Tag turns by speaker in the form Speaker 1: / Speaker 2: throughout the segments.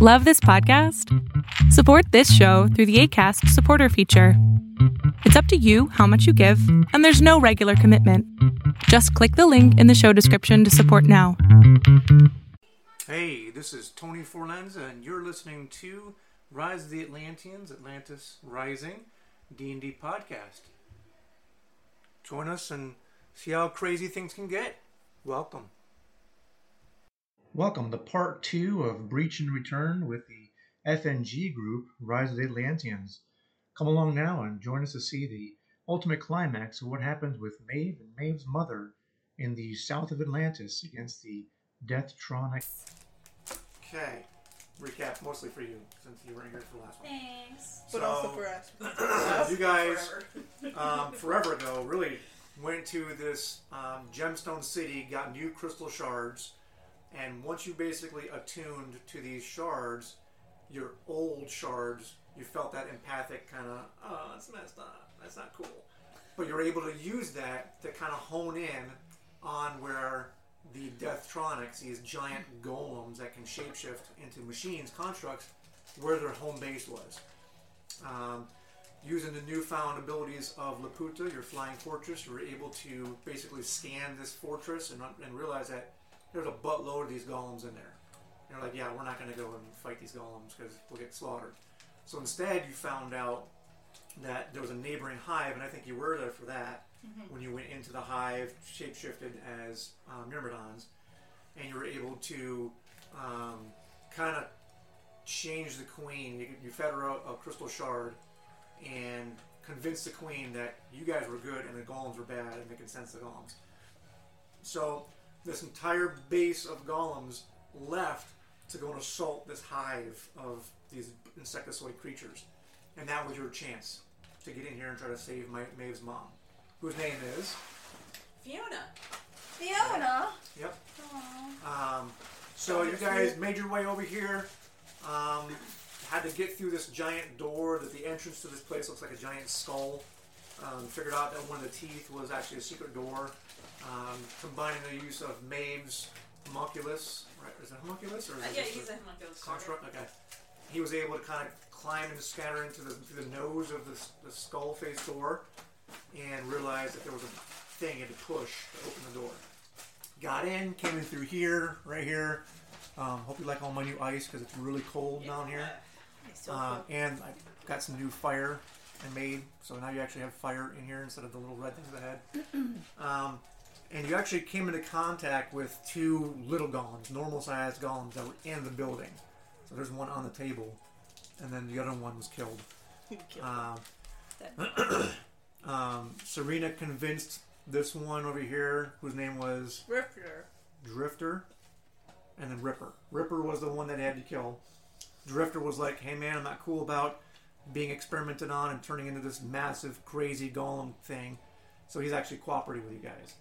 Speaker 1: Love this podcast? Support this show through the ACAST supporter feature. It's up to you how much you give, and there's no regular commitment. Just click the link in the show description to support now.
Speaker 2: Hey, this is Tony Forlenza, and you're listening to Rise of the Atlanteans, Atlantis Rising, D&D podcast. Join us and see how crazy things can get. Welcome. Welcome to part two of Breach and Return with the FNG group, Rise of the Atlanteans. Come along now and join us to see the ultimate climax of what happens with Maeve and Maeve's mother in the south of Atlantis against the Deathtronic. Okay, recap mostly for you since you weren't here for the last one.
Speaker 3: Thanks.
Speaker 2: But also for
Speaker 4: us.
Speaker 2: you guys um, forever ago really went to this um, gemstone city, got new crystal shards, and once you basically attuned to these shards, your old shards, you felt that empathic kind of, oh, that's messed up, that's not cool. But you're able to use that to kind of hone in on where the Deathtronics, these giant golems that can shapeshift into machines, constructs, where their home base was. Um, using the newfound abilities of Laputa, your flying fortress, you were able to basically scan this fortress and, and realize that there's a buttload of these golems in there. And you're like, yeah, we're not going to go and fight these golems because we'll get slaughtered. So instead, you found out that there was a neighboring hive, and I think you were there for that when you went into the hive, shapeshifted as um, Myrmidons, and you were able to um, kind of change the queen. You, you fed her a, a crystal shard and convince the queen that you guys were good and the golems were bad and they can sense the golems. So this entire base of golems left to go and assault this hive of these insectoid creatures. And that was your chance to get in here and try to save Ma- Maeve's mom, whose name is.
Speaker 3: Fiona.
Speaker 4: Fiona.
Speaker 2: Yep. Um, so you guys made your way over here. Um, had to get through this giant door that the entrance to this place looks like a giant skull. Um, figured out that one of the teeth was actually a secret door. Um, combining the use of Maeve's homunculus, right? Is it homunculus or is
Speaker 3: Uh,
Speaker 2: it
Speaker 3: yeah,
Speaker 2: just
Speaker 3: he's a homunculus.
Speaker 2: construct. Okay. He was able to kind of climb and scatter into the, through the nose of the, the skull face door and realized that there was a thing he had to push to open the door. Got in, came in through here, right here. Um, hope you like all my new ice because it's really cold down here. Uh, and I got some new fire and made, so now you actually have fire in here instead of the little red things I had. um, and you actually came into contact with two little golems, normal sized golems that were in the building. So there's one on the table, and then the other one was killed. Um, um, Serena convinced this one over here, whose name was
Speaker 4: Rifter.
Speaker 2: Drifter, and then Ripper. Ripper was the one that had to kill. Drifter was like, "Hey man, I'm not cool about being experimented on and turning into this massive, crazy golem thing." So he's actually cooperating with you guys.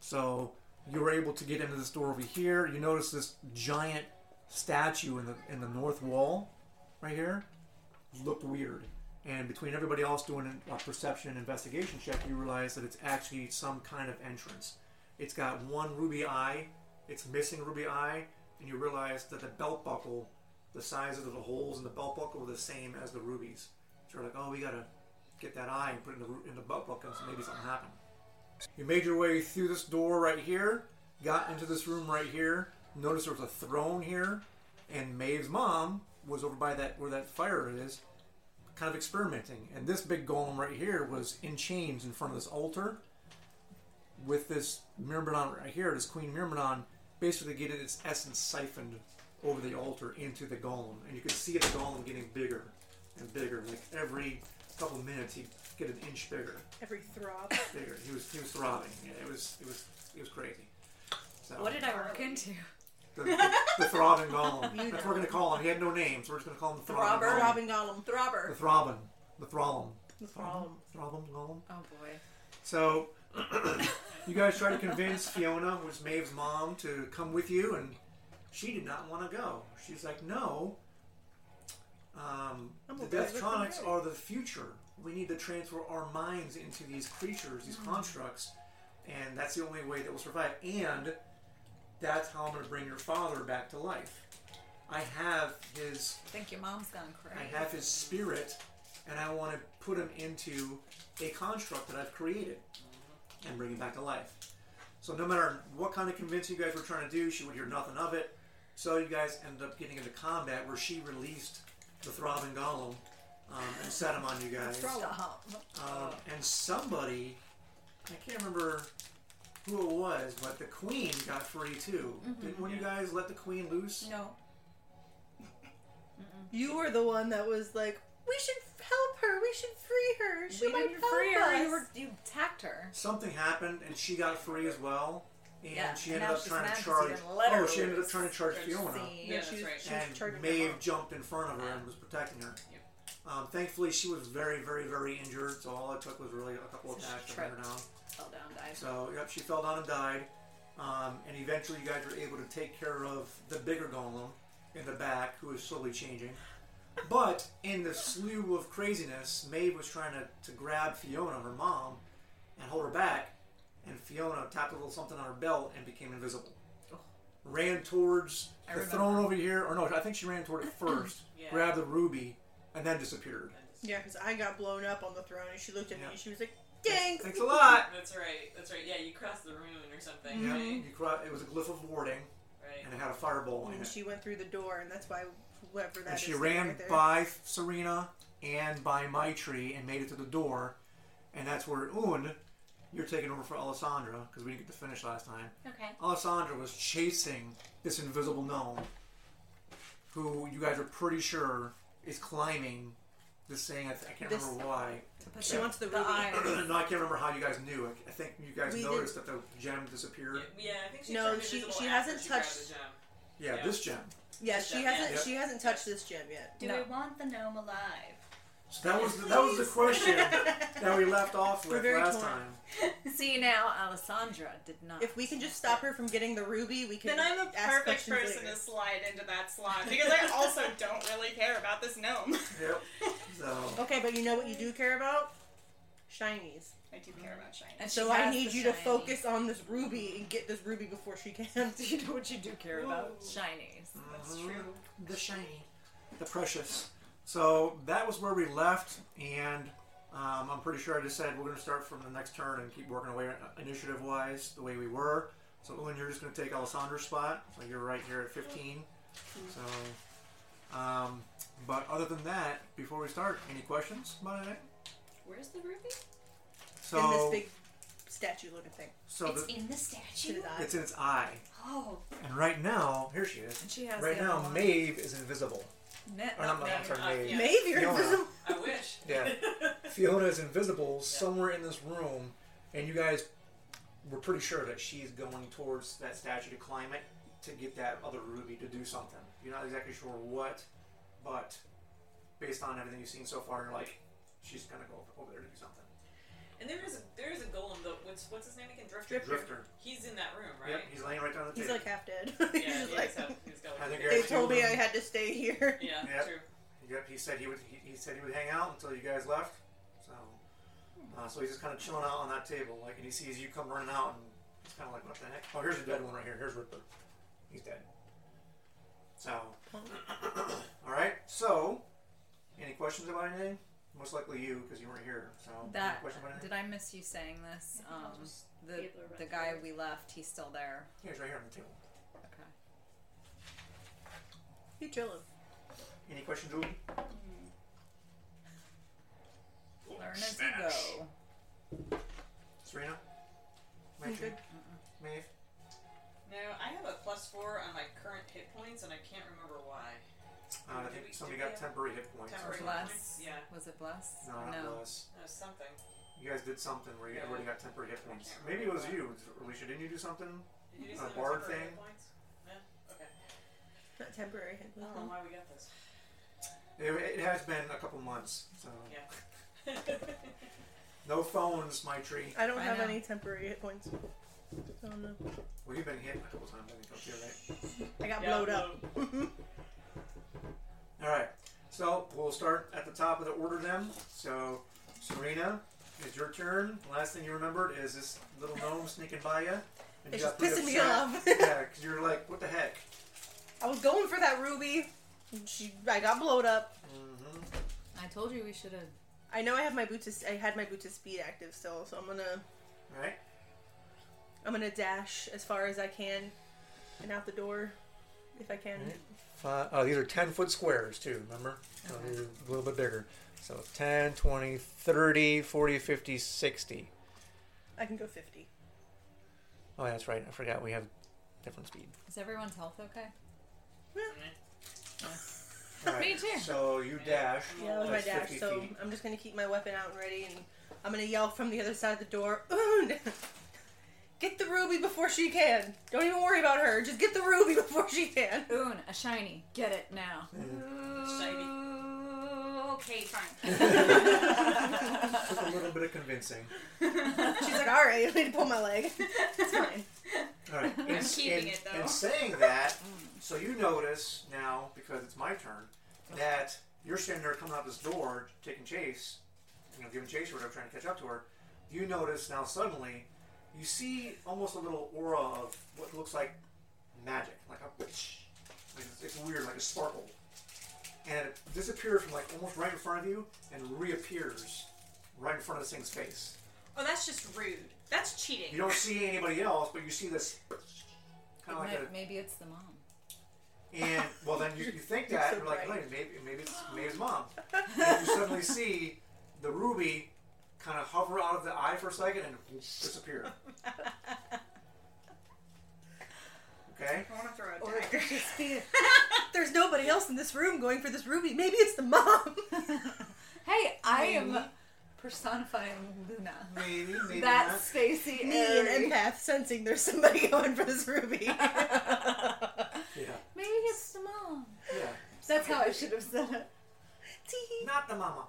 Speaker 2: So you were able to get into this door over here. You notice this giant statue in the in the north wall, right here, looked weird. And between everybody else doing a perception and investigation check, you realize that it's actually some kind of entrance. It's got one ruby eye. It's missing a ruby eye, and you realize that the belt buckle, the sizes of the holes in the belt buckle, are the same as the rubies. So you're like, oh, we gotta get that eye and put it in the, ru- in the belt buckle, so maybe something happened. You made your way through this door right here, got into this room right here. Notice there was a throne here, and Maeve's mom was over by that where that fire is, kind of experimenting. And this big golem right here was in chains in front of this altar with this Myrmidon right here, this Queen Myrmidon, basically getting its essence siphoned over the altar into the golem. And you can see the golem getting bigger and bigger. Like every couple minutes, he'd get an inch bigger
Speaker 4: Every throb.
Speaker 2: bigger. He was he was throbbing. Yeah, it was it was it was crazy. So,
Speaker 3: What did I walk into?
Speaker 2: the, the, the throbbing golem? That's what we're gonna call him. He had no name, so we're just gonna call him the throbbing.
Speaker 3: Throbber.
Speaker 2: golem.
Speaker 4: Robin Gollum.
Speaker 2: The
Speaker 3: Throbber.
Speaker 2: throbbing. The thrallum. The
Speaker 4: thrallum.
Speaker 2: Throbbing golem.
Speaker 3: Oh boy.
Speaker 2: So you guys tried to convince Fiona, who's Maeve's mom, to come with you, and she did not want to go. She's like, no. Um,
Speaker 4: I'm
Speaker 2: the
Speaker 4: okay with
Speaker 2: Deathtronics
Speaker 4: that."
Speaker 2: are the future. We need to transfer our minds into these creatures, these
Speaker 4: Mm.
Speaker 2: constructs, and that's the only way that we'll survive. And that's how I'm going to bring your father back to life. I have his
Speaker 3: I think your mom's gone
Speaker 2: I
Speaker 3: crazy.
Speaker 2: have his spirit, and I want to put him into a construct that I've created and bring him back to life. So no matter what kind of convincing you guys were trying to do, she would hear nothing of it. So you guys ended up getting into combat where she released the throbbing golem um, and set him on you guys.
Speaker 3: Stop.
Speaker 2: Um, and somebody, I can't remember who it was, but the queen got free too. Didn't one of you guys let the queen loose?
Speaker 3: No.
Speaker 5: You were the one that was like, we should help her. We should free her. She
Speaker 3: we
Speaker 5: might
Speaker 3: didn't
Speaker 5: help
Speaker 3: free her.
Speaker 5: us.
Speaker 3: You, were, you attacked her.
Speaker 2: something happened and she got free as well. And
Speaker 3: Yeah,
Speaker 2: she
Speaker 3: and
Speaker 2: ended
Speaker 3: now
Speaker 2: up
Speaker 3: she's
Speaker 2: trying
Speaker 3: mad
Speaker 2: to
Speaker 3: 'cause you
Speaker 2: charge.
Speaker 3: didn't let her
Speaker 2: Oh, she ended up
Speaker 3: loose.
Speaker 2: trying to charge Fiona.
Speaker 3: See.
Speaker 5: yeah,
Speaker 6: that's
Speaker 5: she was,
Speaker 6: right.
Speaker 5: she was charging
Speaker 2: And
Speaker 5: her
Speaker 2: Maeve
Speaker 5: mom.
Speaker 2: jumped in front of her and was protecting her. Um, thankfully, she was very, very, very injured, so all it took was really a couple of
Speaker 3: So she
Speaker 2: attacks to bring her
Speaker 3: tripped.
Speaker 2: down.
Speaker 3: Fell down, died.
Speaker 2: So, yep, she fell down and died. Um, and eventually, you guys were able to take care of the bigger golem in the back, who is slowly changing. But in the slew of craziness, Maeve was trying to, to grab Fiona, her mom, and hold her back. And Fiona tapped a little something on her belt and became invisible. Ran towards
Speaker 3: I
Speaker 2: the
Speaker 3: remember.
Speaker 2: throne over here, or no, I think she ran toward it first,
Speaker 6: Yeah.
Speaker 2: grabbed the ruby, and then disappeared.
Speaker 5: Yeah, because I got blown up on the throne, and she looked at me
Speaker 2: Yeah.
Speaker 5: and she was like, "Thanks."
Speaker 2: Thanks a lot!
Speaker 6: That's right. That's right. Yeah, you crossed the moon or something,
Speaker 3: Mm-hmm.
Speaker 2: Yeah,
Speaker 6: right?
Speaker 2: you cro- it was a glyph of warding,
Speaker 6: Right.
Speaker 2: and it had a fireball in
Speaker 5: And
Speaker 2: it.
Speaker 5: she went through the door, and that's why whoever that
Speaker 2: and
Speaker 5: is
Speaker 2: she
Speaker 5: is
Speaker 2: ran
Speaker 5: right there.
Speaker 2: by Serena and by Maitri and made it to the door. And that's where Un, you're taking over for Alessandra because we didn't get to finish last time.
Speaker 3: Okay.
Speaker 2: Alessandra was chasing this invisible gnome, who you guys are pretty sure is climbing this thing. I, th- I can't
Speaker 5: This-
Speaker 2: remember why.
Speaker 5: She wants the
Speaker 3: The
Speaker 5: ruby.
Speaker 3: eyes.
Speaker 2: no, I can't remember how you guys knew. I, I think you guys
Speaker 5: We
Speaker 2: noticed that the gem disappeared.
Speaker 6: Yeah, yeah, I think she
Speaker 5: No,
Speaker 6: turned
Speaker 5: she-
Speaker 6: invisible
Speaker 5: she
Speaker 6: after
Speaker 5: hasn't
Speaker 6: she grabbed
Speaker 5: touched-
Speaker 6: the gem.
Speaker 2: Yeah,
Speaker 6: Yeah.
Speaker 2: this gem.
Speaker 5: Yeah,
Speaker 6: This
Speaker 5: she
Speaker 6: gem,
Speaker 5: hasn't.
Speaker 2: yeah.
Speaker 5: She hasn't touched this gem yet.
Speaker 4: Do
Speaker 3: No.
Speaker 4: we want the gnome alive?
Speaker 2: So that was the, that was the question that we left off
Speaker 5: We're
Speaker 2: with
Speaker 5: very
Speaker 2: last
Speaker 5: torn.
Speaker 2: time.
Speaker 3: See now, Alessandra did not.
Speaker 5: If we can just stop her from getting the ruby, we can.
Speaker 7: Then I'm the
Speaker 5: ask
Speaker 7: perfect
Speaker 5: questions
Speaker 7: person
Speaker 5: later.
Speaker 7: to slide into that slot because I also don't really care about this gnome.
Speaker 2: Yep. So.
Speaker 5: Okay, but you know what you do care about? Shinies.
Speaker 7: I do care about shiny.
Speaker 3: And she
Speaker 5: So I
Speaker 3: has
Speaker 5: need
Speaker 3: the
Speaker 5: you to
Speaker 3: shiny.
Speaker 5: focus on this ruby and get this ruby before she can.
Speaker 3: You know what you do care about? Mm. Shinies.
Speaker 7: That's true.
Speaker 2: uh, the shiny, the precious. So that was where we left, and um, I'm pretty sure I just said we're going to start from the next turn and keep working away initiative wise the way we were. So Owen, you're just going to take Alessandra's spot. So you're right here at 15. So, um, but other than that, before we start, any questions about anything?
Speaker 3: Where's the ruby?
Speaker 2: So,
Speaker 5: in this big statue looking thing.
Speaker 2: so
Speaker 4: It's
Speaker 2: the,
Speaker 4: in the
Speaker 5: To
Speaker 4: statue.
Speaker 5: his eye.
Speaker 2: it's in its eye,
Speaker 3: Oh,
Speaker 2: and right now, here she is.
Speaker 3: And she has
Speaker 2: right
Speaker 3: the
Speaker 2: now,
Speaker 3: other one.
Speaker 2: Maeve is invisible.
Speaker 3: no.
Speaker 2: Or not, I'm sorry,
Speaker 6: Uh,
Speaker 2: Maeve.
Speaker 6: yeah.
Speaker 5: Maybe you're
Speaker 2: Fiona.
Speaker 5: invisible.
Speaker 6: I wish.
Speaker 2: Yeah.
Speaker 3: Uh,
Speaker 2: Fiona is invisible somewhere in this room, and you guys were pretty sure that she's going towards that statue to climb it to get that other ruby to do something. You're not exactly sure what, but based on everything you've seen so far, you're like, she's gonna go over there to do something.
Speaker 6: And there is a, there is a golem though. What's what's his name again? Drifter.
Speaker 2: Drifter.
Speaker 6: He's in that room,
Speaker 2: Yep,
Speaker 6: right?
Speaker 2: he's laying right down the
Speaker 5: He's
Speaker 2: table.
Speaker 5: like half dead.
Speaker 6: Yeah.
Speaker 5: He's
Speaker 6: yeah,
Speaker 5: just like,
Speaker 6: he's up- he's got
Speaker 2: I
Speaker 6: like-
Speaker 2: think
Speaker 5: they
Speaker 2: Eric's
Speaker 5: told me I
Speaker 2: human.
Speaker 5: had to stay here.
Speaker 6: Yeah,
Speaker 2: Yep.
Speaker 6: true.
Speaker 2: Yep, he said he would. He, he said he would hang out until you guys left. So, uh, so he's just kind of chilling out on that table, like, and he sees you come running out, and he's kind of like, "What the heck?" Oh, here's a dead one right here. Here's Ripper. He's dead. So, all right. So, any questions about anything? Most likely you, because you weren't here. So, any
Speaker 3: That
Speaker 2: question about anything?
Speaker 3: did I miss you saying this? Um, the
Speaker 4: People are about
Speaker 3: the
Speaker 4: to
Speaker 3: guy
Speaker 4: leave.
Speaker 3: we left, he's still there.
Speaker 2: Yeah, he's right here on the table.
Speaker 3: Okay.
Speaker 5: You chillin'.
Speaker 2: Any questions, Julie?
Speaker 3: Learn as you go.
Speaker 2: Serena?
Speaker 5: I'm
Speaker 2: Maeve?
Speaker 5: good.
Speaker 2: Maeve?
Speaker 6: No, I have a plus four on my current hit points, and I can't remember why.
Speaker 2: Uh, I
Speaker 6: Did
Speaker 2: think
Speaker 6: we-
Speaker 2: somebody
Speaker 6: did we
Speaker 2: got
Speaker 6: have-
Speaker 2: temporary hit points. or
Speaker 6: Temporary
Speaker 2: something.
Speaker 3: Bless.
Speaker 6: Yeah.
Speaker 3: Was it bless?
Speaker 2: No, not Lois.
Speaker 6: No, something.
Speaker 2: You guys did something where you
Speaker 6: Yeah.
Speaker 2: everybody got temporary hit points.
Speaker 6: can't
Speaker 2: Maybe it was
Speaker 6: remember
Speaker 2: you, Alicia. Didn't you do something?
Speaker 6: Did you do
Speaker 2: A
Speaker 6: something with
Speaker 2: bard thing?
Speaker 6: temporary hit points? No? Okay.
Speaker 5: Not temporary.
Speaker 6: I don't
Speaker 3: Oh,
Speaker 6: know why we got this.
Speaker 2: It, it has been a couple months, so
Speaker 6: Yeah.
Speaker 2: no phones, my tree.
Speaker 5: I don't
Speaker 3: I
Speaker 5: have
Speaker 3: know.
Speaker 5: any temporary hit points. I don't know.
Speaker 2: Well, you've been hit a couple times. I think up here, right?
Speaker 5: I got
Speaker 6: Yeah,
Speaker 5: blowed up.
Speaker 2: All right. So we'll start at the top of the order then. So Serena, it's your turn. Last thing you remembered is this little gnome sneaking by you. And you
Speaker 5: It's
Speaker 2: got pretty
Speaker 5: just pissing me
Speaker 2: upset.
Speaker 5: off.
Speaker 2: yeah, because you're like, what the heck?
Speaker 5: I was going for that ruby. She, I got blowed up.
Speaker 2: hmm
Speaker 3: I told you we should have.
Speaker 5: I know I have my boot to, I had my boot to speed active still, so I'm gonna
Speaker 2: Right?
Speaker 5: I'm gonna dash as far as I can and out the door if I can.
Speaker 2: Alright. Fi oh, these are 10 foot squares, too, remember? So these are a little bit bigger. So 10, 20, 30, 40, 50, 60.
Speaker 5: I can go 50.
Speaker 2: Oh, yeah, that's right. I forgot we have different speed.
Speaker 3: Is everyone's health okay?
Speaker 2: All right.
Speaker 3: Me too.
Speaker 2: So you dash.
Speaker 5: Yeah, that was
Speaker 2: Oh,
Speaker 5: my
Speaker 2: That's
Speaker 5: dash.
Speaker 2: 50
Speaker 5: So
Speaker 2: feet.
Speaker 5: I'm just gonna keep my weapon out and ready, and I'm gonna yell from the other side of the door, "Oon! Get the ruby before she can! Don't even worry about her. Just get the ruby before she can."
Speaker 3: Oon, a shiny. Get it now. Ooh, Okay, fine.
Speaker 2: Took a little bit of convincing.
Speaker 5: She's like, "All right, I need to pull my leg. It's fine."
Speaker 2: All right. In, in-
Speaker 7: keeping it, though.
Speaker 2: In saying that, so you notice now, because it's my turn, that you're standing there coming out this door, taking chase, you know, giving chase or whatever, trying to catch up to her. You notice now suddenly, you see almost a little aura of what looks like magic, like a like it's, it's weird, like a sparkle, and it disappears from like almost right in front of you and reappears right in front of this thing's face.
Speaker 7: Oh, that's just rude. That's cheating.
Speaker 2: You don't see anybody else, but you see this kind of like a
Speaker 3: Maybe it's the mom.
Speaker 2: And well, then you, you think that
Speaker 5: so
Speaker 2: you're like,
Speaker 5: bright.
Speaker 2: "Wait, maybe maybe it's maybe it's mom. And you suddenly see the ruby kind of hover out of the eye for a second and disappear. Okay.
Speaker 7: I want to throw
Speaker 5: Or
Speaker 7: a
Speaker 5: it
Speaker 7: dagger.
Speaker 5: could just be, there's nobody else in this room going for this ruby. Maybe it's the mom.
Speaker 3: Hey, I am personifying Luna.
Speaker 2: Maybe maybe
Speaker 3: That's Stacy
Speaker 5: Me, an
Speaker 3: Airy.
Speaker 5: empath, sensing there's somebody going for this ruby.
Speaker 2: not. Yeah.
Speaker 3: Maybe it's the mom.
Speaker 2: Yeah.
Speaker 3: That's how I should have said it.
Speaker 5: Tee.
Speaker 2: Not the mama.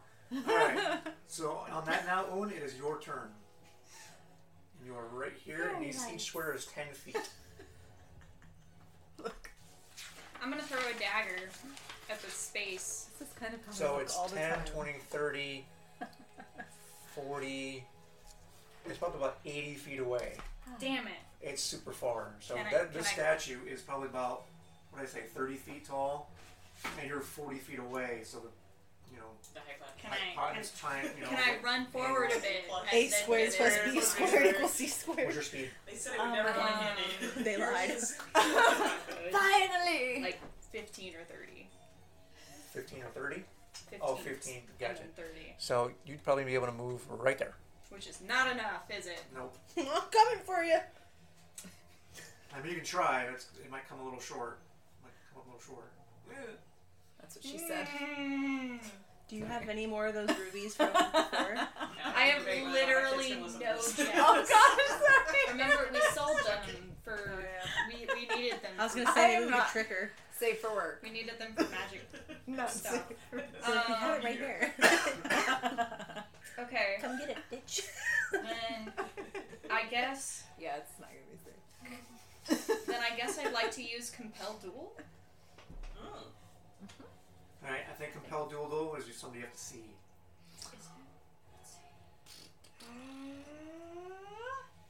Speaker 2: All right. So on that now, Owen, it is your turn. And you are right here, and
Speaker 3: Very
Speaker 2: each, each
Speaker 3: nice.
Speaker 2: square is ten feet.
Speaker 7: I'm gonna throw a dagger at the space.
Speaker 3: This is kind of how I
Speaker 2: So
Speaker 3: look
Speaker 2: it's
Speaker 3: all the
Speaker 2: 10,
Speaker 3: time.
Speaker 2: 20, 30, 40. It's probably about 80 feet away.
Speaker 7: Damn it.
Speaker 2: It's super far. So
Speaker 7: Can I-
Speaker 2: that, this
Speaker 7: can I-
Speaker 2: statue is probably about, what did I say, 30 feet tall? And you're 40 feet away, so the, you know,
Speaker 6: The high five.
Speaker 7: Can
Speaker 2: my
Speaker 7: I
Speaker 2: pot
Speaker 7: can,
Speaker 2: is trying, you know.
Speaker 7: can I
Speaker 2: like-
Speaker 7: run forward a bit?
Speaker 6: A
Speaker 5: A
Speaker 7: and then
Speaker 5: squared
Speaker 7: do
Speaker 5: plus
Speaker 7: this?
Speaker 5: B squared equals C
Speaker 2: What's
Speaker 5: squared.
Speaker 2: your speed?
Speaker 6: They said it would never
Speaker 3: Um,
Speaker 6: um, in.
Speaker 5: They lied.
Speaker 3: Oh, Finally!
Speaker 7: Like 15 or 30.
Speaker 2: 15 or 30?
Speaker 7: 15,
Speaker 2: Oh, 15. Gotcha.
Speaker 7: and 30.
Speaker 2: So you'd probably be able to move right there.
Speaker 7: Which is not enough, is it?
Speaker 2: Nope.
Speaker 5: I'm coming for you.
Speaker 2: I mean, you can try. It's, it might come a little short. Might come a little short.
Speaker 3: That's what she said.
Speaker 5: Do you have any more of those rubies from before?
Speaker 7: I have literally no
Speaker 3: Oh gosh,
Speaker 7: gems.
Speaker 3: sorry!
Speaker 7: Remember, we sold them for. We, we needed them.
Speaker 5: I was
Speaker 7: for-
Speaker 5: gonna
Speaker 3: I
Speaker 5: say
Speaker 3: am
Speaker 5: maybe we could
Speaker 3: not-
Speaker 5: trick her.
Speaker 3: Safe for work.
Speaker 7: We needed them for magic
Speaker 3: Not
Speaker 7: stuff.
Speaker 3: Um,
Speaker 5: So we have it right here.
Speaker 7: Okay.
Speaker 5: Come get it, bitch.
Speaker 7: Then I guess.
Speaker 3: Yeah, it's not gonna be safe.
Speaker 7: Then I guess I'd like to use compel duel.
Speaker 2: All right, I think compel dual duel is just something you have to see.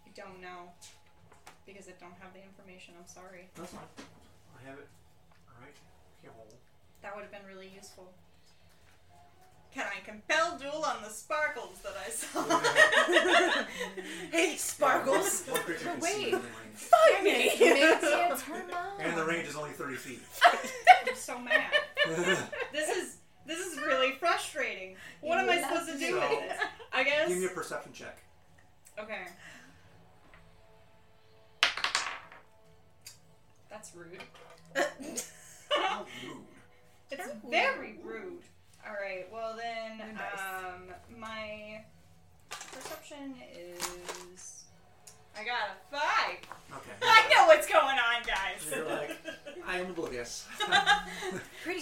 Speaker 7: I don't know because I don't have the information. I'm sorry.
Speaker 2: That's fine. I have it. All right. Here, hold.
Speaker 7: That would have been really useful. Can I compel duel on the sparkles that I saw?
Speaker 5: hey, sparkles.
Speaker 2: One creature can see
Speaker 3: Wait.
Speaker 2: within the range.
Speaker 5: Find me.
Speaker 3: Maybe it's her mom.
Speaker 2: And the range is only 30 feet.
Speaker 7: I'm so mad. This is this is really frustrating. What am I supposed to do with
Speaker 2: So-
Speaker 7: this? I
Speaker 2: Give me a
Speaker 7: guess.
Speaker 2: perception check.
Speaker 7: Okay. That's rude.
Speaker 2: How rude.
Speaker 7: It's very rude. All right. Well then,
Speaker 3: Very nice.
Speaker 7: um, my perception is. I got a five. I
Speaker 2: Okay.
Speaker 7: know what's going on, guys.
Speaker 2: You're like, I am oblivious.
Speaker 3: Pretty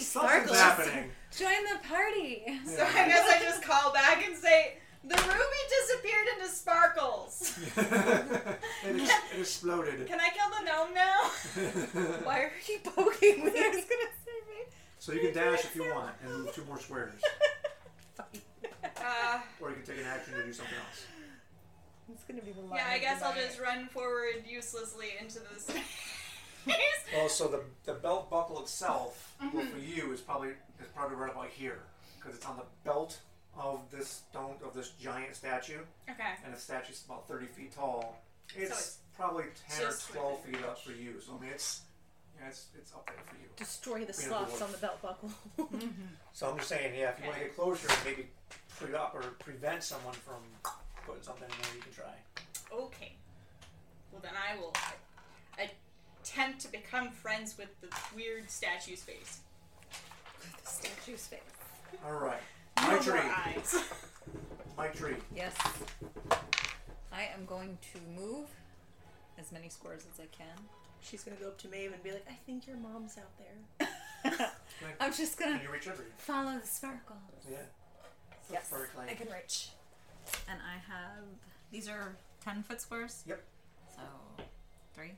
Speaker 2: Something's happening.
Speaker 3: Join the party.
Speaker 7: So I guess I just call back and say the ruby disappeared into sparkles.
Speaker 2: it, is, it exploded.
Speaker 7: Can I kill the gnome now?
Speaker 2: so
Speaker 7: are
Speaker 5: Keep poking me.
Speaker 7: I was gonna say
Speaker 2: you can dash if you want and move two more squares.
Speaker 7: me. Uh,
Speaker 2: Or you can take an action to do something else.
Speaker 5: It's gonna be the
Speaker 7: yeah, I guess I'll just run forward uselessly into this.
Speaker 2: Well, so the, the belt buckle itself, well, for you, is probably is probably right about here because it's on the belt of this stone of this giant statue,
Speaker 7: Okay.
Speaker 2: and the statue's about thirty feet tall. It's,
Speaker 6: it's
Speaker 2: probably ten or
Speaker 6: just
Speaker 2: twelve
Speaker 6: within
Speaker 2: feet up for you. So I mean, it's yeah, it's it's up there for you.
Speaker 5: Destroy the
Speaker 2: We have
Speaker 5: slots
Speaker 2: the
Speaker 5: on the belt buckle.
Speaker 2: So I'm just saying, yeah, if you want to
Speaker 6: Okay.
Speaker 2: get closure, maybe put it up or prevent someone from putting something in there. You can try.
Speaker 7: Okay. Well, then I will attempt to become friends with the weird statue space.
Speaker 3: Statue space.
Speaker 2: All right, my
Speaker 7: More
Speaker 2: tree,
Speaker 7: eyes.
Speaker 2: my tree.
Speaker 3: Yes. I am going to move as many squares as I can.
Speaker 5: She's gonna go up to Maeve and be like, I think your mom's out there.
Speaker 3: I'm just gonna
Speaker 2: Can you reach over?
Speaker 3: follow the sparkle.
Speaker 2: Yeah.
Speaker 3: Yes,
Speaker 2: Very clean.
Speaker 3: I can reach. And I have these are ten foot squares.
Speaker 2: Yep.
Speaker 3: So three.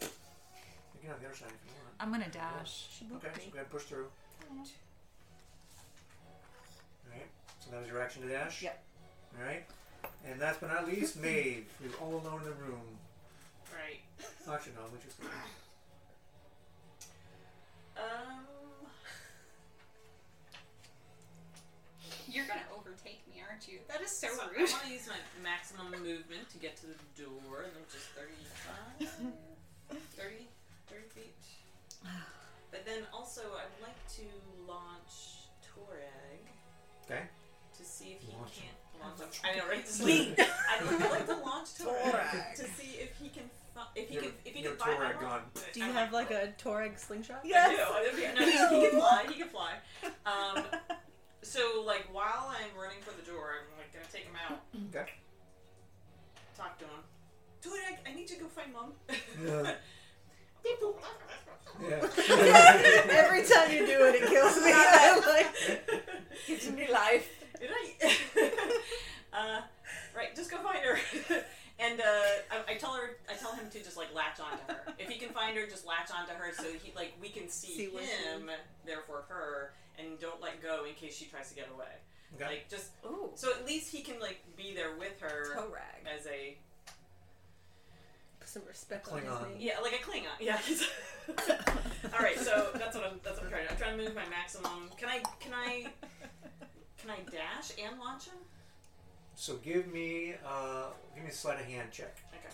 Speaker 2: You can have the other side if you want.
Speaker 3: I'm gonna dash.
Speaker 2: Okay, so go ahead and push through. Alright, so that was your action to dash?
Speaker 3: Yep.
Speaker 2: Alright, and last but not least, Maeve, who's all alone in the room.
Speaker 6: Right.
Speaker 2: Actually, no, let's just go.
Speaker 6: Um.
Speaker 7: You're gonna overtake me, aren't you? That is so
Speaker 6: So I
Speaker 7: rude.
Speaker 6: want to use my maximum movement to get to the door, and I'm just 35, 30, 30 feet. But then also, I'd like to launch Torag
Speaker 2: Okay?
Speaker 6: to see if he
Speaker 2: Launch him.
Speaker 6: can't launch. him. I know, right? Sweet. I'd like- I'd like to launch Torag to see if he can. Fu- if he
Speaker 2: You
Speaker 6: can.
Speaker 2: have-
Speaker 6: If he
Speaker 2: you have
Speaker 6: can buy my
Speaker 2: Torag
Speaker 6: launch-
Speaker 5: Do you
Speaker 6: I
Speaker 5: have like
Speaker 6: Torag.
Speaker 5: a Torag slingshot?
Speaker 6: I do. I do. No, he, he can fly. He can fly. Um, so like while I'm running for the door, I'm like gonna take him out.
Speaker 2: Okay.
Speaker 6: Talk to him. Dude, I, I need to go find mom.
Speaker 2: Yeah. Yeah.
Speaker 5: Every time you do it, it kills me. I'm like,
Speaker 3: Gives me life.
Speaker 6: Did I? uh, right, just go find her. and uh, I, I tell her, I tell him to just like latch onto her. If he can find her, just latch onto her so he like we can see,
Speaker 5: See where she
Speaker 6: him, therefore her, and don't let go in case she tries to get away.
Speaker 2: okay.
Speaker 6: Like just
Speaker 3: Ooh.
Speaker 6: so at least he can like be there with her
Speaker 3: Toe rag.
Speaker 6: as a
Speaker 5: Put some respect on
Speaker 2: Klingon.
Speaker 5: his name.
Speaker 6: Yeah, like a Klingon. Yeah. All right, so that's what I'm. That's what I'm trying. to I'm trying to move my maximum. Can I? Can I? Can I dash and launch him?
Speaker 2: So give me, uh, give me a sleight of hand check.
Speaker 6: Okay.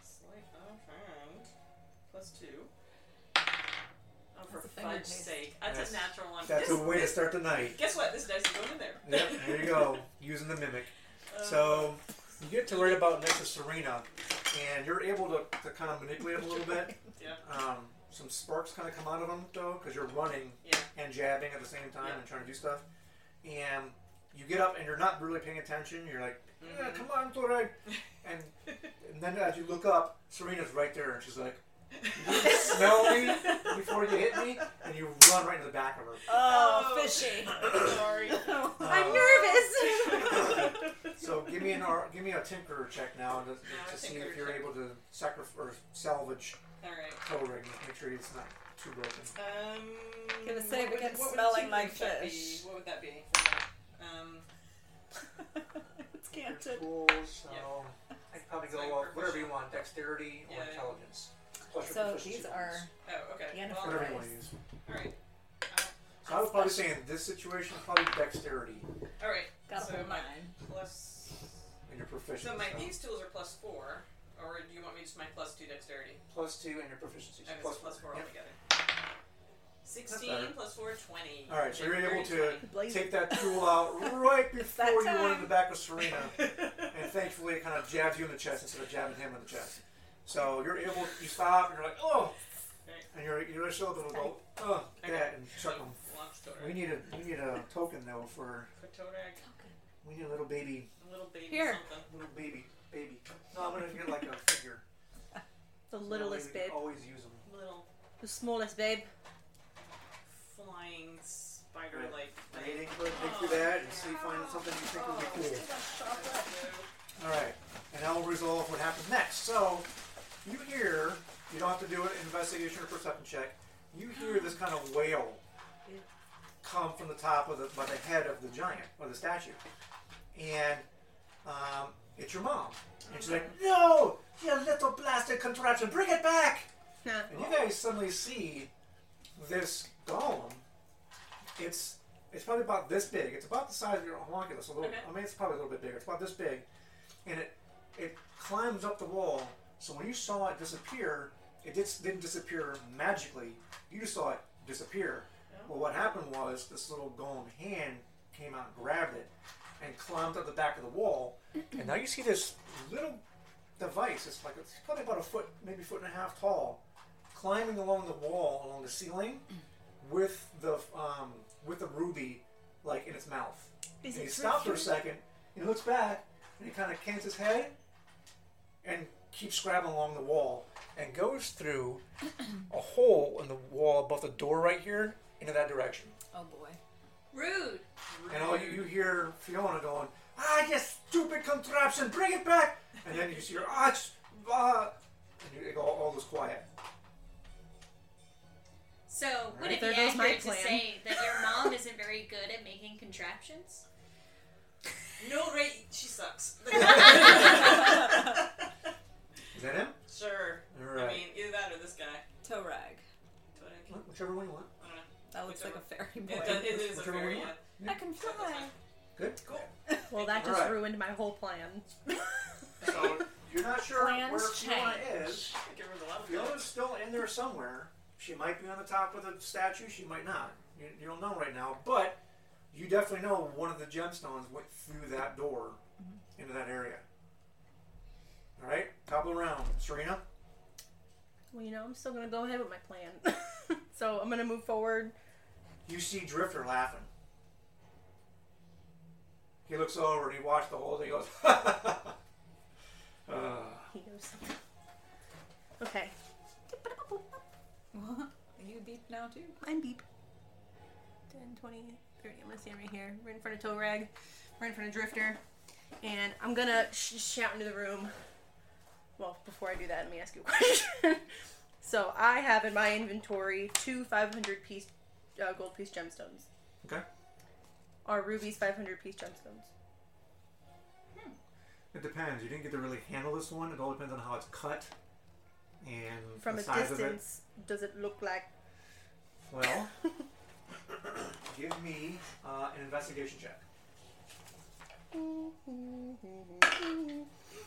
Speaker 6: Slight of hand plus two. Oh, for
Speaker 3: That's a finger
Speaker 6: fudge's
Speaker 3: taste.
Speaker 6: sake! That's
Speaker 2: That's-
Speaker 6: a natural one.
Speaker 2: That's a
Speaker 6: This-
Speaker 2: way to
Speaker 6: this-
Speaker 2: start the night.
Speaker 6: Guess what? This dice is going in there.
Speaker 2: Yep, there you go. Using the mimic.
Speaker 6: Uh.
Speaker 2: So you get to right about next to Serena, and you're able to, to kind of manipulate him a little bit.
Speaker 6: Yeah.
Speaker 2: Um, some sparks kind of come out of him though, because you're running
Speaker 6: Yeah.
Speaker 2: and jabbing at the same time
Speaker 6: Yeah.
Speaker 2: and trying to do stuff. And you get up and you're not really paying attention. You're like, yeah,
Speaker 6: Mm-hmm.
Speaker 2: come on, Torag. And, and then as you look up, Serena's right there, and she's like, you didn't smell me before you hit me, and you run right into the back of her.
Speaker 3: Oh, fishy.
Speaker 6: Sorry.
Speaker 5: I'm
Speaker 2: Um,
Speaker 5: nervous.
Speaker 2: So give me an ar- give me a tinkerer check now to,
Speaker 6: Yeah,
Speaker 2: to see if
Speaker 6: tinkerer
Speaker 2: you're
Speaker 6: check.
Speaker 2: able to sacrifice or salvage
Speaker 6: All right.
Speaker 2: Torag. Make sure it's not too broken.
Speaker 6: Um,
Speaker 3: Gonna save
Speaker 6: what would-
Speaker 3: against
Speaker 6: what would
Speaker 3: smelling
Speaker 6: two
Speaker 3: like
Speaker 6: things that be?
Speaker 3: fish.
Speaker 6: What would that be? Um,
Speaker 3: it's
Speaker 2: Your
Speaker 3: canted.
Speaker 2: tools, so I could probably go
Speaker 6: Like
Speaker 2: off whatever you
Speaker 6: proficient.
Speaker 2: want, dexterity or
Speaker 6: Yeah.
Speaker 2: intelligence. Plus your
Speaker 3: So
Speaker 2: proficiency
Speaker 3: these
Speaker 2: bonus.
Speaker 3: are
Speaker 6: oh, okay.
Speaker 3: Jennifer.
Speaker 6: Well,
Speaker 2: whatever you want
Speaker 3: nice.
Speaker 2: to use.
Speaker 6: all right.
Speaker 2: So I was probably saying this situation probably dexterity
Speaker 6: All right.
Speaker 3: got a
Speaker 6: so
Speaker 3: whole
Speaker 6: my
Speaker 3: nine.
Speaker 6: plus.
Speaker 2: and your proficiency.
Speaker 6: So my these tools are plus four, or do you want me just my plus two dexterity?
Speaker 2: plus two and your proficiency.
Speaker 6: Okay, so plus four
Speaker 2: Yep.
Speaker 6: altogether. Sixteen
Speaker 2: better.
Speaker 6: plus four, twenty.
Speaker 2: All right, so you're able to
Speaker 5: Blaze
Speaker 2: take that tool out right before you went in
Speaker 3: time.
Speaker 2: the back of Serena, and thankfully it kind of jabs you in the chest instead of jabbing him in the chest. So you're able, you stop, and you're like, oh,
Speaker 6: Right.
Speaker 2: and you're you're still able to go, oh,
Speaker 6: Okay.
Speaker 2: that, and chuck him.
Speaker 6: Launch
Speaker 2: We
Speaker 6: Torag.
Speaker 2: need a we need a token though for
Speaker 6: For Torag,
Speaker 2: we need a little baby
Speaker 6: a little baby
Speaker 3: Here.
Speaker 6: something.
Speaker 2: little baby baby. No, I'm gonna get like a figure.
Speaker 5: The littlest
Speaker 2: That way we
Speaker 5: babe.
Speaker 2: can Always use them.
Speaker 6: Little
Speaker 5: The smallest babe.
Speaker 6: flying spider-like Oh,
Speaker 2: Waiting for dig through that and see find something you think would be cool. All right, and that will resolve what happened next. So you hear, you don't have to do an investigation or perception check. You hear this kind of wail come from the top of the by the head of the giant or the statue, and um, It's your mom. And she's like, No! Your little plastic contraption, bring it back!
Speaker 5: Nah.
Speaker 2: And you guys suddenly see this golem. It's it's probably about this big. It's about the size of your homunculus. A little, I mean, it's probably a little bit bigger. It's about this big, and it it climbs up the wall. So when you saw it disappear, it just didn't disappear magically. You just saw it disappear. Well, what happened was this little golem hand came out, and grabbed it, and climbed up the back of the wall. and now you see this little device. It's like it's probably about a foot, maybe foot and a half tall, climbing along the wall, along the ceiling, with the um, with the ruby like in its mouth.
Speaker 4: Is
Speaker 2: and
Speaker 4: it
Speaker 2: he stops for a
Speaker 4: perfume?
Speaker 2: second. And he looks back and he kind of cans his head and keeps scrabbling along the wall and goes through a hole in the wall above the door right here into that direction.
Speaker 3: Oh boy.
Speaker 7: Rude.
Speaker 2: And all you, you hear Fiona going, "Ah, you stupid contraption, bring it back!" And then you just hear, "Ah, it's- ah," and you go, all goes quiet.
Speaker 7: So would
Speaker 5: Right,
Speaker 7: it be
Speaker 5: there goes my
Speaker 7: accurate to
Speaker 5: plan.
Speaker 7: say that your mom isn't very good at making contraptions?
Speaker 6: No, right? She sucks.
Speaker 2: Is that him?
Speaker 6: sure.
Speaker 2: All
Speaker 6: I
Speaker 2: right,
Speaker 6: mean, either that or this guy.
Speaker 3: Toe rag.
Speaker 6: But I can-
Speaker 2: Wh- whichever one you want.
Speaker 6: I don't know.
Speaker 3: That looks like a fairy boy.
Speaker 6: It, does, it is a
Speaker 2: Whichever one
Speaker 6: very uh,
Speaker 2: you want.
Speaker 3: I can fly.
Speaker 2: Good, cool.
Speaker 5: Well, that
Speaker 2: All
Speaker 5: just
Speaker 2: right.
Speaker 5: ruined my whole plan.
Speaker 2: So you're not sure
Speaker 3: Plans
Speaker 2: where Fiona
Speaker 3: change.
Speaker 2: is.
Speaker 6: I give her the love.
Speaker 2: Fiona's still in there somewhere. She might be on the top of the statue. She might not. You, you don't know right now. But you definitely know one of the gemstones went through that door
Speaker 3: Mm-hmm.
Speaker 2: into that area. All right, top of the round, Serena.
Speaker 5: Well, you know, I'm still gonna go ahead with my plan. so I'm gonna move forward.
Speaker 2: You see Drifter laughing. He looks over and he watched the whole thing. He goes, "Ah."
Speaker 5: He knows something. Okay.
Speaker 3: you beat now too.
Speaker 5: I'm beep. 10, 20, 30. I'm gonna stand right here. We're in front of Toe Rag. We're in front of Drifter. And I'm gonna sh- shout into the room. Well, before I do that, let me ask you a question. so I have in my inventory two 500 piece uh, gold piece gemstones.
Speaker 2: Okay.
Speaker 5: Are rubies 500 piece gemstones?
Speaker 2: It depends. You didn't get to really handle this one. It all depends on how it's cut and
Speaker 5: From
Speaker 2: the
Speaker 5: a
Speaker 2: size of it.
Speaker 5: distance, does it look like
Speaker 2: Well, give me uh, an investigation check.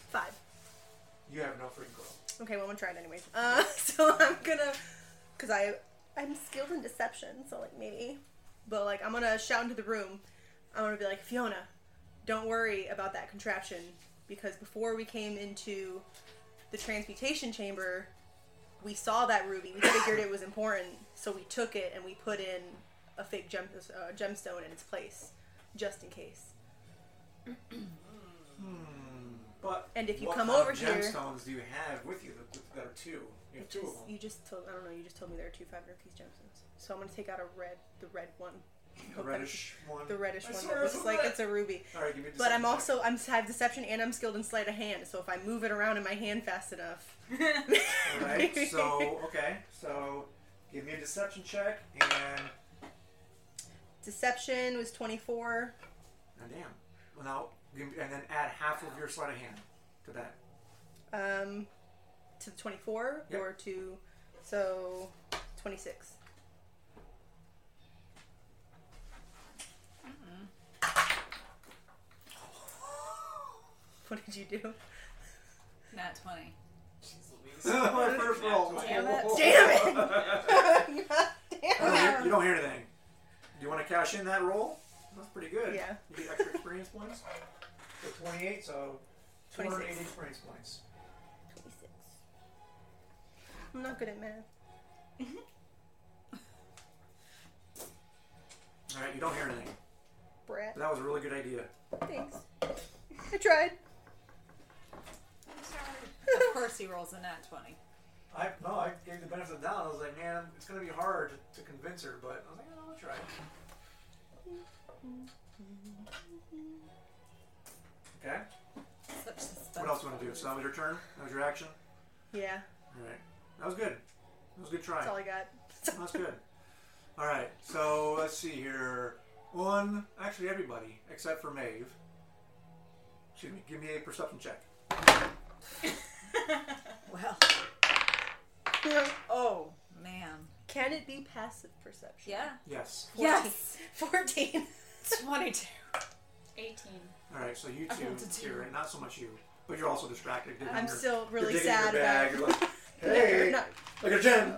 Speaker 5: five?
Speaker 2: You have no freaking clue.
Speaker 5: Okay, well, I'm gonna try it anyways. Uh, so I'm gonna, cause I I'm skilled in deception, so like maybe, but like I'm gonna shout into the room. I'm gonna be like Fiona, don't worry about that contraption because before we came into the transmutation chamber, we saw that ruby. We figured it was important, so we took it and we put in a fake gem, uh, gemstone in its place, just in case.
Speaker 2: But
Speaker 5: And if you
Speaker 2: what
Speaker 5: come
Speaker 2: kind
Speaker 5: over
Speaker 2: of
Speaker 5: here-
Speaker 2: gemstones do you have with you that, that are two? You have
Speaker 5: It
Speaker 2: two
Speaker 5: just,
Speaker 2: of them.
Speaker 5: you just told I don't know. You just told me there are two five hundred piece gemstones, so I'm gonna take out a red, the red one.
Speaker 2: The reddish one.
Speaker 5: the reddish
Speaker 2: I
Speaker 5: one
Speaker 2: swear
Speaker 5: that
Speaker 2: it's
Speaker 5: looks like
Speaker 2: red.
Speaker 5: it's a ruby.
Speaker 2: All right, give me.
Speaker 5: But
Speaker 2: deception
Speaker 5: I'm
Speaker 2: check.
Speaker 5: also I'm I have deception and I'm skilled in sleight of hand, so if I move it around in my hand fast enough.
Speaker 2: All right. So okay. So give me a deception check and
Speaker 5: deception was 24.
Speaker 2: oh, damn. Well, now give me- and then add half of your sleight of hand to that.
Speaker 5: Um, to the 24
Speaker 2: Yep.
Speaker 5: or to so 26. What did you do?
Speaker 3: Not twenty.
Speaker 6: Jeez
Speaker 2: My first roll.
Speaker 6: Damn
Speaker 3: it.
Speaker 5: Damn it!
Speaker 6: Louise.
Speaker 5: God
Speaker 2: You don't
Speaker 5: damn
Speaker 2: hear,
Speaker 5: it.
Speaker 2: you don't hear anything. Do you want to cash in that roll? That's pretty good.
Speaker 5: Yeah.
Speaker 2: You get extra experience points. So 28, so 280
Speaker 5: 26.
Speaker 2: experience points.
Speaker 5: 26. I'm not good at math.
Speaker 2: All right, you don't hear anything.
Speaker 5: Brett.
Speaker 2: But that was a really good idea.
Speaker 5: Thanks. I tried.
Speaker 3: Of course he rolls a nat twenty.
Speaker 2: I no, I gave the benefit of the doubt. I was like, man, it's gonna be hard to convince her, but I was like, oh, I'll try. Okay.
Speaker 3: Such suspense.
Speaker 2: What else you want to do? So that was your turn. That was your action.
Speaker 5: Yeah,
Speaker 2: All right. That was good. That was a good try.
Speaker 5: that's all I got.
Speaker 2: That's good. All right, so let's see here. One, actually everybody except for Maeve Excuse me. Give me a perception check.
Speaker 3: Well,
Speaker 5: oh.
Speaker 3: man.
Speaker 5: Can it be passive perception?
Speaker 3: Yeah.
Speaker 2: Yes.
Speaker 5: 14. Yes. 14.
Speaker 3: 22.
Speaker 7: 18.
Speaker 2: All right. So you
Speaker 3: rolled a
Speaker 2: two,
Speaker 3: two.
Speaker 2: here, and not so much you, but you're also distracted.
Speaker 5: I'm
Speaker 2: You're-
Speaker 5: still really
Speaker 2: you're digging
Speaker 5: sad
Speaker 2: in your bag.
Speaker 5: about
Speaker 2: You're like, hey,
Speaker 5: No.
Speaker 2: like a gem.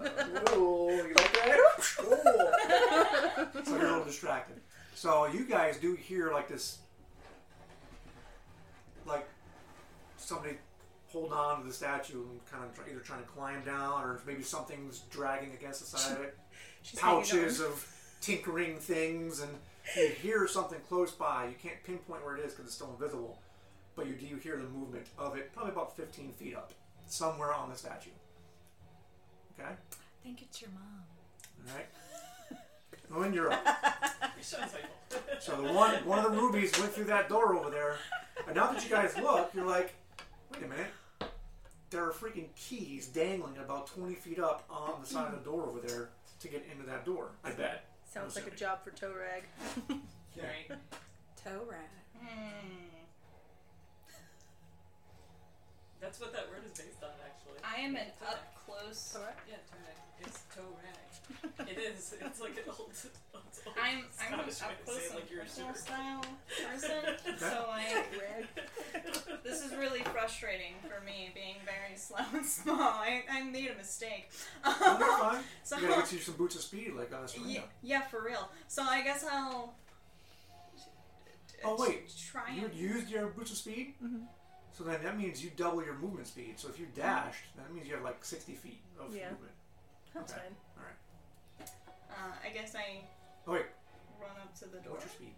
Speaker 2: Ooh, you like that? Cool. so you're a little distracted. So you guys do hear like this, like somebody holding on to the statue and kind of try, either trying to climb down or maybe something's dragging against the side of it.
Speaker 5: She's hanging
Speaker 2: Pouches
Speaker 5: on.
Speaker 2: of tinkering things, and you hear something close by. You can't pinpoint where it is because it's still invisible, but you do hear the movement of it, probably about 15 feet up, somewhere on the statue. Okay.
Speaker 3: I think it's your mom.
Speaker 2: Alright. Owen, you're up.
Speaker 6: Sounds like
Speaker 2: So the one one of the rubies went through that door over there. And now that you guys look, you're like, wait a minute. There are freaking keys dangling about twenty feet up on the side of the door over there to get into that door. I bet.
Speaker 5: Sounds like a
Speaker 2: Assuming.
Speaker 5: job for Toe Rag.
Speaker 6: right.
Speaker 3: Toe rat.
Speaker 6: That's what that word is based on, actually.
Speaker 7: I am an up close.
Speaker 6: Yeah, torag. It's torag. it is. It's like an old. old
Speaker 7: I'm I'm an up
Speaker 6: Scottish way to say
Speaker 7: close
Speaker 6: it, like you're a
Speaker 7: and personal
Speaker 6: super.
Speaker 7: style person. so like this is really frustrating for me being very slow and small. I, I made a mistake.
Speaker 2: No, you're fine.
Speaker 7: so
Speaker 2: You gotta get you some boots of speed like on a
Speaker 7: yeah,
Speaker 2: Serena.
Speaker 7: yeah, for real. So I guess I'll.
Speaker 2: Oh, wait.
Speaker 7: Try
Speaker 2: You
Speaker 7: and
Speaker 2: used your boots of speed? Mm-hmm. So then that means you double your movement speed. So if you dashed, that means you have like sixty feet of
Speaker 5: Yeah.
Speaker 2: movement.
Speaker 5: That's
Speaker 2: Okay.
Speaker 5: fine.
Speaker 2: Alright.
Speaker 7: Uh, I guess I
Speaker 2: Oh wait,
Speaker 7: run up to the door.
Speaker 2: what's your speed?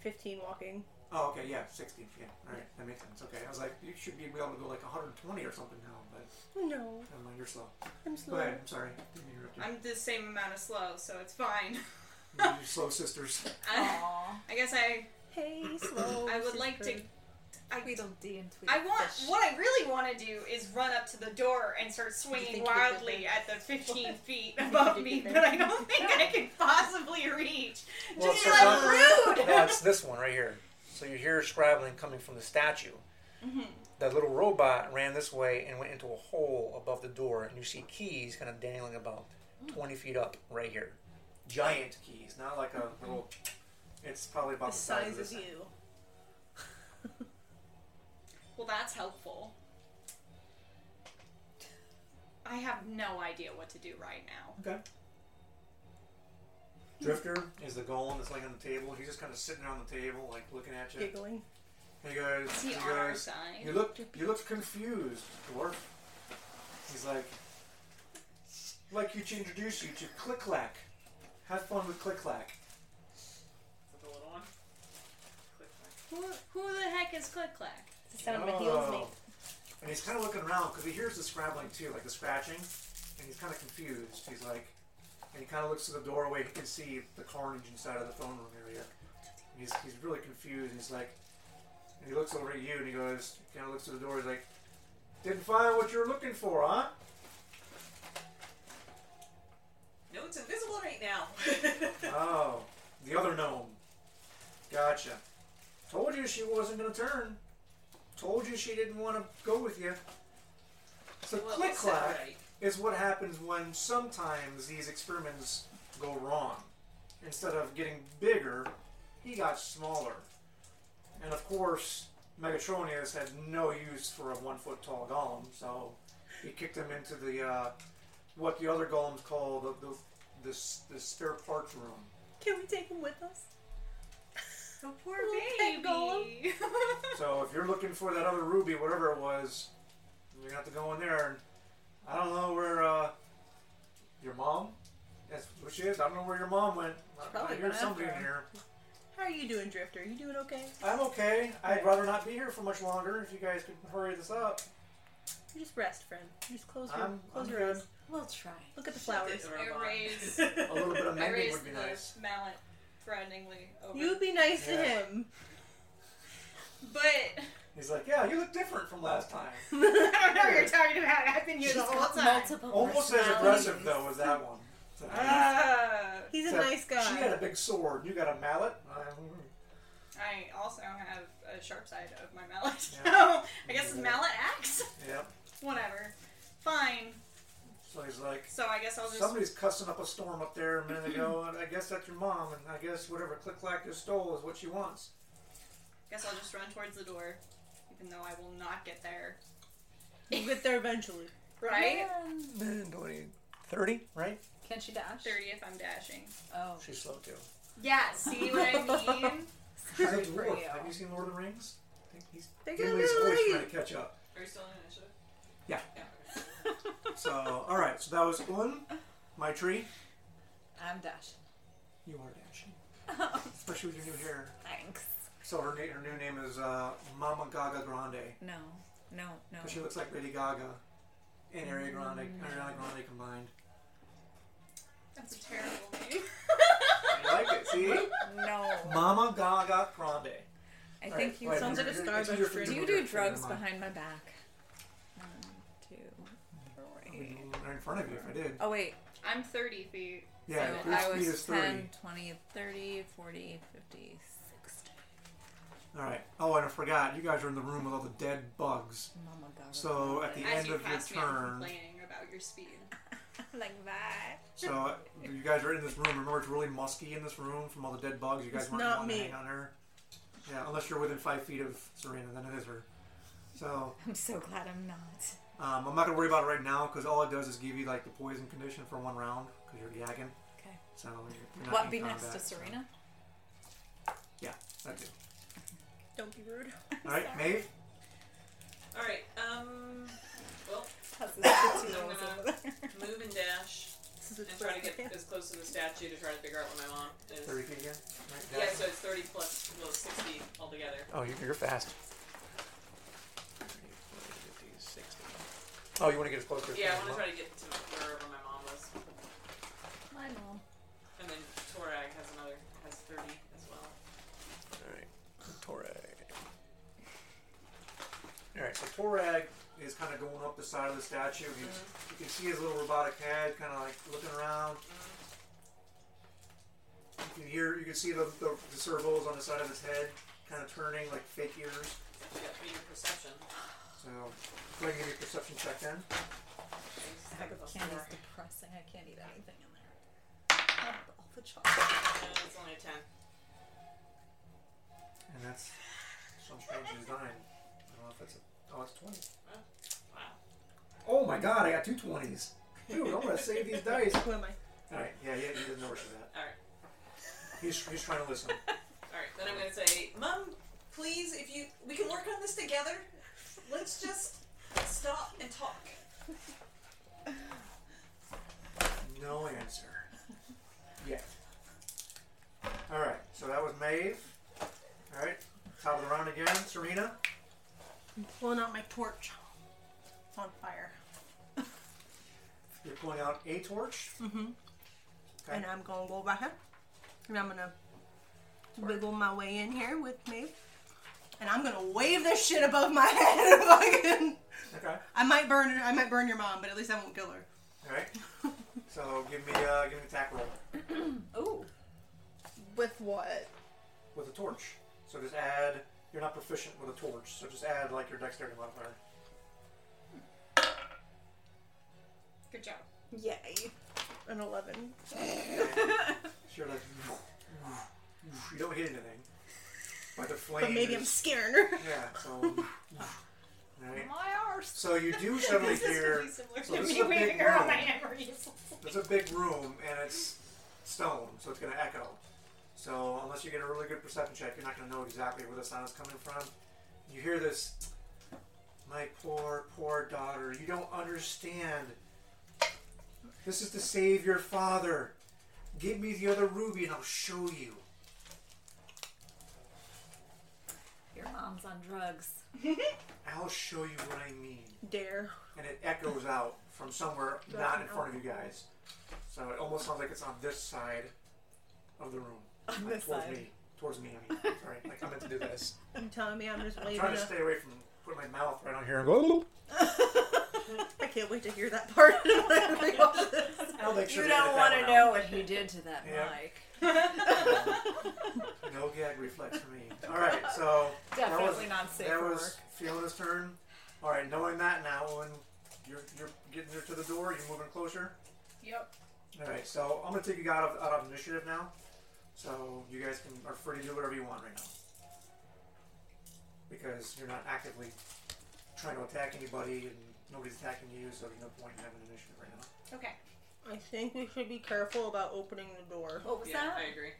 Speaker 5: 15 walking.
Speaker 2: Oh, okay, yeah, 60. Yeah, all right, that makes sense. Okay, I was like, you should be able to go like 120 or something now, but
Speaker 5: No,
Speaker 2: never mind, you're slow.
Speaker 5: I'm
Speaker 2: Go
Speaker 5: slow.
Speaker 2: ahead, I'm sorry. Didn't mean to interrupt you.
Speaker 7: I'm the same amount of slow, so it's fine.
Speaker 2: You're just slow sisters.
Speaker 7: I, I guess I
Speaker 5: Hey, slow.
Speaker 7: I would like to.
Speaker 5: sister.
Speaker 7: I,
Speaker 3: Tweedledee and Tweedledee.
Speaker 7: I want what I really want to do is run up to the door and start swinging
Speaker 5: think you could get
Speaker 7: wildly
Speaker 5: there?
Speaker 7: at the 15 feet above
Speaker 5: you
Speaker 7: me,
Speaker 5: could get
Speaker 7: but
Speaker 5: there?
Speaker 7: I don't think I can possibly reach.
Speaker 2: Well,
Speaker 7: Just
Speaker 2: so
Speaker 7: like
Speaker 2: that-
Speaker 7: rude.
Speaker 2: That's this one right here. So you hear scrabbling coming from the statue. That little robot ran this way and went into a hole above the door, and you see keys kind of dangling about 20 feet up right here. Giant keys, not like a little. It's probably about
Speaker 5: The
Speaker 2: the,
Speaker 5: size
Speaker 2: this
Speaker 5: of
Speaker 2: thing.
Speaker 5: you.
Speaker 7: Well, that's helpful. I have no idea what to do right now.
Speaker 2: Okay. Drifter is the golem that's laying on the table. He's just kind of sitting there on the table, like looking at you.
Speaker 5: Giggling.
Speaker 2: Hey guys,
Speaker 7: Is he
Speaker 2: you
Speaker 7: on our
Speaker 2: guys,
Speaker 7: side?
Speaker 2: you look, you look confused, dwarf. He's like, like you to introduce you to Click Clack. Have fun with Click Clack.
Speaker 6: Is it the little one? Click, click.
Speaker 7: Who, who the heck is Click Clack?
Speaker 5: It's the sound of my
Speaker 2: Oh.
Speaker 5: heels me.
Speaker 2: And he's kind of looking around because he hears the scrabbling too, like the scratching, and he's kind of confused. He's like, and he kind of looks to the doorway. He can see the carnage inside of the phone room area. And he's, he's really confused. And he's like, and he looks over at you and he goes, kind of looks to the door. He's like, didn't find what you were looking for, huh?
Speaker 6: No, it's invisible right now.
Speaker 2: Oh, the other gnome. Gotcha. Told you she wasn't gonna turn. Told you she didn't want to go with you. So
Speaker 6: Well,
Speaker 2: click
Speaker 6: set
Speaker 2: clack
Speaker 6: right.
Speaker 2: is what happens when sometimes these experiments go wrong. Instead of getting bigger, he got smaller. And of course, Megatronius had no use for a one foot tall golem, so he kicked him into the uh, what the other golems call the, the, the, s- the spare parts room.
Speaker 5: Can we take him with us?
Speaker 7: The poor
Speaker 5: Little pet
Speaker 7: baby.
Speaker 2: So if you're looking for that other ruby, whatever it was, you're gonna have to go in there. And I don't know where uh, your mom. That's who she is. I don't know where your mom went. I-
Speaker 5: probably
Speaker 2: I hear
Speaker 5: went
Speaker 2: somebody in
Speaker 5: after
Speaker 2: here.
Speaker 5: How are you doing, Drifter? You doing okay?
Speaker 2: I'm okay. I'd rather not be here for much longer. If you guys could hurry this up,
Speaker 5: You just rest, friend. You just close your
Speaker 2: I'm-
Speaker 5: close
Speaker 2: I'm
Speaker 5: your
Speaker 2: good.
Speaker 5: eyes.
Speaker 3: We'll try.
Speaker 5: Look at the flowers.
Speaker 7: Erase.
Speaker 2: a little bit of
Speaker 7: I
Speaker 2: mending
Speaker 7: raised
Speaker 2: would be
Speaker 7: the
Speaker 2: nice.
Speaker 7: mallet threateningly over.
Speaker 5: You be nice
Speaker 2: Yeah.
Speaker 5: to him.
Speaker 7: but
Speaker 2: He's like, yeah, you look different from last time.
Speaker 7: I don't know what you're talking about. I've been here
Speaker 3: She's
Speaker 7: the whole
Speaker 3: got
Speaker 7: time.
Speaker 3: multiple
Speaker 2: Almost as
Speaker 3: personalities.
Speaker 2: aggressive though as that one. So-
Speaker 7: Ah.
Speaker 5: He's a
Speaker 2: Except
Speaker 5: nice
Speaker 2: She had
Speaker 5: guy. Mm-hmm.
Speaker 2: a big sword. You got a mallet. I-
Speaker 7: I also have a sharp side of my mallet, so
Speaker 2: Yeah.
Speaker 7: I guess it's mallet axe.
Speaker 2: Yep.
Speaker 7: Whatever. Fine.
Speaker 2: So he's like,
Speaker 7: So I guess I'll just.
Speaker 2: somebody's cussing up a storm up there a minute ago, and I guess that's your mom, and I guess whatever click clack you stole is what she wants.
Speaker 7: Guess I'll just run towards the door, even though I will not get there.
Speaker 5: We'll get there eventually.
Speaker 7: Right?
Speaker 2: Twenty, thirty, right?
Speaker 3: Can she dash?
Speaker 7: Thirty if I'm dashing.
Speaker 3: Oh.
Speaker 2: She's slow too.
Speaker 7: Yeah. See what I mean?
Speaker 2: She's a
Speaker 3: Sorry for
Speaker 2: dwarf.
Speaker 3: you.
Speaker 2: Have you seen Lord of the Rings? I think he's
Speaker 5: They're
Speaker 2: doing
Speaker 5: gonna
Speaker 2: his voice
Speaker 5: be
Speaker 2: trying
Speaker 5: late.
Speaker 2: to catch up.
Speaker 6: Are you still on initiative?
Speaker 2: Yeah.
Speaker 6: Yeah.
Speaker 2: So, all right. So that was Un, my tree.
Speaker 3: I'm dashing.
Speaker 2: You are dashing, especially with your new hair.
Speaker 3: Thanks.
Speaker 2: So her, na- her new name is uh, Mama Gaga Grande.
Speaker 3: No. No. No.
Speaker 2: 'cause she looks like Lady Gaga and Ariana Grande, Ariana Grande combined.
Speaker 7: That's a terrible name.
Speaker 2: I like it. See,
Speaker 3: No.
Speaker 2: Mama Gaga Grande.
Speaker 3: I
Speaker 2: All right,
Speaker 3: think you
Speaker 2: wait,
Speaker 3: sounds
Speaker 2: you're-
Speaker 3: like
Speaker 5: like a
Speaker 2: you're- it's
Speaker 5: Starbucks
Speaker 2: your-
Speaker 5: drink.
Speaker 3: Do you
Speaker 2: your-
Speaker 3: do
Speaker 2: your-
Speaker 3: drugs
Speaker 2: never mind.
Speaker 3: behind my back? One, two, three.
Speaker 2: They're in front of you. If I did,
Speaker 3: Oh, wait.
Speaker 7: I'm thirty feet.
Speaker 2: yeah.
Speaker 3: So
Speaker 2: your
Speaker 3: I
Speaker 2: speed is
Speaker 3: was
Speaker 2: thirty.
Speaker 3: 10, 20, 30, 40, 50, 60.
Speaker 2: All right. Oh, and I forgot. You guys are in the room with all the dead bugs.
Speaker 3: Mama God.
Speaker 2: So at the
Speaker 7: As
Speaker 2: end
Speaker 7: you
Speaker 2: of your
Speaker 7: pass me, I'm
Speaker 2: turn,
Speaker 7: complaining about your speed.
Speaker 3: like that.
Speaker 2: so uh, you guys are in this room. Remember, it's really musky in this room from all the dead bugs. You guys
Speaker 5: It's
Speaker 2: weren't
Speaker 5: not
Speaker 2: wanting to
Speaker 5: me.
Speaker 2: hang on her. Yeah, unless you're within five feet of Serena, then it is her. So
Speaker 3: I'm so glad I'm not.
Speaker 2: Um, I'm not gonna worry about it right now because all it does is give you like the poison condition for one round because you're yagging.
Speaker 3: Okay.
Speaker 2: So you're not
Speaker 3: What
Speaker 2: in
Speaker 3: be
Speaker 2: combat,
Speaker 3: next to
Speaker 2: so-
Speaker 3: Serena?
Speaker 2: Yeah, that's it.
Speaker 5: Don't be rude.
Speaker 2: All right, Maeve.
Speaker 6: All right. Um. Well,
Speaker 3: Has this fifteen
Speaker 6: I'm
Speaker 3: rolls
Speaker 6: gonna-
Speaker 3: over there?
Speaker 6: move and dash
Speaker 5: This is a
Speaker 6: and try to
Speaker 5: twelve.
Speaker 6: get as close to the statue to try to figure out what my mom is.
Speaker 2: Thirty feet again. Right,
Speaker 6: Yeah,
Speaker 2: dash.
Speaker 6: so it's 30 plus, well, 60 altogether.
Speaker 2: Oh, you're, you're fast. 30, 40, 50, 60. Oh, you want to get as close to your phone,
Speaker 6: Yeah, I want to
Speaker 2: huh?
Speaker 6: try to get to wherever my mom was.
Speaker 3: My mom.
Speaker 6: And then Torag has another, has 30 as well.
Speaker 2: Alright, Torag. Alright, so Torag is kind of going up the side of the statue. You,
Speaker 6: Mm-hmm.
Speaker 2: you can see his little robotic head kind of like looking around.
Speaker 6: Mm-hmm.
Speaker 2: You can hear, you can see the, the, the servos on the side of his head kind of turning like fake ears.
Speaker 6: You got me your perception.
Speaker 2: So, go ahead and give me a perception check then.
Speaker 3: Candy's depressing. I can't eat anything in there. Not All the chocolate.
Speaker 6: Uh, it's only a 10.
Speaker 2: And that's some strange design. I don't know if that's a. Oh, it's 20.
Speaker 6: Wow.
Speaker 2: Oh my god, I got two 20s. Dude, I'm going to save these dice.
Speaker 5: Who am I?
Speaker 2: Alright, yeah, yeah, he doesn't know where she's at.
Speaker 6: Alright.
Speaker 2: He's, he's trying to listen.
Speaker 6: Alright, then I'm going to say, Mom, please, if you, we can work on this together. Let's just stop and talk.
Speaker 2: No answer. Yet. Alright, so that was Maeve. Alright, top of the round again. Serena.
Speaker 5: Pulling out my torch. It's on fire.
Speaker 2: You're pulling out a torch. Okay.
Speaker 5: And I'm gonna go back up. And I'm gonna wiggle my way in here with me. And I'm gonna wave this shit above my head if I can.
Speaker 2: Okay.
Speaker 5: I might burn her. I might burn your mom, but at least I won't kill her.
Speaker 2: Alright. So give me uh, give me an attack roll
Speaker 3: Ooh.
Speaker 5: With what?
Speaker 2: with a torch. So just add you're not proficient with a torch, so just add like your dexterity modifier.
Speaker 7: Good job.
Speaker 3: Yay.
Speaker 5: An eleven.
Speaker 2: So you're like you don't hit anything. But the flame
Speaker 5: But maybe I'm
Speaker 2: is-
Speaker 5: scaring her.
Speaker 2: Yeah, so Alright.
Speaker 7: My arse.
Speaker 2: So you do suddenly
Speaker 7: this
Speaker 2: hear
Speaker 7: is really
Speaker 2: so
Speaker 7: similar
Speaker 2: this
Speaker 7: to
Speaker 2: is
Speaker 7: me
Speaker 2: a big
Speaker 7: waving around my
Speaker 2: room.
Speaker 7: hammer uselessly.
Speaker 2: It's a big room and it's stone, so it's gonna echo. So unless you get a really good perception check, you're not gonna know exactly where the sound is coming from. You hear this, my poor, poor daughter. You don't understand. This is to save your father. Give me the other ruby and I'll show you.
Speaker 3: Your mom's on drugs.
Speaker 2: I'll show you what I mean.
Speaker 5: Dare.
Speaker 2: And it echoes out from somewhere not in front of you guys. So it almost sounds like it's on this side of the room.
Speaker 3: On
Speaker 2: Like,
Speaker 3: this
Speaker 2: towards
Speaker 3: side.
Speaker 2: me. Towards me, I mean. Sorry. Like, I meant to do this.
Speaker 5: You telling me I'm just
Speaker 2: I'm
Speaker 5: waving?
Speaker 2: trying to
Speaker 5: a-
Speaker 2: stay away from putting my mouth right on here and go.
Speaker 5: I can't wait to hear that part. when I rewatch this.
Speaker 2: I'll make sure
Speaker 3: You
Speaker 2: to edit that
Speaker 3: don't want to
Speaker 2: one out.
Speaker 3: know what he did to that
Speaker 2: Yeah.
Speaker 3: mic.
Speaker 2: No gag reflex for me. All right, so that was,
Speaker 3: Definitely not safe
Speaker 2: that
Speaker 3: for
Speaker 2: was
Speaker 3: work.
Speaker 2: Fiona's turn. All right, knowing that now, when you're you're getting her to the door, you're moving closer.
Speaker 7: Yep.
Speaker 2: All right, so I'm gonna take you out of out of initiative now. So you guys can are free to do whatever you want right now because you're not actively trying to attack anybody and nobody's attacking you, so there's no point in having an initiative right now.
Speaker 7: Okay.
Speaker 5: I think we should be careful about opening the door.
Speaker 3: What was
Speaker 6: yeah,
Speaker 3: that?
Speaker 6: I agree.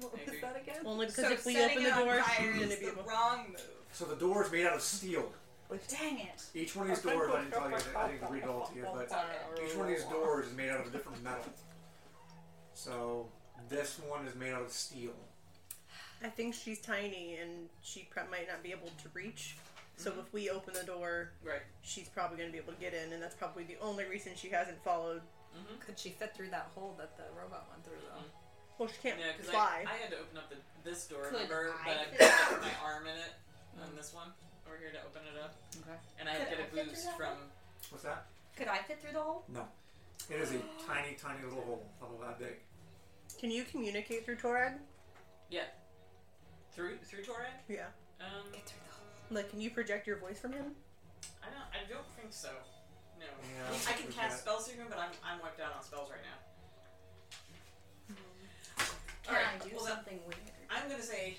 Speaker 3: what
Speaker 6: I agree.
Speaker 3: was that again?
Speaker 5: Only because
Speaker 7: so
Speaker 5: if we
Speaker 7: setting
Speaker 5: open
Speaker 7: it
Speaker 5: the
Speaker 7: on
Speaker 5: door,
Speaker 7: fire
Speaker 5: she's
Speaker 7: is
Speaker 5: gonna
Speaker 7: the
Speaker 5: be able.
Speaker 7: wrong move.
Speaker 2: So the door is made out of steel.
Speaker 7: Dang it.
Speaker 2: Each one of these doors, I didn't tell you, I didn't read it all to you, but Each one of these doors is made out of a different metal. So this one is made out of steel.
Speaker 5: I think she's tiny and she prob- might not be able to reach. So
Speaker 7: Mm-hmm.
Speaker 5: if we open the door,
Speaker 6: Right.
Speaker 5: she's probably going to be able to get in, and that's probably the only reason she hasn't followed.
Speaker 3: hmm? Could she fit through that hole that the robot went through though?
Speaker 5: Well, she can't
Speaker 6: Yeah, because
Speaker 5: fly.
Speaker 6: I, I had to open up the, this door,
Speaker 7: Could
Speaker 6: remember? But
Speaker 7: I-
Speaker 6: I put my arm in it, on this one, over here to open it up.
Speaker 3: Okay.
Speaker 6: And I had to
Speaker 7: Could
Speaker 6: get
Speaker 7: I
Speaker 6: a
Speaker 7: fit through
Speaker 6: boost
Speaker 7: that
Speaker 6: from.
Speaker 2: What's that?
Speaker 7: Could I fit through the hole?
Speaker 2: No. It is a tiny, tiny little hole, about that big.
Speaker 5: Can you communicate through Torag?
Speaker 6: Yeah. Through through Torag?
Speaker 5: Yeah.
Speaker 6: Um,
Speaker 5: Like, can you project your voice from him?
Speaker 6: I don't. I don't think so. No.
Speaker 2: Yeah,
Speaker 6: I can
Speaker 2: we
Speaker 6: cast
Speaker 2: got-
Speaker 6: spells through him, but I'm I'm wiped out on spells right now.
Speaker 3: Can
Speaker 6: All right,
Speaker 3: I do
Speaker 6: well, then,
Speaker 3: something weird?
Speaker 6: I'm gonna say,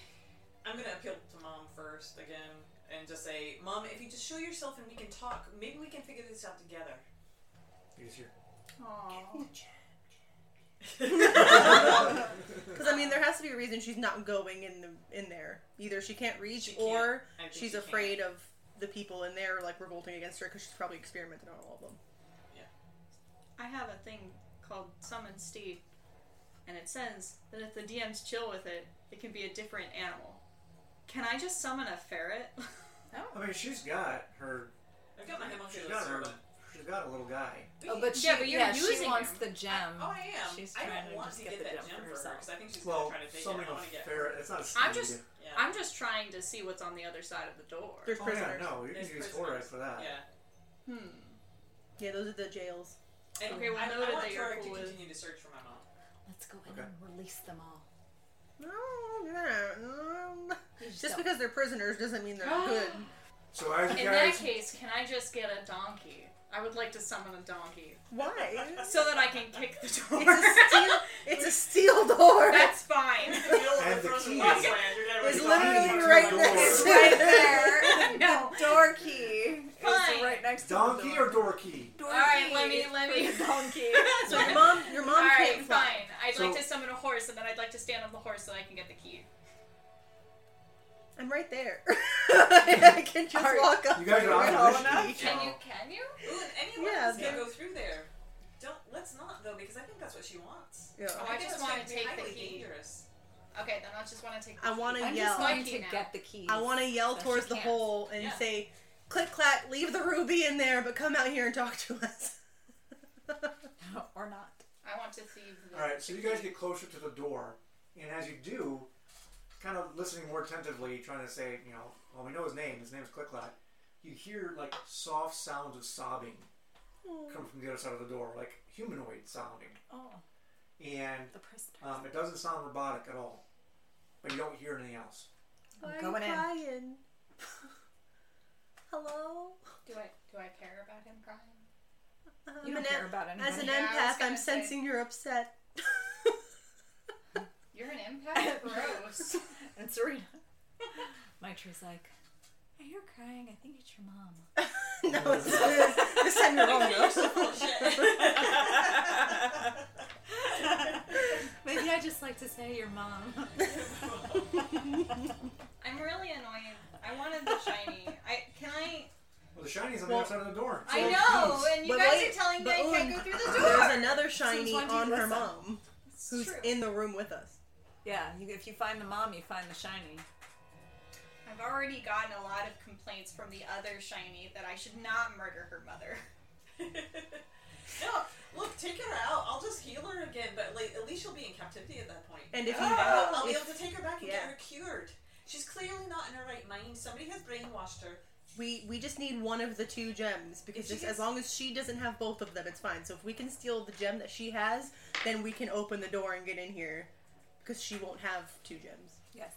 Speaker 6: I'm gonna appeal to mom first again, and just say, Mom, if you just show yourself and we can talk, maybe we can figure this out together.
Speaker 2: You can hear.
Speaker 7: Aww.
Speaker 5: Because I mean, there has to be a reason she's not going in the in there. Either she can't reach,
Speaker 6: She can't.
Speaker 5: or
Speaker 6: I think
Speaker 5: she's
Speaker 6: she can't.
Speaker 5: afraid of the people in there like revolting against her because she's probably experimented on all of them.
Speaker 7: I have a thing called Summon Steed, and it says that if the DM's chill with it, it can be a different animal. Can I just summon a ferret?
Speaker 2: I mean, she's got her.
Speaker 6: I've got my homunculus.
Speaker 2: She's got her.
Speaker 6: but-
Speaker 2: She's got a little guy.
Speaker 3: Oh, but she,
Speaker 7: Yeah, but you're
Speaker 3: yeah, she
Speaker 7: using
Speaker 3: wants the
Speaker 7: him.
Speaker 3: gem.
Speaker 6: Oh, I am.
Speaker 3: She's
Speaker 6: I
Speaker 3: trying
Speaker 6: don't
Speaker 3: to
Speaker 6: want
Speaker 3: just
Speaker 6: to
Speaker 3: get
Speaker 6: get,
Speaker 3: the
Speaker 6: that
Speaker 3: gem for
Speaker 6: for her
Speaker 3: herself.
Speaker 6: because I think she's
Speaker 2: Well,
Speaker 6: gonna try to take
Speaker 2: something
Speaker 6: it. I
Speaker 2: of
Speaker 6: want to get.
Speaker 2: ferret. It's not a steed.
Speaker 7: I'm just-
Speaker 6: Yeah.
Speaker 7: I'm just trying to see what's on the other side of the door.
Speaker 5: There's
Speaker 2: Oh, yeah,
Speaker 5: prisoners.
Speaker 2: no, you
Speaker 6: There's
Speaker 2: can use
Speaker 6: prisoners.
Speaker 2: Torag for that.
Speaker 6: Yeah.
Speaker 7: Hmm.
Speaker 5: Yeah, those are the jails.
Speaker 6: And
Speaker 7: Okay, well,
Speaker 6: I,
Speaker 7: noted
Speaker 6: I want
Speaker 7: that you're
Speaker 6: Torag
Speaker 7: cool
Speaker 6: to
Speaker 7: with-
Speaker 6: continue to search for my mom.
Speaker 3: Let's go in
Speaker 2: Okay.
Speaker 3: and release them all.
Speaker 5: No, no, no.
Speaker 3: You
Speaker 5: Um, Just
Speaker 3: don't-
Speaker 5: because they're prisoners doesn't mean they're good.
Speaker 2: So as you
Speaker 7: In that
Speaker 2: guys,
Speaker 7: case, can I just get a donkey? I would like to summon a donkey
Speaker 5: Why?
Speaker 7: so that I can kick the door.
Speaker 5: It's a steel. It's a steel door.
Speaker 7: That's fine.
Speaker 2: and the key
Speaker 5: It's
Speaker 2: is
Speaker 5: literally right next to
Speaker 3: Right
Speaker 5: there.
Speaker 7: no.
Speaker 5: door key.
Speaker 7: Fine.
Speaker 3: right next to
Speaker 2: Donkey
Speaker 3: the door.
Speaker 2: or door key?
Speaker 5: Door
Speaker 7: All right, let me let me
Speaker 3: donkey.
Speaker 5: So your mom, your mom
Speaker 7: All right,
Speaker 5: can't fly.
Speaker 7: fine. I'd
Speaker 2: So-
Speaker 7: like to summon a horse, and then I'd like to stand on the horse so I can get the key.
Speaker 5: I'm right there. I can just
Speaker 3: Alright.
Speaker 5: walk up.
Speaker 2: You guys
Speaker 5: and
Speaker 2: are
Speaker 5: get
Speaker 2: out of
Speaker 5: all
Speaker 2: initiative.
Speaker 7: Can
Speaker 2: So-
Speaker 7: you? Can you?
Speaker 6: Ooh, and anyone
Speaker 5: Yeah,
Speaker 6: else can
Speaker 2: yeah.
Speaker 6: go through there. Don't let's not though because I think that's what she wants.
Speaker 5: Yeah.
Speaker 7: Oh, I
Speaker 6: think
Speaker 7: just
Speaker 6: that's
Speaker 7: wanna
Speaker 6: gonna be
Speaker 7: take the
Speaker 6: highly
Speaker 7: key.
Speaker 6: Dangerous.
Speaker 7: Okay, then I just want to take. The
Speaker 5: I want
Speaker 7: key.
Speaker 5: to
Speaker 3: I'm
Speaker 5: yell.
Speaker 3: just going
Speaker 7: Donkey
Speaker 3: to
Speaker 7: now.
Speaker 3: get the keys.
Speaker 5: I want to yell
Speaker 3: So she
Speaker 5: towards the
Speaker 3: can't.
Speaker 5: hole and
Speaker 6: Yeah.
Speaker 5: say, "Click clack, leave the ruby in there, but come out here and talk to us."
Speaker 3: or not.
Speaker 7: I want to thieve. The
Speaker 2: All right, so you guys
Speaker 7: key.
Speaker 2: get closer to the door, and as you do, kind of listening more attentively, trying to say, you know, well, we know his name. His name is Clicklack. You hear like soft sounds of sobbing
Speaker 7: Hmm.
Speaker 2: come from the other side of the door, like humanoid sounding,
Speaker 3: Oh,
Speaker 2: and
Speaker 3: the person.
Speaker 2: um, it doesn't sound robotic at all. But you don't hear anything else.
Speaker 5: Why
Speaker 3: are going you in.
Speaker 5: crying? Hello.
Speaker 7: Do I do I care about him crying?
Speaker 3: You don't care about anyone.
Speaker 5: As an
Speaker 7: Yeah, I was
Speaker 5: empath,
Speaker 7: gonna
Speaker 5: I'm
Speaker 7: say-
Speaker 5: sensing you're upset.
Speaker 7: You're an empath. Gross.
Speaker 3: and Serena. My tree's like, I hear crying. I think it's your mom.
Speaker 5: no, it's this time you're wrong. though.
Speaker 3: Maybe I just like to say your mom.
Speaker 7: I'm really annoyed. I wanted the shiny. I can I.
Speaker 2: Well, the shiny's on
Speaker 5: Well,
Speaker 2: the other side of the door.
Speaker 7: I
Speaker 2: So
Speaker 7: know,
Speaker 2: please.
Speaker 7: and you
Speaker 5: But
Speaker 7: guys
Speaker 5: wait,
Speaker 7: are telling me
Speaker 5: but
Speaker 7: I can't
Speaker 5: Owen-
Speaker 7: go through the door.
Speaker 5: There's another shiny
Speaker 3: when do you
Speaker 5: on her
Speaker 3: listen?
Speaker 5: mom, who's
Speaker 7: It's true.
Speaker 5: in the room with us.
Speaker 3: yeah, you, if you find the mom, you find the shiny.
Speaker 7: I've already gotten a lot of complaints from the other shiny that I should not murder her mother.
Speaker 6: no, look, take her out. I'll just heal her again, but like at least she'll be in captivity at that point.
Speaker 5: And if you
Speaker 6: Oh, I'll, I'll
Speaker 5: know,
Speaker 6: be
Speaker 5: if
Speaker 6: able to take her back and
Speaker 5: yeah.
Speaker 6: get her cured. She's clearly not in her right mind. Somebody has brainwashed her.
Speaker 5: We we just need one of the two gems because
Speaker 6: If she
Speaker 5: just, as
Speaker 6: gets-
Speaker 5: long as she doesn't have both of them, it's fine. So if we can steal the gem that she has, then we can open the door and get in here. because she won't have two gems.
Speaker 3: Yes.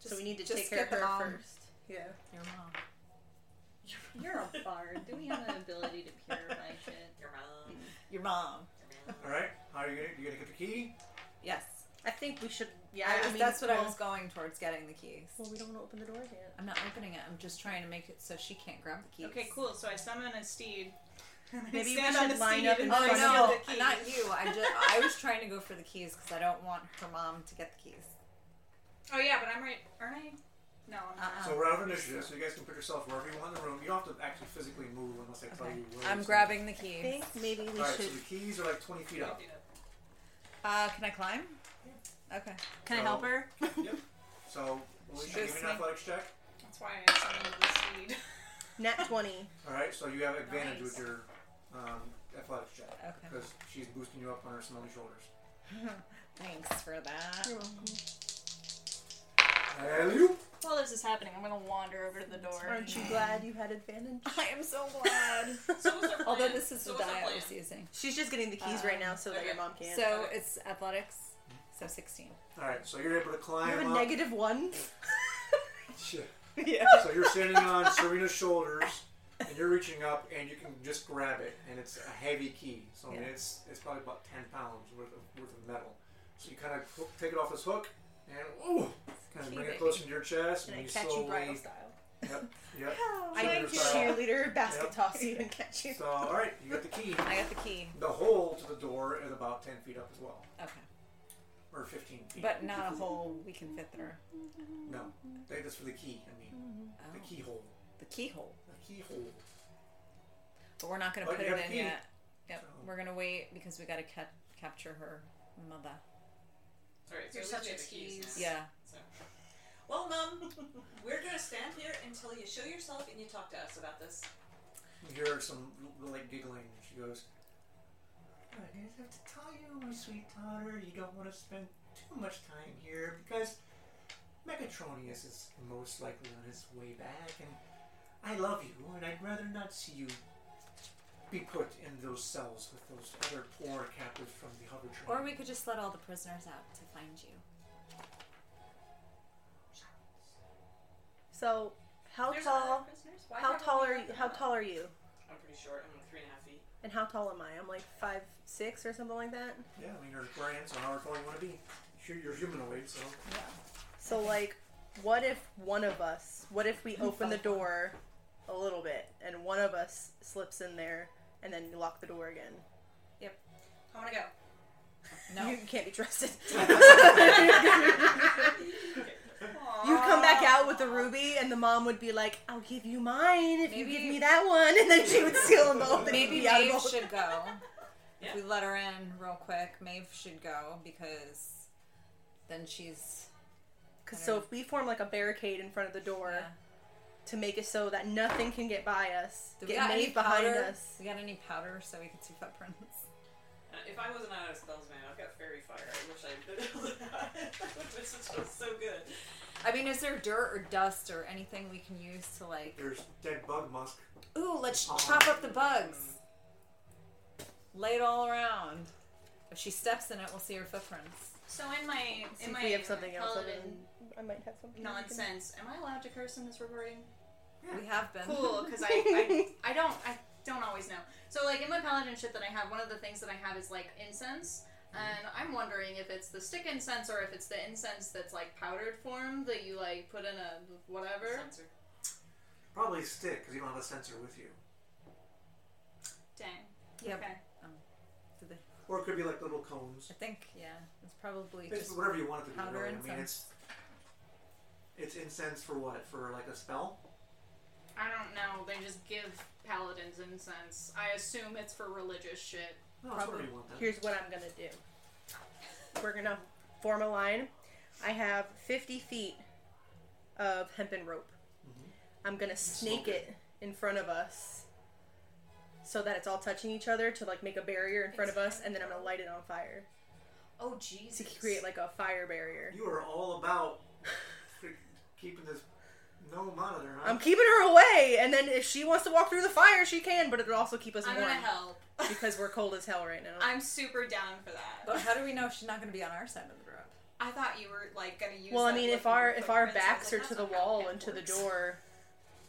Speaker 5: so we need to
Speaker 3: just
Speaker 5: take care of
Speaker 3: skip them
Speaker 5: her
Speaker 3: all.
Speaker 5: first. Yeah.
Speaker 3: Your mom.
Speaker 7: You're a bard. Do we have an ability to purify shit?
Speaker 6: Your mom.
Speaker 3: Your mom.
Speaker 6: Your mom.
Speaker 2: All right. How are you gonna? You gonna get the key?
Speaker 3: Yes.
Speaker 5: I think we should. Yeah.
Speaker 3: I was, that's what I
Speaker 5: well-
Speaker 3: was going towards getting the keys.
Speaker 5: Well, we don't want to open the doors yet.
Speaker 3: I'm not opening it. I'm just trying to make it so she can't grab the keys.
Speaker 7: Okay, cool. So I summon a steed. and I
Speaker 5: Maybe we
Speaker 7: stand
Speaker 5: should
Speaker 7: on the
Speaker 5: line
Speaker 7: steed
Speaker 5: up in
Speaker 7: and
Speaker 5: front
Speaker 3: Oh
Speaker 5: Fuck
Speaker 7: steal
Speaker 3: no,
Speaker 7: the keys.
Speaker 3: not you. I just I was trying to go for the keys because I don't want her mom to get the keys.
Speaker 7: Oh yeah, but I'm right. Aren't I? No, I'm not.
Speaker 3: Uh-uh.
Speaker 2: So we're out of initiative, so you guys can put yourself wherever you want in the room. You don't have to actually physically move unless I tell you where.
Speaker 3: I'm
Speaker 2: it's-
Speaker 3: grabbing the
Speaker 5: I
Speaker 3: key.
Speaker 5: think maybe we
Speaker 2: All right.
Speaker 5: should.
Speaker 2: So the keys are like 20 feet up.
Speaker 3: Uh, can I climb? Okay.
Speaker 2: Can I help her? Yep. So we
Speaker 3: She
Speaker 2: should give
Speaker 3: goes
Speaker 2: me
Speaker 3: to
Speaker 2: an
Speaker 3: me.
Speaker 2: athletics check.
Speaker 7: That's why I summoned the steed.
Speaker 5: Nat twenty.
Speaker 2: All right. So you have advantage with
Speaker 7: Nice.
Speaker 2: your um, athletics check
Speaker 3: Okay.
Speaker 2: because she's boosting you up on her smelly shoulders.
Speaker 3: Thanks for that.
Speaker 2: Hello.
Speaker 7: While this is happening, I'm gonna wander over to the door.
Speaker 5: Aren't you glad you had advantage?
Speaker 3: I am so glad.
Speaker 6: So what's our plan?
Speaker 3: Although this is
Speaker 6: so
Speaker 3: the
Speaker 6: what's our
Speaker 3: die I
Speaker 6: plan?
Speaker 3: was using.
Speaker 5: She's just getting the keys
Speaker 3: Uh,
Speaker 5: right now so that your
Speaker 6: okay.
Speaker 5: mom can.
Speaker 3: So it's athletics. So 16.
Speaker 2: All right. So you're able to
Speaker 5: you
Speaker 2: climb
Speaker 5: have a
Speaker 2: up.
Speaker 5: negative one.
Speaker 2: Shit.
Speaker 5: yeah.
Speaker 2: So you're standing on Serena's shoulders, and you're reaching up, and you can just grab it, and it's a heavy key. So I mean,
Speaker 3: Yeah.
Speaker 2: it's it's probably about ten pounds worth of, worth of metal. So you kind of hook, take it off this hook, and ooh, kind of
Speaker 5: Key,
Speaker 2: bring
Speaker 5: baby.
Speaker 2: it close into your chest,
Speaker 5: And
Speaker 2: and,
Speaker 5: I
Speaker 2: you
Speaker 5: catch you
Speaker 2: slowly.
Speaker 5: bridal style.
Speaker 2: Yep, yep.
Speaker 5: I
Speaker 2: Cheerleader
Speaker 5: like
Speaker 2: style.
Speaker 5: cheerleader basket
Speaker 2: Yep.
Speaker 5: toss you and catch you.
Speaker 2: So all right, you got the key.
Speaker 3: I got the key.
Speaker 2: The hole to the door is about ten feet up as well,
Speaker 3: Okay.
Speaker 2: or fifteen feet.
Speaker 3: But not a hole we can fit through.
Speaker 2: No, they- that's for the key. I mean,
Speaker 3: Oh,
Speaker 2: the keyhole.
Speaker 3: the keyhole.
Speaker 2: The keyhole.
Speaker 3: But we're not going to
Speaker 2: But
Speaker 3: put
Speaker 2: Oh, you
Speaker 3: it
Speaker 2: have
Speaker 3: in
Speaker 2: key.
Speaker 3: yet. Yep.
Speaker 2: So-
Speaker 3: We're going to wait because we got to ca- capture her mother.
Speaker 6: All right, so
Speaker 7: You're
Speaker 6: we
Speaker 7: such
Speaker 6: have
Speaker 7: a
Speaker 6: the keys.
Speaker 7: tease.
Speaker 6: now.
Speaker 3: Yeah.
Speaker 6: Well, Mom, we're gonna stand here until you show yourself and you talk to us about this.
Speaker 2: You hear some l- like giggling. and She goes, I didn't have to tell you, my sweet daughter, you don't want to spend too much time here because Megatronius is most likely on his way back, and I love you, and I'd rather not see you be put in those cells with those other poor captives from the hover train.
Speaker 3: Or we could just let all the prisoners out to find you.
Speaker 5: So how
Speaker 6: There's
Speaker 5: tall?
Speaker 6: other prisoners? Why
Speaker 5: How
Speaker 6: haven't
Speaker 5: tall
Speaker 6: we
Speaker 5: are
Speaker 6: let
Speaker 5: you?
Speaker 6: them
Speaker 5: How
Speaker 6: out?
Speaker 5: tall are you?
Speaker 6: I'm pretty short. I'm like three and a half feet.
Speaker 5: And how tall am I? I'm like five six or something like that.
Speaker 2: Yeah, I mean, you're grand, so however tall you want to be. Sure, you're humanoid, so.
Speaker 5: So like, what if one of us? What if we open the door a little bit and one of us slips in there and then you lock the door again?
Speaker 7: I'm gonna go.
Speaker 3: No.
Speaker 5: You can't be trusted. You come back out with the ruby, and the mom would be like, "I'll give you mine if
Speaker 3: Maybe-
Speaker 5: you give me that one," and then she would steal them both. And
Speaker 3: Maybe
Speaker 5: be out of
Speaker 3: Maeve
Speaker 5: both.
Speaker 3: should go.
Speaker 6: Yeah.
Speaker 3: If we let her in real quick, Maeve should go because then she's.
Speaker 5: 'Cause so if we form like a barricade in front of the door
Speaker 3: Yeah.
Speaker 5: to make it so that nothing can get by us,
Speaker 3: Do we
Speaker 5: get
Speaker 3: got any
Speaker 5: Maeve behind
Speaker 3: powder?
Speaker 5: us.
Speaker 3: We got any powder so we could see footprints?
Speaker 6: Uh, if I wasn't out of spells, man, I've got fairy fire. I wish I could. this is just so good.
Speaker 3: I mean, is there dirt or dust or anything we can use to like?
Speaker 2: There's dead bug musk.
Speaker 3: Ooh, let's
Speaker 2: Oh.
Speaker 3: chop up the bugs. Lay it all around. If she steps in it, we'll see her footprints.
Speaker 7: So in my
Speaker 5: See
Speaker 7: in
Speaker 5: if
Speaker 7: my
Speaker 5: we have something else. Other
Speaker 7: paladin
Speaker 5: than- I might have something. we can-
Speaker 7: nonsense, am I allowed to curse in this recording?
Speaker 3: We have been.
Speaker 7: cool because I, I I don't I don't always know. So like in my paladin shit that I have, one of the things that I have is like incense, and I'm wondering if it's the stick incense or if it's the incense that's like powdered form that you like put in a whatever.
Speaker 6: Sensor.
Speaker 2: Probably stick, because you don't have a sensor with you.
Speaker 7: Dang.
Speaker 3: Yeah.
Speaker 7: Okay.
Speaker 3: Um, Did they-
Speaker 2: Or it could be like little cones.
Speaker 3: I think yeah. It's probably
Speaker 2: It's
Speaker 3: just
Speaker 2: whatever you want it to be.
Speaker 3: powder
Speaker 2: Really. I
Speaker 3: incense.
Speaker 2: mean, it's it's incense for what? For like a spell?
Speaker 7: I don't know. They just give paladins incense. I assume it's for religious shit.
Speaker 2: No, it's whatever you want. Then.
Speaker 5: Here's what I'm gonna do. We're gonna form a line. I have 50 feet of hempen rope. I'm gonna snake
Speaker 2: smoke
Speaker 5: it in front of us so that it's all touching each other to like make a barrier in front of us, and then I'm gonna light it on fire
Speaker 7: Oh
Speaker 5: to
Speaker 7: Jesus.
Speaker 5: create like a fire barrier.
Speaker 2: You are all about keeping this No monitor, huh?
Speaker 5: I'm keeping her away, and then if she wants to walk through the fire, she can, but it'll also keep us
Speaker 7: I'm
Speaker 5: warm
Speaker 7: gonna help.
Speaker 5: because we're cold as hell right now.
Speaker 7: I'm super down for that.
Speaker 3: But how do we know she's not going to be on our side of the road?
Speaker 7: I thought you were like gonna use.
Speaker 5: well, I
Speaker 7: that
Speaker 5: mean, if
Speaker 7: looking
Speaker 5: our
Speaker 7: for
Speaker 5: if our
Speaker 7: footprints, I was
Speaker 5: backs
Speaker 7: like,
Speaker 5: are to
Speaker 7: that's
Speaker 5: the
Speaker 7: not how
Speaker 5: wall
Speaker 7: it
Speaker 5: and to the
Speaker 7: works.
Speaker 5: door,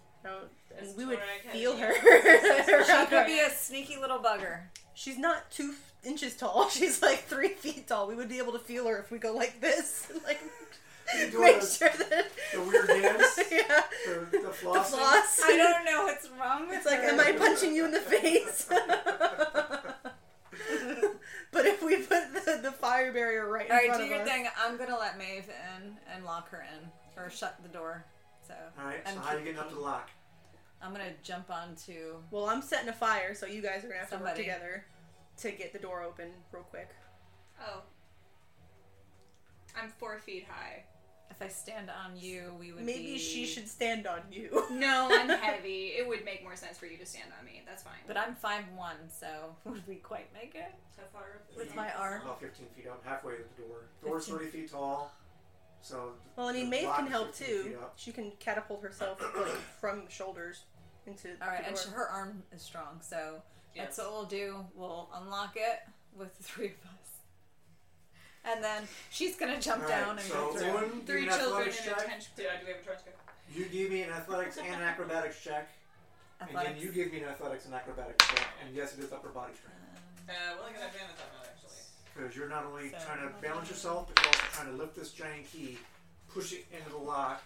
Speaker 5: I don't-
Speaker 6: That's
Speaker 5: and we would
Speaker 6: what I can
Speaker 5: feel
Speaker 6: do.
Speaker 5: her.
Speaker 3: She could
Speaker 5: around
Speaker 3: be
Speaker 5: our-
Speaker 3: a sneaky little bugger.
Speaker 5: She's not two f- inches tall. She's like three feet tall. We would be able to feel her if we go like this, and, like
Speaker 2: You doing
Speaker 5: make
Speaker 2: the-
Speaker 5: sure that
Speaker 2: the weird dance?
Speaker 5: yeah,
Speaker 2: The, the
Speaker 5: the
Speaker 2: flossing?
Speaker 5: floss.
Speaker 3: I don't know what's wrong with
Speaker 5: It's like,
Speaker 3: her.
Speaker 5: am I punching you in the face? but if we put the, the fire barrier right in
Speaker 3: All right,
Speaker 5: front
Speaker 3: do
Speaker 5: of
Speaker 3: your
Speaker 5: us,
Speaker 3: thing. I'm gonna let Maeve in and lock her in, or shut the door. So
Speaker 2: All right, so
Speaker 3: and
Speaker 2: how are you
Speaker 3: keep
Speaker 2: getting up
Speaker 3: key.
Speaker 2: to the lock?
Speaker 3: I'm gonna jump onto.
Speaker 5: well, I'm setting a fire, so you guys are gonna have
Speaker 3: Somebody.
Speaker 5: to work together to get the door open real quick.
Speaker 7: Oh. I'm four feet high.
Speaker 3: If I stand on you, we would
Speaker 5: Maybe
Speaker 3: be-
Speaker 5: she should stand on you.
Speaker 7: No, I'm heavy. It would make more sense for you to stand on me. That's fine.
Speaker 3: But I'm five one, so would we quite make it?
Speaker 6: How far up
Speaker 3: With
Speaker 6: is
Speaker 3: my
Speaker 6: it?
Speaker 3: arm.
Speaker 2: About 15 feet up, halfway to the door. Door's
Speaker 3: 15.
Speaker 2: 30 feet tall, so.
Speaker 5: Well, I mean,
Speaker 2: the
Speaker 5: Maeve
Speaker 2: lock
Speaker 5: can
Speaker 2: is
Speaker 5: help
Speaker 2: 15
Speaker 5: too.
Speaker 2: feet up.
Speaker 5: She can catapult herself like, from the shoulders into.
Speaker 3: All right,
Speaker 5: the
Speaker 3: and
Speaker 5: door.
Speaker 3: she, her arm is strong, so that's
Speaker 6: Yes.
Speaker 3: what we'll do. We'll unlock it with the three of us, and then she's gonna jump
Speaker 2: All right,
Speaker 3: down and
Speaker 2: so
Speaker 3: go through.
Speaker 2: Owen, give
Speaker 7: Three
Speaker 2: me an
Speaker 7: children
Speaker 2: athletics
Speaker 7: and a
Speaker 2: check.
Speaker 7: trench
Speaker 6: Did I do we have a trench coat?
Speaker 2: You give me an athletics and an acrobatics check, and
Speaker 3: Athletics.
Speaker 2: then you give me an athletics and acrobatics check. And yes, it is upper body strength
Speaker 6: Uh, well, I got advantage on that actually.
Speaker 2: because you're not only
Speaker 3: So-
Speaker 2: trying to balance yourself, but you're also trying to lift this giant key, push it into the lock,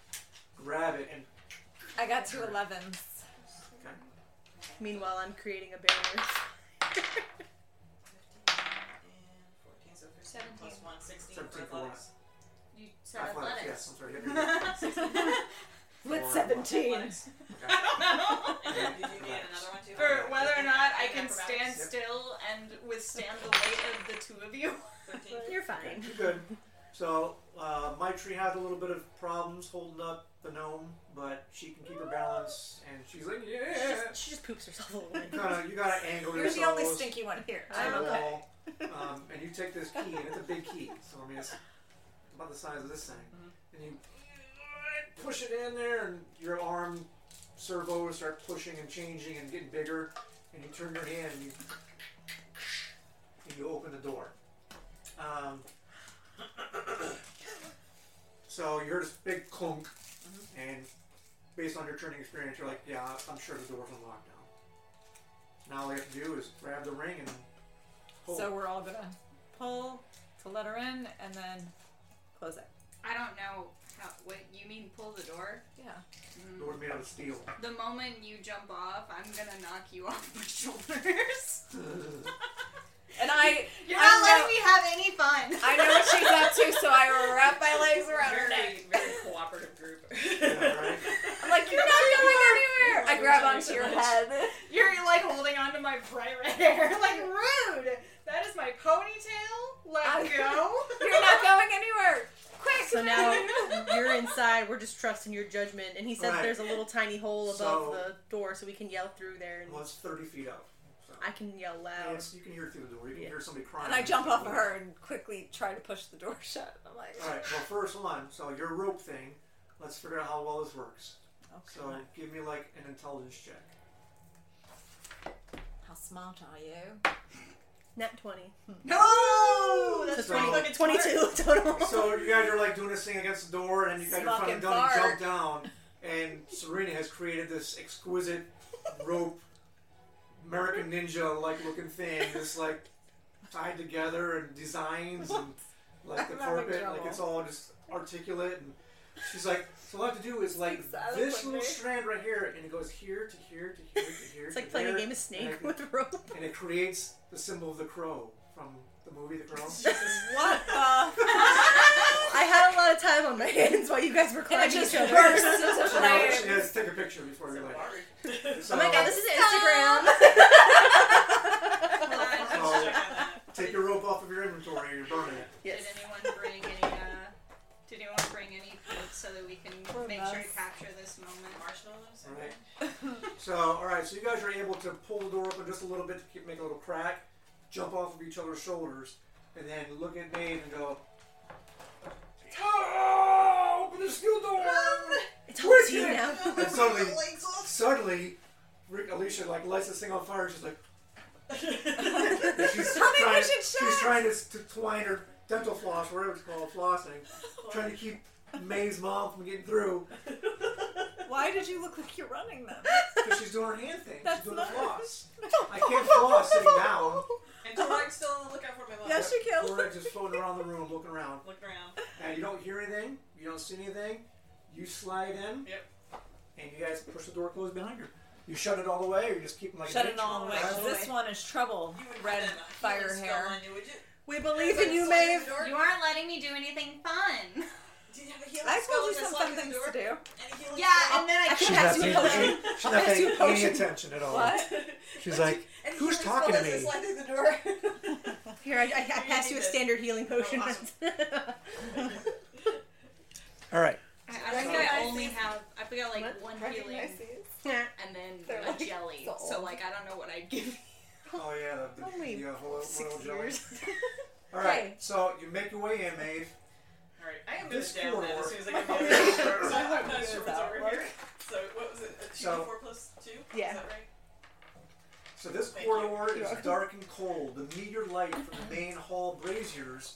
Speaker 2: grab it, and
Speaker 3: I got two elevens.
Speaker 2: okay.
Speaker 5: Meanwhile, I'm creating a barrier.
Speaker 6: 15 and 14, so 15 plus 1, 16 for
Speaker 2: 17 for
Speaker 6: athletics.
Speaker 7: You said
Speaker 2: athletics.
Speaker 7: athletics.
Speaker 2: Yes, I'm sorry. Yeah, you're right.
Speaker 3: With
Speaker 2: Four
Speaker 3: seventeen.
Speaker 6: Athletics.
Speaker 2: Okay.
Speaker 6: Did
Speaker 2: And
Speaker 6: you need another one too?
Speaker 7: For whether or not I can
Speaker 6: Acrobatics.
Speaker 7: stand
Speaker 2: Yep.
Speaker 7: still and withstand the weight of the two of you.
Speaker 6: 13.
Speaker 5: You're
Speaker 2: Okay,
Speaker 5: fine.
Speaker 2: you're good. So uh, my tree had a little bit of problems holding up the gnome, but she can keep her balance, and she's like,
Speaker 5: She
Speaker 2: yeah.
Speaker 5: just, she just poops herself a little
Speaker 2: You
Speaker 5: bit.
Speaker 2: gotta, you gotta angle
Speaker 3: You're the
Speaker 2: yourself
Speaker 3: only stinky one here.
Speaker 2: to the
Speaker 5: I'm okay.
Speaker 2: wall, um, and you take this key, and it's a big key. So I mean, it's about the size of this thing, and you push it in there, and your arm servos start pushing and changing and getting bigger, and you turn your hand and you and you open the door. Um, so you hear this big clunk, and based on your turning experience, you're like, yeah, I'm sure the door's unlocked now. Now all I have to do is grab the ring and pull.
Speaker 3: So we're all gonna pull to let her in and then close it.
Speaker 7: I don't know how. What you mean? Pull the door?
Speaker 3: Yeah. Mm.
Speaker 2: door's made out of steel.
Speaker 7: The moment you jump off, I'm gonna knock you off my shoulders.
Speaker 3: And I
Speaker 7: You're
Speaker 3: I
Speaker 7: not
Speaker 3: know-
Speaker 7: letting me have any fun.
Speaker 3: I know what she's up to, so I wrap my legs around her neck.
Speaker 6: Very, very cooperative group.
Speaker 2: Yeah, right?
Speaker 3: I'm like, you're not going anywhere. I grab
Speaker 6: Thank you
Speaker 3: onto
Speaker 6: so
Speaker 3: your
Speaker 6: much.
Speaker 3: head.
Speaker 7: You're like holding onto my bright red hair, like rude. That is my ponytail. Let
Speaker 3: I-
Speaker 7: go.
Speaker 3: You're not going anywhere. Quick.
Speaker 5: So now you're inside. We're just trusting your judgment. And he says
Speaker 2: Right.
Speaker 5: there's a little tiny hole above
Speaker 2: So-
Speaker 5: the door, so we can yell through there. And
Speaker 2: Well, it's 30 feet up. So.
Speaker 5: I can yell loud.
Speaker 2: Yes, you can hear it through the door. You can hear somebody crying.
Speaker 3: And I jump off of her and quickly try to push the door shut. I'm like,
Speaker 2: All right. Well, first one. So your rope thing. Let's figure out how well this works.
Speaker 3: okay.
Speaker 2: So give me like an intelligence check.
Speaker 3: How smart are you?
Speaker 5: Nat 20.
Speaker 7: No,
Speaker 5: So
Speaker 7: that's
Speaker 2: So-
Speaker 7: pretty
Speaker 5: 20
Speaker 7: fucking
Speaker 5: 22 total.
Speaker 2: So you guys are like doing this thing against the door, and you guys are
Speaker 3: Smock
Speaker 2: finally
Speaker 3: and
Speaker 2: done and jump
Speaker 3: fart.
Speaker 2: down. And Serena has created this exquisite rope American ninja like looking thing, just like tied together and designs and like the
Speaker 3: I'm having
Speaker 2: carpet, like
Speaker 3: trouble.
Speaker 2: it's all just articulate. And she's like, so all I have to do is like
Speaker 3: Exactly.
Speaker 2: this little strand right here, and it goes here to here to here to here.
Speaker 5: It's
Speaker 2: to
Speaker 5: like playing a
Speaker 2: there, and
Speaker 5: game of
Speaker 2: I
Speaker 5: snake
Speaker 2: can-
Speaker 5: with rope.
Speaker 2: and it creates the symbol of the crow from the movie The Crow.
Speaker 3: What the?
Speaker 5: I had a lot of time on my hands while you guys were
Speaker 3: And I
Speaker 5: climbing
Speaker 3: just
Speaker 5: each
Speaker 3: burst
Speaker 5: other.
Speaker 3: into
Speaker 2: So now she
Speaker 3: flames.
Speaker 2: has to take a picture before we leave.
Speaker 5: Oh my god, this is
Speaker 3: Stop.
Speaker 5: Instagram.
Speaker 7: fun.
Speaker 2: So take your rope off of your inventory and you're burning it.
Speaker 7: Did
Speaker 5: yes.
Speaker 7: anyone bring any? Uh, did anyone bring any food so that we can
Speaker 3: We're
Speaker 7: make sure to
Speaker 3: nuts.
Speaker 7: capture this moment?
Speaker 6: Marshmallows?
Speaker 2: All right. So, all right. So you guys are able to pull the door open just a little bit to keep, make a little crack, jump off of each other's shoulders, and then look at Maeve and go. Oh, open the steel door.
Speaker 5: It's
Speaker 2: Quick,
Speaker 5: you now.
Speaker 2: And suddenly, suddenly, Rick, Alicia like lights this thing on fire. And she's like, and she's trying, she's trying to, to twine her dental floss, whatever it's called, flossing, trying to keep May's mom from getting through
Speaker 3: Why did you look like you're running them?
Speaker 2: because she's doing her hand thing.
Speaker 3: That's
Speaker 2: she's doing
Speaker 3: not-
Speaker 2: the floss. I can't floss sitting down.
Speaker 6: And Torak's still on the lookout for my mom.
Speaker 5: Yes, she killed.
Speaker 2: We're just floating around the room, looking around.
Speaker 6: Looking around.
Speaker 2: And you don't hear anything. You don't see anything. You slide in.
Speaker 6: Yep.
Speaker 2: And you guys push the door closed behind her. You shut it all the way, or you just keep like
Speaker 3: Shut
Speaker 2: a
Speaker 3: it all away.
Speaker 2: picture on
Speaker 3: 'cause
Speaker 2: it?
Speaker 3: This one is trouble.
Speaker 6: You would
Speaker 3: Red
Speaker 6: put a
Speaker 3: fire
Speaker 6: healing spell
Speaker 3: hair.
Speaker 6: On you, would you?
Speaker 5: We believe in you,
Speaker 6: Sliding
Speaker 5: Maeve.
Speaker 6: the door?
Speaker 7: You aren't letting me do anything fun.
Speaker 6: Do you have a healing
Speaker 3: I
Speaker 6: spell
Speaker 3: told you
Speaker 6: on your
Speaker 3: some
Speaker 6: sliding
Speaker 3: fun things
Speaker 6: door?
Speaker 3: to do.
Speaker 6: And a healing
Speaker 7: Yeah,
Speaker 6: spell?
Speaker 7: and then I
Speaker 5: Actually,
Speaker 7: can't.
Speaker 2: She's not paying, she- she's
Speaker 5: Pass you potion.
Speaker 2: not
Speaker 5: Pass you
Speaker 2: paying any
Speaker 5: potion.
Speaker 2: attention at all.
Speaker 3: What?
Speaker 2: She's like,
Speaker 6: And
Speaker 2: who's
Speaker 6: healing
Speaker 2: talking to
Speaker 6: spell is
Speaker 2: me?
Speaker 6: just Sliding the door.
Speaker 5: Here, I, I, I pass you a standard healing potion.
Speaker 6: Oh, awesome.
Speaker 2: All right.
Speaker 7: I, I think
Speaker 6: Sorry.
Speaker 7: I only have. I've got like one healing
Speaker 4: Recognize
Speaker 7: and
Speaker 4: these?
Speaker 7: then
Speaker 4: They're
Speaker 7: a
Speaker 4: like
Speaker 7: jelly.
Speaker 4: so
Speaker 7: So
Speaker 4: old.
Speaker 7: like I don't know what I'd give. you.
Speaker 2: Oh yeah, the, the,
Speaker 5: Only
Speaker 2: the uh, royal, royal
Speaker 5: Six
Speaker 2: jelly.
Speaker 5: years.
Speaker 2: All right.
Speaker 5: Hey.
Speaker 2: So you make your way in, Maeve.
Speaker 6: Alright, I am
Speaker 2: This
Speaker 6: gonna down that
Speaker 2: corridor.
Speaker 6: as soon as I get there. so I'm not
Speaker 3: Is
Speaker 6: sure what's
Speaker 3: that
Speaker 6: over
Speaker 3: right?
Speaker 6: here. So what was it? A two
Speaker 2: So-
Speaker 6: four plus two?
Speaker 5: Yeah.
Speaker 6: Is that right?
Speaker 2: So this
Speaker 6: Thank
Speaker 2: corridor is dark and cold. The meteor light from the main hall braziers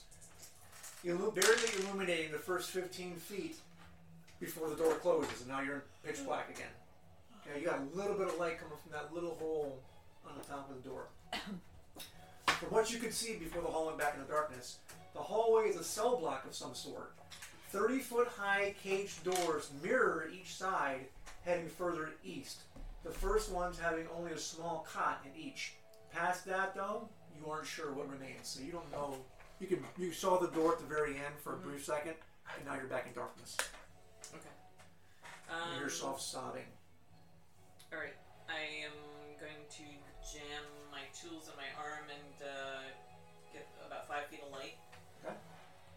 Speaker 2: illu- barely illuminating the first 15 feet before the door closes, and now you're in pitch black again. Okay, you got a little bit of light coming from that little hole on the top of the door. From what you could see before the hall went back into darkness, the hallway is a cell block of some sort. 30 foot high caged doors mirror each side, heading further east. The first one's having only a small cot in each. Past that, though, you aren't sure what remains, so you don't know. You can you saw the door at the very end for a
Speaker 6: Mm-hmm.
Speaker 2: brief second, and now you're back in darkness.
Speaker 6: Okay.
Speaker 2: You
Speaker 6: Um,
Speaker 2: hear soft sobbing.
Speaker 6: Alright, I am going to jam my tools in my arm and uh, get about five feet of light
Speaker 2: Okay.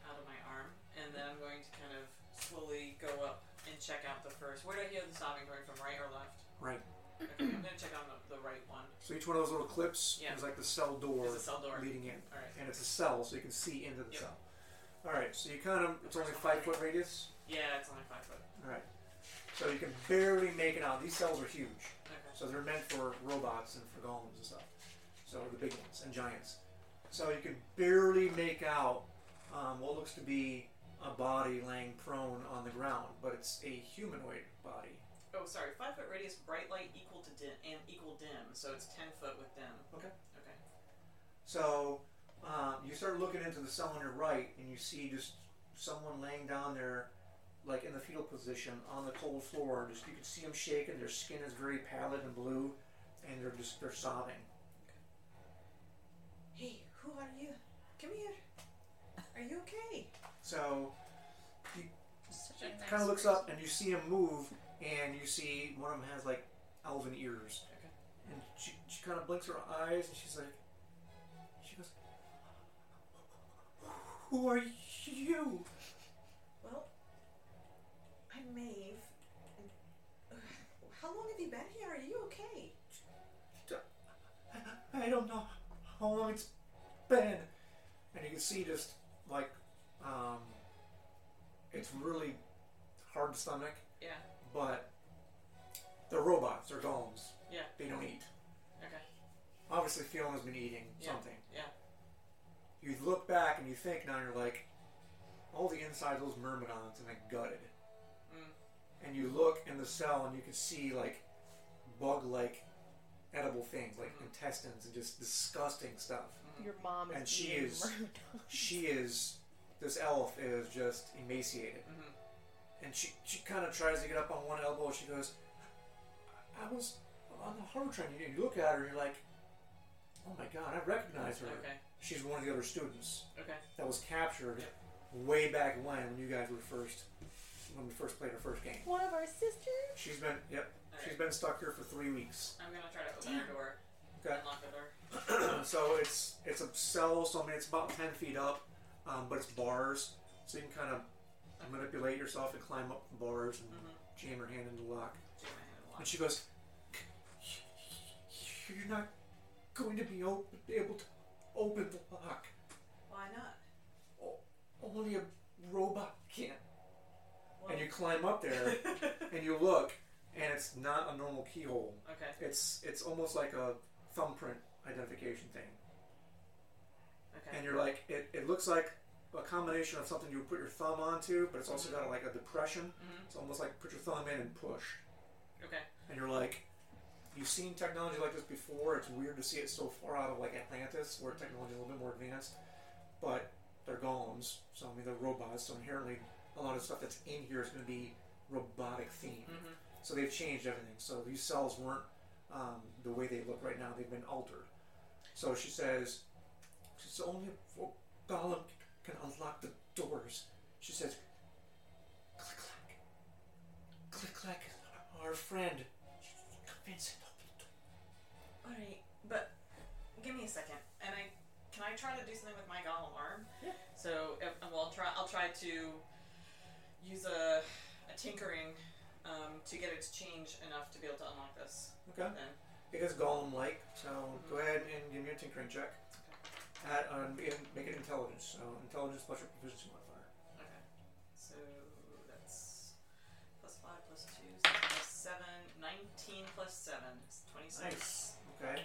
Speaker 6: out of my arm. And then I'm going to kind of slowly go up and check out the first. Where do I hear the sobbing coming from, right or left?
Speaker 2: Right.
Speaker 6: Okay, I'm going to check on the, the right one.
Speaker 2: So each one of those little clips
Speaker 6: Yeah.
Speaker 2: is like the cell door,
Speaker 6: It's a cell door.
Speaker 2: leading in,
Speaker 6: All right.
Speaker 2: and it's a cell, so you can see into the
Speaker 6: Yep.
Speaker 2: cell. All right. So you kind of it's only
Speaker 6: First one.
Speaker 2: five foot radius.
Speaker 6: Yeah, it's only five foot.
Speaker 2: All right. So you can barely make it out. These cells are huge.
Speaker 6: Okay.
Speaker 2: So they're meant for robots and for golems and stuff. So the big ones and giants. So you can barely make out um, what looks to be a body laying prone on the ground, but it's a humanoid body.
Speaker 6: Oh, sorry. Five foot radius, bright light equal to dim and equal dim, so it's ten foot with dim.
Speaker 2: Okay.
Speaker 6: Okay.
Speaker 2: So um, you start looking into the cell on your right, and you see just someone laying down there, like in the fetal position on the cold floor. Just you can see them shaking. Their skin is very pallid and blue, and they're just they're sobbing.
Speaker 6: Hey, who are you? Come here. Are you okay?
Speaker 2: So kind of looks up and you see him move and you see one of them has like elven ears and she, she kind of blinks her eyes and she's like she goes who are you
Speaker 6: Well, I'm Maeve. uh, How long have you been here? Are you okay?
Speaker 2: i don't know how long it's been and you can see just like um it's really hard to stomach
Speaker 6: Yeah.
Speaker 2: but they're robots they're golems
Speaker 6: Yeah.
Speaker 2: they don't eat
Speaker 6: Okay.
Speaker 2: obviously fiona's been eating something
Speaker 6: Yeah.
Speaker 2: you look back and you think now you're like all the inside of those myrmidons and they gutted and you look in the cell and you can see like bug like edible things like intestines and just disgusting stuff
Speaker 5: Your mom is
Speaker 2: And she
Speaker 5: being
Speaker 2: is-
Speaker 5: murdered.
Speaker 2: she is this elf is just emaciated
Speaker 6: Mhm.
Speaker 2: and she, she kind of tries to get up on one elbow she goes i was on the harbor train and you look at her and you're like oh my god i recognize her
Speaker 6: Okay.
Speaker 2: she's one of the other students
Speaker 6: Okay.
Speaker 2: that was captured way back when when you guys were first when we first played our first game.
Speaker 5: One of our sisters.
Speaker 2: She's been yep. She's
Speaker 6: Alright.
Speaker 2: been stuck here for three weeks.
Speaker 6: I'm gonna try to open the door.
Speaker 2: Okay.
Speaker 6: Unlock the door.
Speaker 2: Uh, so it's it's a cell, so I mean it's about ten feet up, um, but it's bars, so you can kind of manipulate yourself and climb up the bars and jam your hand into the lock.
Speaker 6: Jam my hand and
Speaker 2: And
Speaker 6: lock.
Speaker 2: she goes, "You're not going to be op- able to open the lock.
Speaker 6: Why not?
Speaker 2: O- Only a robot can."
Speaker 6: Well,
Speaker 2: And you climb up there. and you look, and it's not a normal keyhole.
Speaker 6: Okay.
Speaker 2: It's it's almost like a thumbprint identification thing.
Speaker 6: Okay.
Speaker 2: And you're like, it, it looks like a combination of something you would put your thumb onto, but it's also got like a depression. It's almost like put your thumb in and push.
Speaker 6: Okay.
Speaker 2: And you're like, you've seen technology like this before. It's weird to see it so far out of like Atlantis, where technology is a little bit more advanced. But they're golems, so I mean they're robots. So inherently, a lot of stuff that's in here is going to be robotic themed.
Speaker 6: Mhm.
Speaker 2: So they've changed everything. So these cells weren't um, the way they look right now. They've been altered. So she says, "It's only a golem can unlock the doors." She says, "Click clack, click clack." Our friend Vincent
Speaker 6: All right, but give me a second, and I can I try to do something with my golem arm? Yeah. So, if, well, I'll try. I'll try to use a, a tinkering um, to get it to change enough to be able to unlock this.
Speaker 2: Okay.
Speaker 6: Then
Speaker 2: It is golem like, so go ahead and give me a tinkering check. At, um, make it- make it intelligence. So intelligence plus your proficiency modifier.
Speaker 6: okay. So that's plus five plus two, so that's plus seven, nineteen plus seven, is twenty-six.
Speaker 2: Nice. Okay.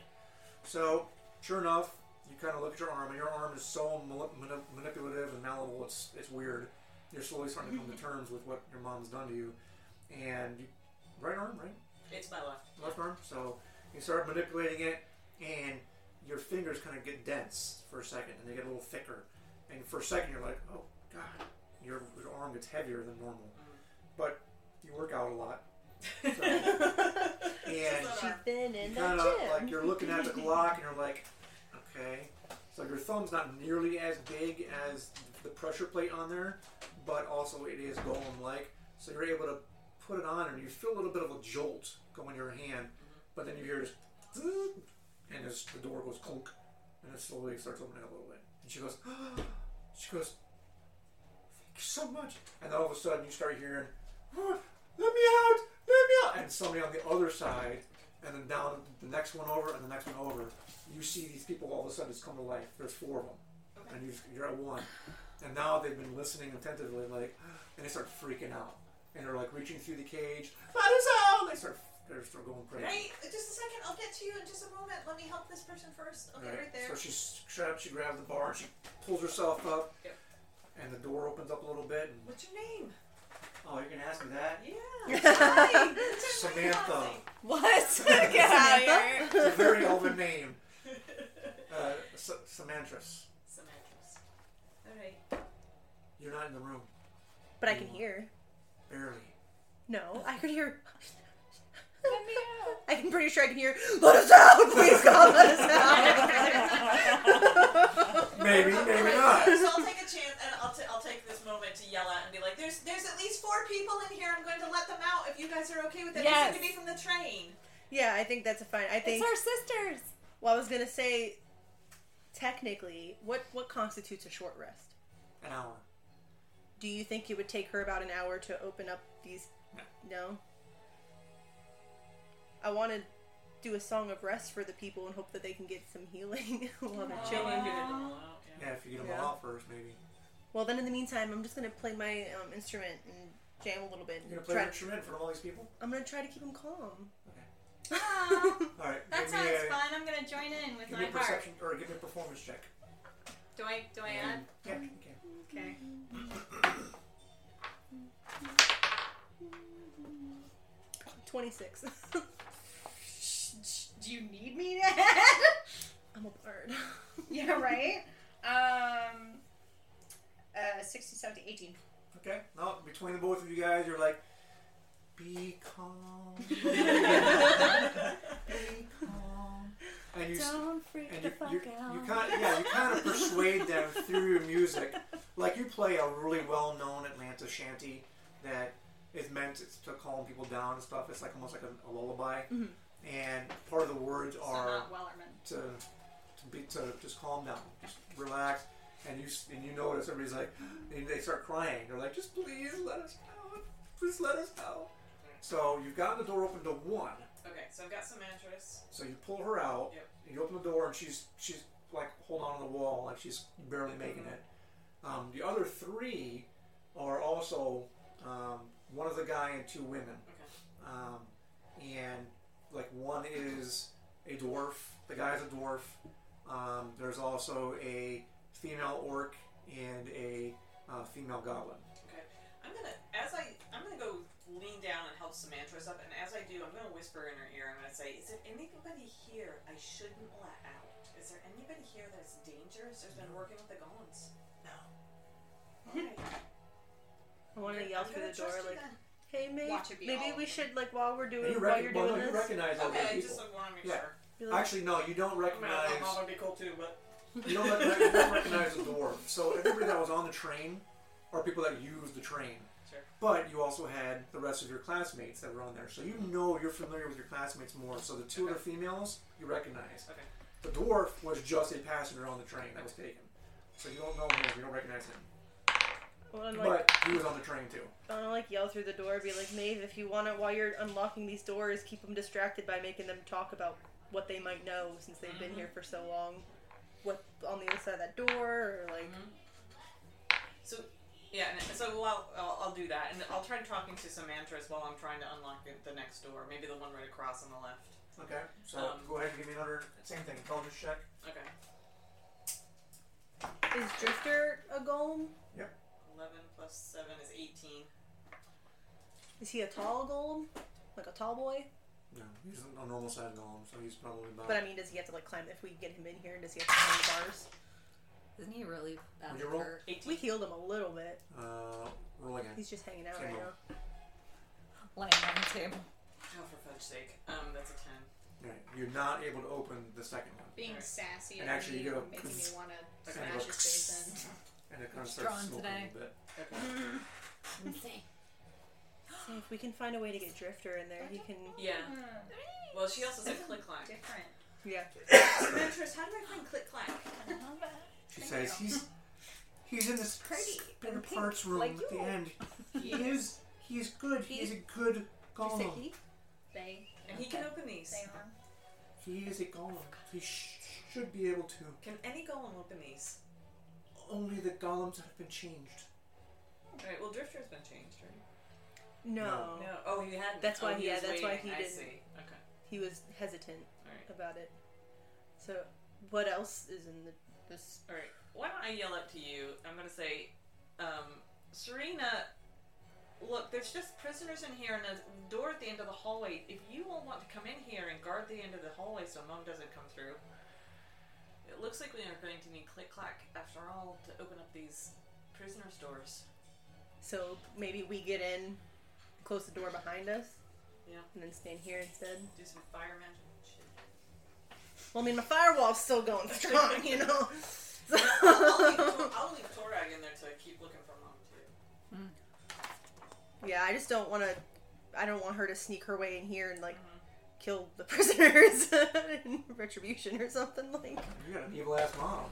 Speaker 2: So sure enough, you kind of look at your arm, and your arm is so mal- mani- manipulative and malleable. It's it's weird. You're slowly starting to come to terms with what your mom's done to you, and you, right arm, right.
Speaker 6: It's my left.
Speaker 2: left arm. So you start manipulating it, and your fingers kind of get dense for a second, and they get a little thicker. And for a second, you're like, "Oh God!" Your, your arm gets heavier than normal, but you work out a lot. So, and
Speaker 6: Just
Speaker 5: She's been in
Speaker 2: you
Speaker 5: that
Speaker 2: kind of like
Speaker 5: gym.
Speaker 2: you're looking at the clock and you're like, okay. So your thumb's not nearly as big as the pressure plate on there, but also it is golem-like. So you're able to put it on and you feel a little bit of a jolt go in your hand, but then you hear this, "Zoot," and as the door goes clunk, and it slowly starts opening up a little bit. And she goes, she goes, thank you so much. And then all of a sudden you start hearing, "Oh, let me out, let me out, and somebody on the other side and then down the next one over and the next one over, you see these people all of a sudden just come to life. There's four of them, and you, you're at one, and now they've been listening attentively, like, and they start freaking out, and they're like reaching through the cage. Let us out! They start, they start going crazy.
Speaker 6: Right, uh, just a second. I'll get to you in just a moment. Let me help this person first. Okay,
Speaker 2: Right.
Speaker 6: right there.
Speaker 2: So she strapped, she grabbed the bar, and she pulls herself up,
Speaker 6: Yep.
Speaker 2: and the door opens up a little bit. And,
Speaker 6: What's your name?
Speaker 2: oh, you're gonna ask me that?
Speaker 6: Yeah. Hi. It's a really
Speaker 2: Samantha.
Speaker 6: classy.
Speaker 3: What? Get out of here.
Speaker 2: It's a very elven name. Uh, S- Samantras.
Speaker 6: Samantha's. All right.
Speaker 2: You're not in the room,
Speaker 5: But I can hear.
Speaker 2: barely.
Speaker 5: No, I could hear.
Speaker 3: Let me out.
Speaker 5: I'm pretty sure I can hear. Let us out, please God, let us out.
Speaker 2: Maybe, maybe not.
Speaker 6: So I'll take a chance and I'll, t- I'll take this moment to yell out and be like, "There's there's at least four people in here. I'm going to let them out if you guys are okay with it.
Speaker 3: Yes.
Speaker 6: They seem to be from the train.
Speaker 5: yeah, I think that's a fine. I
Speaker 3: It's
Speaker 5: think.
Speaker 3: our sisters.
Speaker 5: Well, I was gonna say, technically, what what constitutes a short rest?
Speaker 2: An hour.
Speaker 5: Do you think it would take her about an hour to open up these? No. I want to do a song of rest for the people and hope that they can get some healing while they're chilling.
Speaker 2: Yeah, if you get them
Speaker 5: Yeah.
Speaker 2: all out first, maybe.
Speaker 5: Well, then in the meantime, I'm just gonna play my um, instrument and jam a little bit.
Speaker 2: You're gonna play
Speaker 5: Try-
Speaker 2: an instrument in front of all these people?
Speaker 5: I'm gonna try to keep them calm.
Speaker 2: Alright, give
Speaker 7: That
Speaker 2: me
Speaker 7: sounds
Speaker 2: a,
Speaker 7: fun. I'm gonna join in with
Speaker 2: give me
Speaker 7: my
Speaker 2: a
Speaker 7: heart.
Speaker 2: perception, or give me a performance check.
Speaker 7: Do I? Do I add?
Speaker 2: And- Yeah, okay.
Speaker 7: Okay.
Speaker 4: Mm.
Speaker 5: Twenty six.
Speaker 7: Do you need me to add?
Speaker 5: I'm a bird.
Speaker 7: yeah. Right. Um. Uh, 67 to 18.
Speaker 2: Okay, now between the both of you guys, you're like, be calm. be calm. And you, s-
Speaker 1: Don't freak
Speaker 2: and you, you, you kind of, yeah, you kind of persuade them through your music. Like you play a really well-known Atlanta shanty that is meant to calm people down and stuff. It's like almost like a, a lullaby, and part of the words
Speaker 7: So
Speaker 2: are
Speaker 7: not Wellerman.
Speaker 2: to to be to just calm down, just relax, and you s- and you notice everybody's like, and they start crying. They're like, just please let us out, please let us out. So you've gotten the door open to one.
Speaker 6: Okay, so I've got some mattress.
Speaker 2: So you pull her out,
Speaker 6: Yep.
Speaker 2: and you open the door, and she's she's like holding on to the wall, like she's barely
Speaker 6: Mm-hmm.
Speaker 2: making it. Um, the other three are also um, one of the guy and two women.
Speaker 6: Okay.
Speaker 2: um, and like one is a dwarf. The guy's a dwarf. Um, there's also a female orc and a uh, female goblin.
Speaker 6: Okay. I'm gonna as I I'm gonna go lean down and help Samantha up, and as I do, I'm gonna whisper in her ear. I'm gonna say, "Is there anybody here I shouldn't let out? Is there anybody here that's dangerous? Has been working with the golems?" No.
Speaker 5: I want to yell
Speaker 6: I'm
Speaker 5: through
Speaker 6: gonna
Speaker 5: the door
Speaker 6: trust you
Speaker 5: like,
Speaker 6: then.
Speaker 5: "Hey, mate,
Speaker 7: Watch it be
Speaker 5: maybe
Speaker 7: all-
Speaker 5: we should like while we're
Speaker 2: And
Speaker 5: doing
Speaker 2: you,
Speaker 5: while
Speaker 2: rec-
Speaker 5: you're
Speaker 2: well,
Speaker 5: doing
Speaker 2: you
Speaker 5: this."
Speaker 2: recognize all
Speaker 6: Okay, I
Speaker 2: these
Speaker 6: just
Speaker 2: people.
Speaker 6: want to make
Speaker 2: Yeah.
Speaker 6: sure.
Speaker 5: be like,
Speaker 2: Actually, no, you don't
Speaker 6: I'm gonna-
Speaker 2: recognize.
Speaker 6: I'm not gonna be cool too, but
Speaker 2: You don't, rec- you don't recognize the dwarf. So everybody that was on the train are people that use the train.
Speaker 6: Sure.
Speaker 2: But you also had the rest of your classmates that were on there, so you know you're familiar with your classmates more. So the two other females you recognize.
Speaker 6: Okay.
Speaker 2: The dwarf was just a passenger on the train that was taken, so you don't know him. You don't recognize him.
Speaker 5: I want to like,
Speaker 2: But he was on the train too.
Speaker 5: I want to like yell through the door, be like, "Maeve, if you want to, while you're unlocking these doors, keep them distracted by making them talk about what they might know since they've been here for so long. What on the other side of that door, or like,
Speaker 6: So, yeah, and so well, I'll, I'll do that, and I'll try talking to some mantras while I'm trying to unlock the, the next door, maybe the one right across on the left.
Speaker 2: Okay. So
Speaker 6: Um,
Speaker 2: go ahead and give me another same thing. Intelligence check.
Speaker 6: Okay,
Speaker 2: Mm-hmm.
Speaker 5: is Drifter a golem?
Speaker 6: eleven plus seven is eighteen.
Speaker 5: Is he a tall golem, like a tall boy?
Speaker 2: No, he's a normal size golem, so he's probably about.
Speaker 5: But I mean, does he have to like climb? If we get him in here, does he have to climb the bars?
Speaker 3: Isn't he really bad
Speaker 2: Would you roll?
Speaker 5: We
Speaker 6: Eighteen.
Speaker 5: healed him a little bit.
Speaker 2: uh, roll again.
Speaker 5: He's just hanging out
Speaker 2: Same
Speaker 5: right
Speaker 2: old.
Speaker 5: now.
Speaker 3: Laying on the table.
Speaker 6: Oh, for fudge's sake. Um, that's a ten.
Speaker 2: All right. You're not able to open the second one,
Speaker 7: Being
Speaker 6: Alright.
Speaker 7: sassy
Speaker 2: And
Speaker 7: and
Speaker 2: actually, you go-
Speaker 7: making me want to
Speaker 2: Okay.
Speaker 7: smash his face in.
Speaker 2: and it kind of
Speaker 3: It's
Speaker 2: starts
Speaker 3: drawn
Speaker 2: smoking a
Speaker 3: today.
Speaker 2: little bit.
Speaker 5: See if we can find a way to get Drifter in there, he can.
Speaker 6: Yeah.
Speaker 7: Hmm,
Speaker 6: Well, she also said click clack.
Speaker 7: different.
Speaker 5: Yeah.
Speaker 6: mantras, how do I find click clack?
Speaker 2: She says he's he's in this
Speaker 3: Pretty
Speaker 2: spare
Speaker 3: and pink,
Speaker 2: parts room
Speaker 3: like
Speaker 2: at the
Speaker 3: you.
Speaker 2: end. He is he is good. He, is a good
Speaker 5: Did you say
Speaker 2: golem.
Speaker 5: he?
Speaker 7: They,
Speaker 6: And he can open these.
Speaker 7: they are.
Speaker 2: He is a golem. He sh- should be able to.
Speaker 6: Can any golem open these?
Speaker 2: Only the golems have been changed.
Speaker 6: All right. Well, Drifter's been changed, right?
Speaker 5: No.
Speaker 2: No.
Speaker 6: No. Oh, he hadn't.
Speaker 5: That's why
Speaker 6: oh,
Speaker 5: he- yeah,
Speaker 6: was
Speaker 5: that's why
Speaker 6: waiting.
Speaker 5: he
Speaker 6: I
Speaker 5: didn't.
Speaker 6: see. Okay.
Speaker 5: He was hesitant
Speaker 6: All right.
Speaker 5: about it. So, what else is in the this?
Speaker 6: All right. Why don't I yell out to you? I'm gonna say, um, Serena. Look, there's just prisoners in here, and there's a door at the end of the hallway. If you all want to come in here and guard the end of the hallway so Mum doesn't come through, it looks like we are going to need click clack after all to open up these prisoners' doors.
Speaker 5: So maybe we get in, close the door behind us,
Speaker 6: Yeah.
Speaker 5: and then stand here instead.
Speaker 6: Do some fire magic and shit.
Speaker 5: Well, I mean, my firewall's still going strong, you know. So-
Speaker 6: I'll leave, Tor- I'll leave Torag in there to keep looking for Mom too.
Speaker 5: yeah, I just don't want to. I don't want her to sneak her way in here and like
Speaker 6: Mm-hmm.
Speaker 5: kill the prisoners in retribution or something. Like,
Speaker 2: You got an evil ass mom.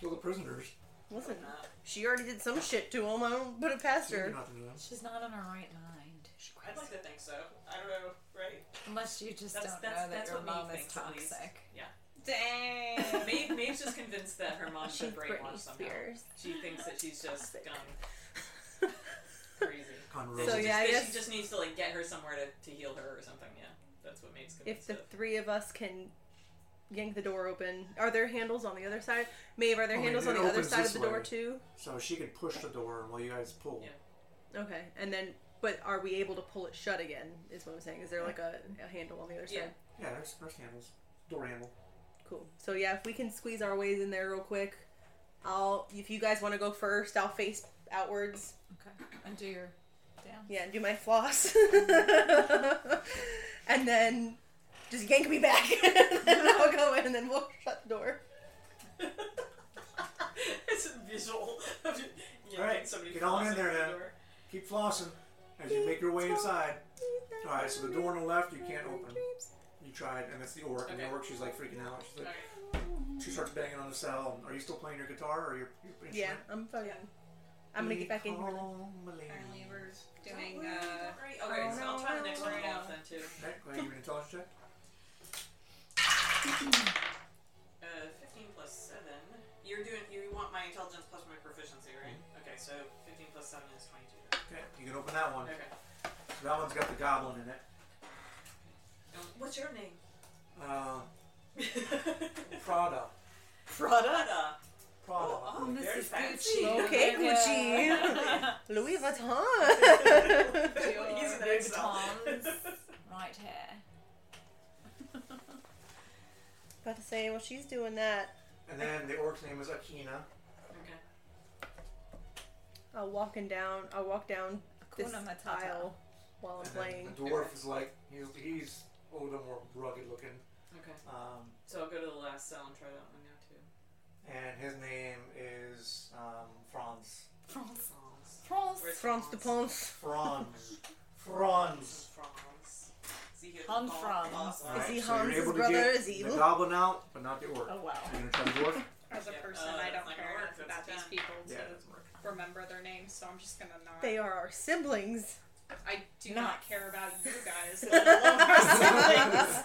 Speaker 2: Kill the prisoners.
Speaker 5: listen,
Speaker 6: Uh,
Speaker 5: she already did some shit to him. I don't put it past
Speaker 2: You're
Speaker 5: her.
Speaker 2: not gonna do that.
Speaker 3: She's not in her right mind. She
Speaker 6: I'd like to think so. I don't know, right?
Speaker 3: Unless you just
Speaker 6: That's-
Speaker 3: don't
Speaker 6: that's-
Speaker 3: know that
Speaker 6: that's
Speaker 3: your
Speaker 6: what
Speaker 3: mom
Speaker 6: Maeve
Speaker 3: is
Speaker 6: thinks, at least.
Speaker 3: toxic.
Speaker 6: Dang. Maeve, Maeve's just convinced that her mom's
Speaker 5: She's
Speaker 6: been brainwashed
Speaker 5: Britney
Speaker 6: somehow.
Speaker 5: Spears.
Speaker 6: She thinks that she's just
Speaker 5: Toxic.
Speaker 6: gone crazy.
Speaker 2: Conroe.
Speaker 6: That
Speaker 5: So,
Speaker 6: she just,
Speaker 5: yeah, I
Speaker 6: that
Speaker 5: guess-
Speaker 6: she just needs to like get her somewhere to, to heal her or something. Yeah, that's what Maeve's
Speaker 5: if
Speaker 6: convinced
Speaker 5: the
Speaker 6: of.
Speaker 5: three of us can yank the door open, are there handles on the other side? Maeve, are there
Speaker 2: Oh, wait,
Speaker 5: handles
Speaker 2: it
Speaker 5: on the other
Speaker 2: opens
Speaker 5: side
Speaker 2: this
Speaker 5: of the door
Speaker 2: way.
Speaker 5: too?
Speaker 2: So she can push the door while you guys pull.
Speaker 6: Yeah.
Speaker 5: Okay, and then but are we able to pull it shut again? Is what I'm saying. Is there like a, a handle on the other side?
Speaker 6: Yeah.
Speaker 2: Yeah, there's, there's handles. Door handle.
Speaker 5: Cool. So yeah, if we can squeeze our ways in there real quick, I'll. If you guys want to go first, I'll face outwards.
Speaker 3: Okay. Undo your down.
Speaker 5: Yeah, and do my floss, and then just yank me back, and then I'll go in, and then we'll shut the door.
Speaker 6: it's a visual. of you- yeah,
Speaker 2: All right,
Speaker 6: get somebody
Speaker 2: get on in
Speaker 6: flossing
Speaker 2: there
Speaker 6: through the
Speaker 2: then.
Speaker 6: door.
Speaker 2: Keep flossing as you make your way inside. All right. So the door on the left you can't open. You tried, and it's the orc. And the
Speaker 6: Okay.
Speaker 2: orc, she's like freaking out. She's
Speaker 6: All
Speaker 2: like,
Speaker 6: right.
Speaker 2: She starts banging on the cell. Are you still playing your guitar or your, your instrument?
Speaker 5: Yeah, I'm fucking. I'm gonna get back in. here.
Speaker 7: Apparently,
Speaker 2: here.
Speaker 7: we're doing. Uh,
Speaker 6: Right, Okay, so I'll try the next one off then too.
Speaker 2: Okay, go ahead, give me an intelligence check.
Speaker 6: Uh, 15 plus 7. You're doing, you want my intelligence plus my proficiency, right?
Speaker 2: Mm-hmm.
Speaker 6: Okay, so 15 plus 7 is 22.
Speaker 2: Okay, you can open that one.
Speaker 6: Okay.
Speaker 2: That one's got the goblin in it.
Speaker 6: What's your name?
Speaker 2: Uh, Prada.
Speaker 3: Prada.
Speaker 6: Prada.
Speaker 2: Prada.
Speaker 6: Oh, oh,
Speaker 3: Mrs.
Speaker 6: very fancy.
Speaker 3: Gucci.
Speaker 5: Okay,
Speaker 3: Yeah.
Speaker 5: Gucci. Louis Vuitton.
Speaker 6: He's
Speaker 3: Your
Speaker 6: an exile.
Speaker 3: Vuitton's right hair.
Speaker 5: About to say, well, she's doing that.
Speaker 2: And then the orc's name is Akina.
Speaker 6: Okay.
Speaker 5: I'll walking down. I'll walk down this
Speaker 3: Hakuna Matata.
Speaker 5: aisle while I'm
Speaker 2: And
Speaker 5: playing.
Speaker 2: then the dwarf is like, he's, he's a little bit more rugged looking.
Speaker 6: Okay.
Speaker 2: Um,
Speaker 6: So I'll go to the last cell and try that one now too.
Speaker 2: and his name is um, Franz.
Speaker 3: France.
Speaker 6: France.
Speaker 3: France.
Speaker 6: Where's
Speaker 5: France de Ponce.
Speaker 2: Franz. Franz.
Speaker 6: France. See here. Oh,
Speaker 3: Hans
Speaker 6: Paul-
Speaker 3: Franz.
Speaker 6: Paul's-
Speaker 2: Alright,
Speaker 5: he
Speaker 2: so you're
Speaker 5: Hans's
Speaker 2: able to
Speaker 5: brother?
Speaker 2: get
Speaker 5: Is he-
Speaker 2: The goblin out, but not the orc.
Speaker 3: Oh wow.
Speaker 2: You're gonna try the dwarf?
Speaker 7: As a
Speaker 6: Yeah,
Speaker 7: person,
Speaker 6: uh,
Speaker 7: I
Speaker 6: that's
Speaker 7: don't
Speaker 6: not gonna
Speaker 7: care
Speaker 6: work, that's
Speaker 7: about these
Speaker 6: done.
Speaker 7: people
Speaker 2: Yeah,
Speaker 7: to
Speaker 2: it doesn't work.
Speaker 7: remember their names, so I'm just gonna not.
Speaker 5: They are our siblings.
Speaker 7: I do
Speaker 3: Not.
Speaker 7: not, care about you guys. let alone our
Speaker 5: I
Speaker 7: siblings.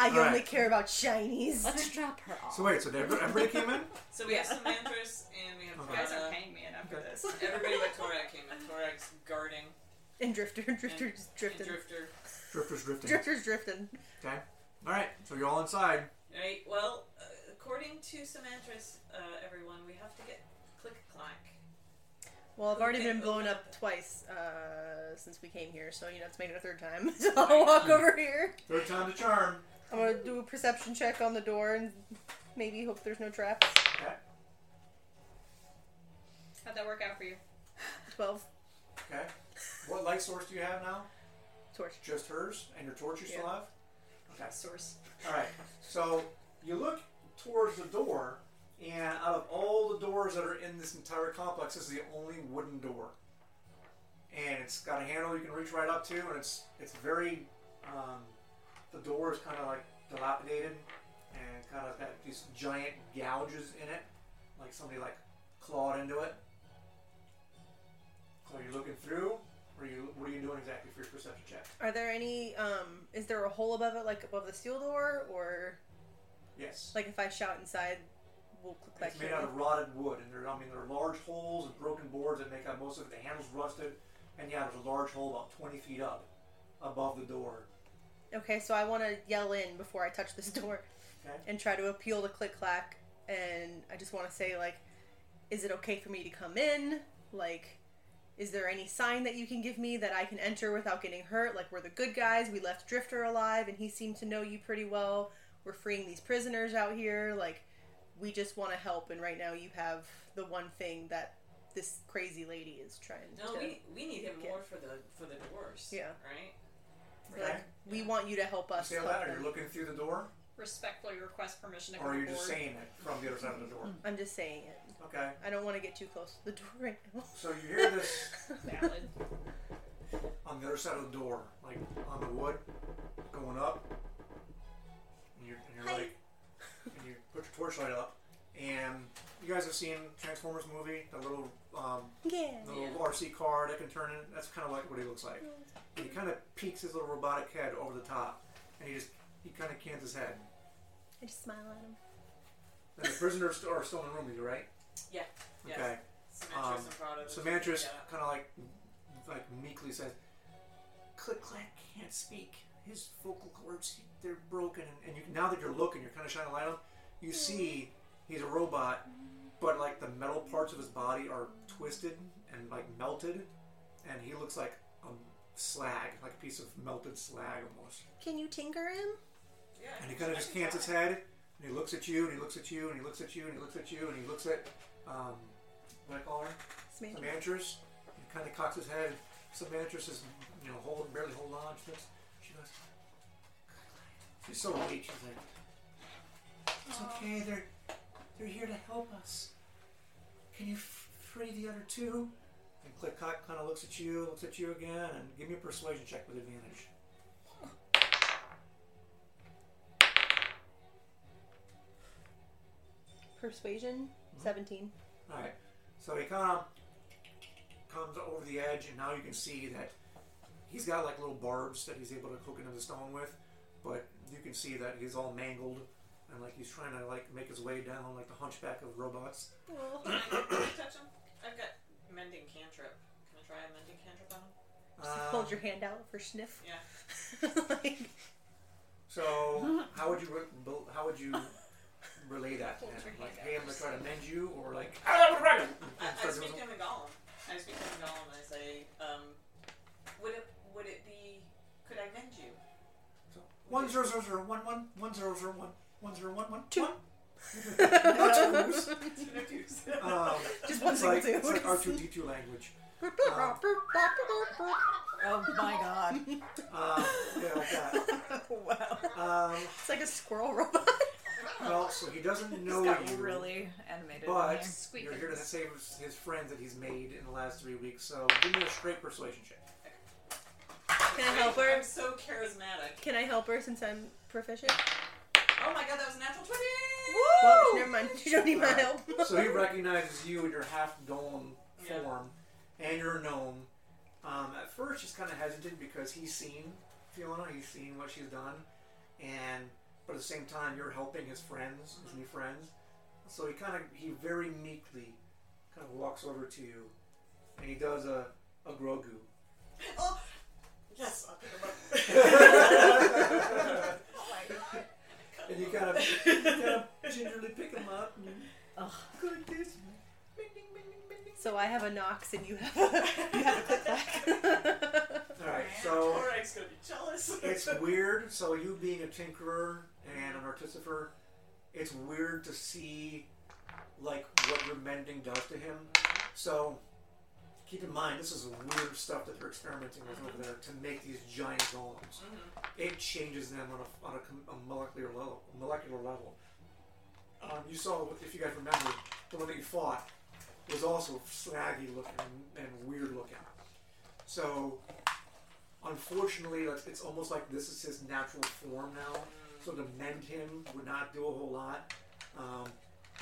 Speaker 2: All
Speaker 5: only
Speaker 2: right.
Speaker 5: care about shinies.
Speaker 3: Let's drop her off.
Speaker 2: So wait, so every- everybody came in?
Speaker 6: So we have
Speaker 3: Yeah.
Speaker 6: Samantras and we have
Speaker 2: Okay.
Speaker 7: you guys
Speaker 6: Prada.
Speaker 7: aren't paying me enough for this.
Speaker 6: Everybody but Torag came in. Torag's guarding.
Speaker 5: And Drifter, Drifter,
Speaker 6: And-
Speaker 5: just
Speaker 6: and
Speaker 5: drifting.
Speaker 6: Drifter.
Speaker 2: Drifter's drifting.
Speaker 5: Drifter's drifting.
Speaker 2: Okay. All right. So you're all inside.
Speaker 6: Right. Well, uh, according to Samantras, uh, everyone, we have to get click clack.
Speaker 5: Well, I've already
Speaker 6: Okay,
Speaker 5: been blown
Speaker 6: open
Speaker 5: up
Speaker 6: up.
Speaker 5: twice uh, since we came here, so you know it's made it a third time. So I'll walk over here.
Speaker 2: Third time to charm.
Speaker 5: I'm gonna do a perception check on the door and maybe hope there's no traps.
Speaker 2: Okay.
Speaker 7: How'd that work out for you?
Speaker 5: Twelve
Speaker 2: Okay. What light source do you have now?
Speaker 5: torch.
Speaker 2: Just hers and your torch you still
Speaker 5: Yeah.
Speaker 2: have. Okay.
Speaker 7: Source.
Speaker 2: All right. So you look towards the door, and out of all the doors that are in this entire complex, this is the only wooden door. And it's got a handle you can reach right up to, and it's it's very. Um, the door is kind of like dilapidated, and kind of got these giant gouges in it, like somebody like clawed into it. So are you looking through, or you what are you doing exactly for your perception check?
Speaker 5: Are there any? Um, is there a hole above it, like above the steel door, or
Speaker 2: Yes.
Speaker 5: like if I shout inside, we'll click back
Speaker 2: It's made
Speaker 5: here?
Speaker 2: out of rotted wood, and there, I mean, there are large holes and broken boards that make up most of it. The handle's rusted, and yeah, there's a large hole about 20 feet up above the door.
Speaker 5: Okay, so I want to yell in before I touch this door
Speaker 2: Okay.
Speaker 5: and try to appeal to Click Clack, and I just want to say like, is it okay for me to come in? Like, is there any sign that you can give me that I can enter without getting hurt? Like, we're the good guys. We left Drifter alive, and he seemed to know you pretty well. We're freeing these prisoners out here. Like, we just want to help, and right now you have the one thing that this crazy lady is trying
Speaker 6: No,
Speaker 5: to.
Speaker 6: we, we need him
Speaker 5: Okay.
Speaker 6: more for the for the doors.
Speaker 5: Yeah.
Speaker 6: Right.
Speaker 2: Okay.
Speaker 5: Like, we want you to help
Speaker 2: You
Speaker 5: us.
Speaker 2: say all
Speaker 5: help
Speaker 2: that, or
Speaker 5: them.
Speaker 2: you're looking through the door,
Speaker 7: Respectfully request permission to
Speaker 2: or
Speaker 7: come
Speaker 2: are you
Speaker 7: aboard.
Speaker 2: just saying it from the other side of the door?
Speaker 5: I'm just saying it.
Speaker 2: Okay.
Speaker 5: I don't want to get too close to the door right now.
Speaker 2: So you hear this
Speaker 7: Valid.
Speaker 2: on the other side of the door, like on the wood, going up. And you're, and you're like, and you put your torchlight up, and you guys have seen Transformers movie, the little um,
Speaker 5: Yeah.
Speaker 2: the little
Speaker 6: Yeah.
Speaker 2: RC car that can turn in. That's kind of like what he looks like. And he kind of peeks his little robotic head over the top, and he just he kind of cans his head.
Speaker 5: I just smile at him.
Speaker 2: And the prisoners st- are still in the room with you, right?
Speaker 6: Yeah. Yes.
Speaker 2: Okay.
Speaker 6: Samantras
Speaker 2: Um,
Speaker 6: and Prada.
Speaker 2: So
Speaker 6: those
Speaker 2: Mantris
Speaker 6: are- yeah.
Speaker 2: kind of like like meekly says, "Click Clack can't speak. His vocal cords he- they're broken." And, and you now that you're looking, you're kind of shining a light on. him, You
Speaker 6: Mm-hmm.
Speaker 2: see he's a robot, but like the metal parts of his body are twisted and like melted, and he looks like a slag, like a piece of melted slag almost.
Speaker 5: Can you tinker him?
Speaker 6: Yeah,
Speaker 2: And he kind of just
Speaker 6: I can
Speaker 2: cans his
Speaker 6: try.
Speaker 2: head, and he looks at you, and he looks at you, and he looks at you, and he looks at you, and he looks at um, what I call her.
Speaker 5: Samantha.
Speaker 2: Samantras, he kind of cocks his head. Samantras is, you know, hold, barely hold on. She, looks, she goes, she's so weak. She's like, it's okay. They're they're here to help us. Can you f- free the other two? And Click Cock kind of looks at you, looks at you again, and give me a persuasion check with advantage.
Speaker 5: Persuasion.
Speaker 2: Mm-hmm.
Speaker 5: Seventeen.
Speaker 2: All right. So he kind of comes over the edge, and now you can see that he's got like little barbs that he's able to hook into the stone with, but you can see that he's all mangled and like he's trying to like make his way down like the hunchback of robots. Uh,
Speaker 6: Can I, can I touch him? I've got mending cantrip. Can I try a mending cantrip on him?
Speaker 5: Just
Speaker 2: Um,
Speaker 5: hold your hand out for sniff.
Speaker 6: Yeah.
Speaker 5: like,
Speaker 2: So how would you re- how would you relay that? to him? Like, hey, I'm gonna try to mend you, or like, ah, I'm a dragon.
Speaker 6: I, I
Speaker 2: Start doing
Speaker 6: speak to him in Gollum. I speak to him in Gollum and I say, um, would it would it be could I mend you?
Speaker 2: something. One zero zero zero one one one zero zero one one zero one one
Speaker 1: Two.
Speaker 2: one. No twos. Um,
Speaker 5: Just one
Speaker 2: it's
Speaker 5: single
Speaker 2: like,
Speaker 5: two.
Speaker 2: It's like R two D two language. Um,
Speaker 3: Oh my god.
Speaker 2: um, yeah, like that.
Speaker 5: wow.
Speaker 2: Um,
Speaker 5: It's like a squirrel robot.
Speaker 2: well, so he doesn't know
Speaker 3: It's got
Speaker 2: you.
Speaker 3: really animated. in
Speaker 2: But
Speaker 3: there.
Speaker 2: you're here to save his- his friends that he's made in the last three weeks, so give me a straight persuasion check.
Speaker 5: Can I help her?
Speaker 6: I'm so charismatic.
Speaker 5: Can I help her since I'm proficient?
Speaker 6: Oh my god, that was a natural twenty.
Speaker 5: Well, never mind. You don't need my help.
Speaker 2: So he recognizes you in your half golem
Speaker 6: Yeah.
Speaker 2: form, and your gnome. Um, at first, she's kind of hesitant because he's seen Fiona, he's seen what she's done, and but at the same time, you're helping his friends, his new friends. So he kind of, he very meekly, kind of walks over to you, and he does a a grogu.
Speaker 6: Oh, yes, I'll pick him up.
Speaker 2: And you kind of, you kind of gingerly pick him up. And, Go like this.
Speaker 5: So I have a Nox and you have a you have a click clack.
Speaker 2: All right, so.
Speaker 6: Torek's gonna be jealous.
Speaker 2: it's weird. So you being a tinkerer and an artistifer, it's weird to see like what your mending does to him. So keep in mind, this is weird stuff that they're experimenting with over there to make these giant golems. It changes them on a, on a, com- a molecular level. Molecular level. Um, you saw, if you guys remember, the one that you fought was also snaggy looking and weird looking. So unfortunately, like, it's almost like this is his natural form now. So to mend him would not do a whole lot. Um,